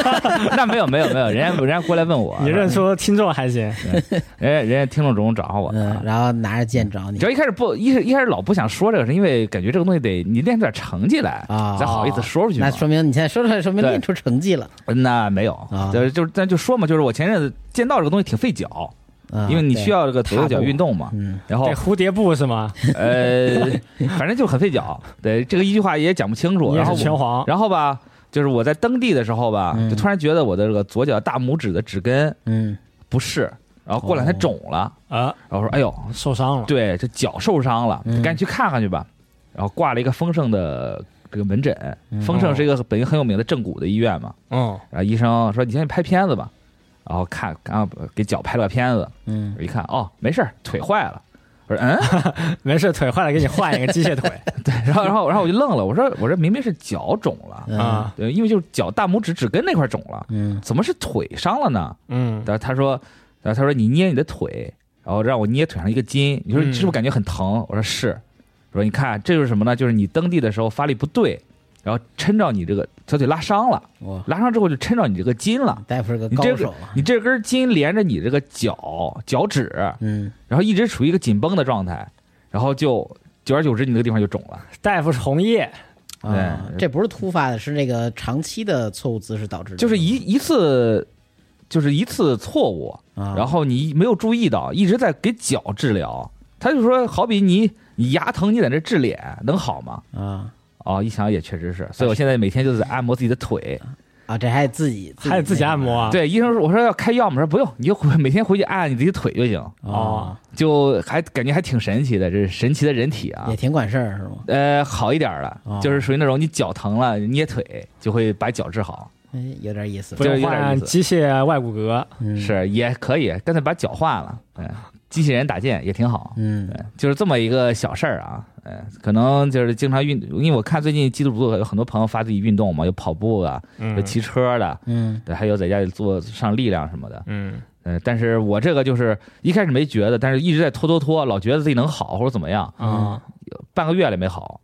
Speaker 5: 那没有没有没有，人家人家过来问我，
Speaker 4: 你认出听众还行，
Speaker 5: 人家人家听众中找上我的
Speaker 3: 嗯
Speaker 5: 啊，。
Speaker 3: 然后拿着剑找
Speaker 5: 你
Speaker 3: 你
Speaker 5: 知道一开始不一一开始老不想说这个，是因为感觉这个东西得你练出点成绩来，
Speaker 3: 啊
Speaker 5: 才，好意思说出去嘛
Speaker 3: 那。说明你现在说出来，说明
Speaker 5: 对
Speaker 3: 练出成绩了。
Speaker 5: 那没有，
Speaker 3: 啊
Speaker 5: 就是就是咱就说嘛，就是我前阵子剑道这个东西挺费脚，
Speaker 3: 啊
Speaker 5: 因为你
Speaker 3: 对
Speaker 5: 需要这个左右
Speaker 3: 踏
Speaker 5: 脚
Speaker 3: 步
Speaker 5: 运动嘛，
Speaker 3: 嗯
Speaker 5: 然后
Speaker 4: 对蝴蝶步是吗？
Speaker 5: 呃， 反正就很费脚。对，这个一句话也讲不清楚。
Speaker 4: 你也
Speaker 5: 然
Speaker 4: 是
Speaker 5: 后
Speaker 4: 拳
Speaker 5: 我，
Speaker 4: 皇，
Speaker 5: 然后吧，就是我在蹬地的时候吧，
Speaker 3: 嗯
Speaker 5: 就突然觉得我的这个左脚大拇指的指根
Speaker 3: 嗯
Speaker 5: 不适，然后过两天
Speaker 3: 哦
Speaker 5: 肿了，
Speaker 4: 啊，
Speaker 5: 然后说哎呦，
Speaker 4: 受伤了，
Speaker 5: 对，这脚受伤了，
Speaker 3: 嗯
Speaker 5: 赶紧去看看去吧。然后挂了一个丰盛的这个门诊，
Speaker 3: 嗯
Speaker 5: 丰
Speaker 3: 哦
Speaker 5: 盛是一个本地很有名的正骨的医院嘛。
Speaker 4: 嗯，
Speaker 5: 然后医生说你先去拍片子吧，然后看，然后给脚拍了个片子，
Speaker 3: 嗯
Speaker 5: 我一看哦，没事儿，腿坏了。我说嗯，
Speaker 4: 没事，腿坏了给你换一个机械腿
Speaker 5: 然后然后然后我就愣了，我说我这明明是脚肿了，
Speaker 3: 嗯
Speaker 4: 啊，
Speaker 5: 对，因为就是脚大拇指指根那块肿了，
Speaker 3: 嗯
Speaker 5: 怎么是腿伤了呢？
Speaker 4: 嗯
Speaker 5: 然后他说，然后他说你捏你的腿，然后让我捏腿上一个筋，你说
Speaker 4: 嗯
Speaker 5: 你是不是感觉很疼？我说是，我说你看啊这就是什么呢？就是你蹬地的时候发力不对，然后抻着你这个小腿拉伤了，
Speaker 3: 我
Speaker 5: 拉伤之后就抻着你这个筋了，
Speaker 3: 大夫是个
Speaker 5: 你
Speaker 3: 高
Speaker 5: 这
Speaker 3: 手
Speaker 5: 个
Speaker 3: 啊，
Speaker 5: 你这根筋连着你这个脚脚趾，
Speaker 3: 嗯，
Speaker 5: 然后一直处于一个紧绷的状态，然后就久而久之你那个地方就肿了。
Speaker 4: 大夫是红叶，
Speaker 3: 啊
Speaker 5: 对
Speaker 3: 这不是突发的，是那个长期的错误姿势导致的，
Speaker 5: 就是一一次，就是一次错误，
Speaker 3: 啊，
Speaker 5: 然后你没有注意到，一直在给脚治疗。他就说，好比你你牙疼，你在这治脸，能好吗？
Speaker 3: 啊
Speaker 5: 哦，一想也确实是，所以我现在每天就是在按摩自己的腿。
Speaker 3: 啊，这还自己
Speaker 4: 还得自己按摩啊。
Speaker 5: 对，医生说，我说要开药吗？说不用，你就回每天回去按你自己腿就行。
Speaker 3: 啊
Speaker 4: 哦，
Speaker 5: 就还感觉还挺神奇的，这是神奇的人体啊
Speaker 3: 也。挺管事儿是吗？
Speaker 5: 呃，好一点儿
Speaker 3: 哦
Speaker 5: 了，就是属于那种你脚疼了你捏腿就会把脚治好，
Speaker 3: 哎有点意思
Speaker 4: 不，
Speaker 5: 就
Speaker 4: 用
Speaker 5: 是有点
Speaker 4: 换
Speaker 5: 意思
Speaker 4: 机械啊外骨骼，
Speaker 3: 嗯，
Speaker 5: 是也可以，干脆把脚换了，嗯，机器人打剑也挺好。
Speaker 3: 嗯
Speaker 5: 就是这么一个小事儿啊，嗯，可能就是经常运，因为我看最近基督徒有很多朋友发自己运动嘛，有跑步啊，有
Speaker 4: 嗯
Speaker 5: 骑车的，
Speaker 3: 嗯
Speaker 5: 对，还有在家里做上力量什么的，
Speaker 4: 嗯
Speaker 5: 嗯，但是我这个就是一开始没觉得，但是一直在拖拖拖，老觉得自己能好或者怎么样，
Speaker 4: 啊
Speaker 5: 半个月了没好，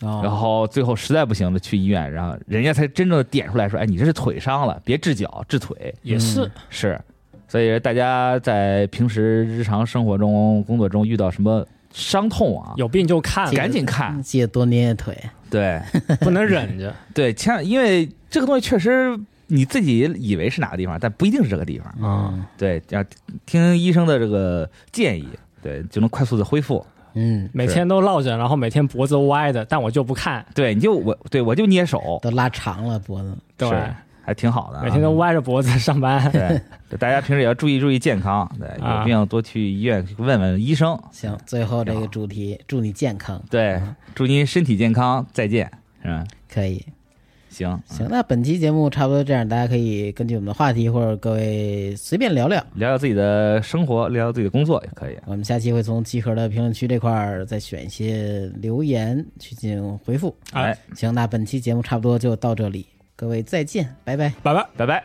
Speaker 5: 然
Speaker 3: 哦，
Speaker 5: 后最后实在不行了去医院，然后人家才真正的点出来说，哎，你这是腿伤了，别治脚，治腿
Speaker 4: 也是
Speaker 5: 是，所以大家在平时日常生活中、工作中遇到什么伤痛啊，
Speaker 4: 有病就看，
Speaker 5: 赶紧看，
Speaker 3: 记得多捏捏腿，
Speaker 5: 对。
Speaker 4: 不能忍着。
Speaker 5: 对，千因为这个东西确实你自己以为是哪个地方，但不一定是这个地方。
Speaker 3: 嗯
Speaker 5: 对，要听医生的这个建议，对，就能快速的恢复。
Speaker 3: 嗯，
Speaker 4: 每天都落枕，然后每天脖子歪的，但我就不看，
Speaker 5: 对，你就我对我就捏手，
Speaker 3: 都拉长了脖子，
Speaker 4: 对，
Speaker 5: 是还挺好的啊、
Speaker 4: 每天都歪着脖子上班。
Speaker 5: 对，对大家平时也要注意注意健康，对，
Speaker 4: 啊
Speaker 5: 有病多去医院问问医生。
Speaker 3: 行，最后这个主题，祝你健康，
Speaker 5: 对，祝您身体健康，再见，是吧？
Speaker 3: 可以。
Speaker 5: 行，
Speaker 3: 行，那本期节目差不多这样，大家可以根据我们的话题或者各位随便聊聊。
Speaker 5: 聊聊自己的生活，聊聊自己的工作也可以。
Speaker 3: 我们下期会从集合的评论区这块儿再选一些留言去进行回复。
Speaker 4: 哎，
Speaker 3: 行，那本期节目差不多就到这里，各位再见，拜拜。
Speaker 4: 拜拜。
Speaker 5: 拜拜。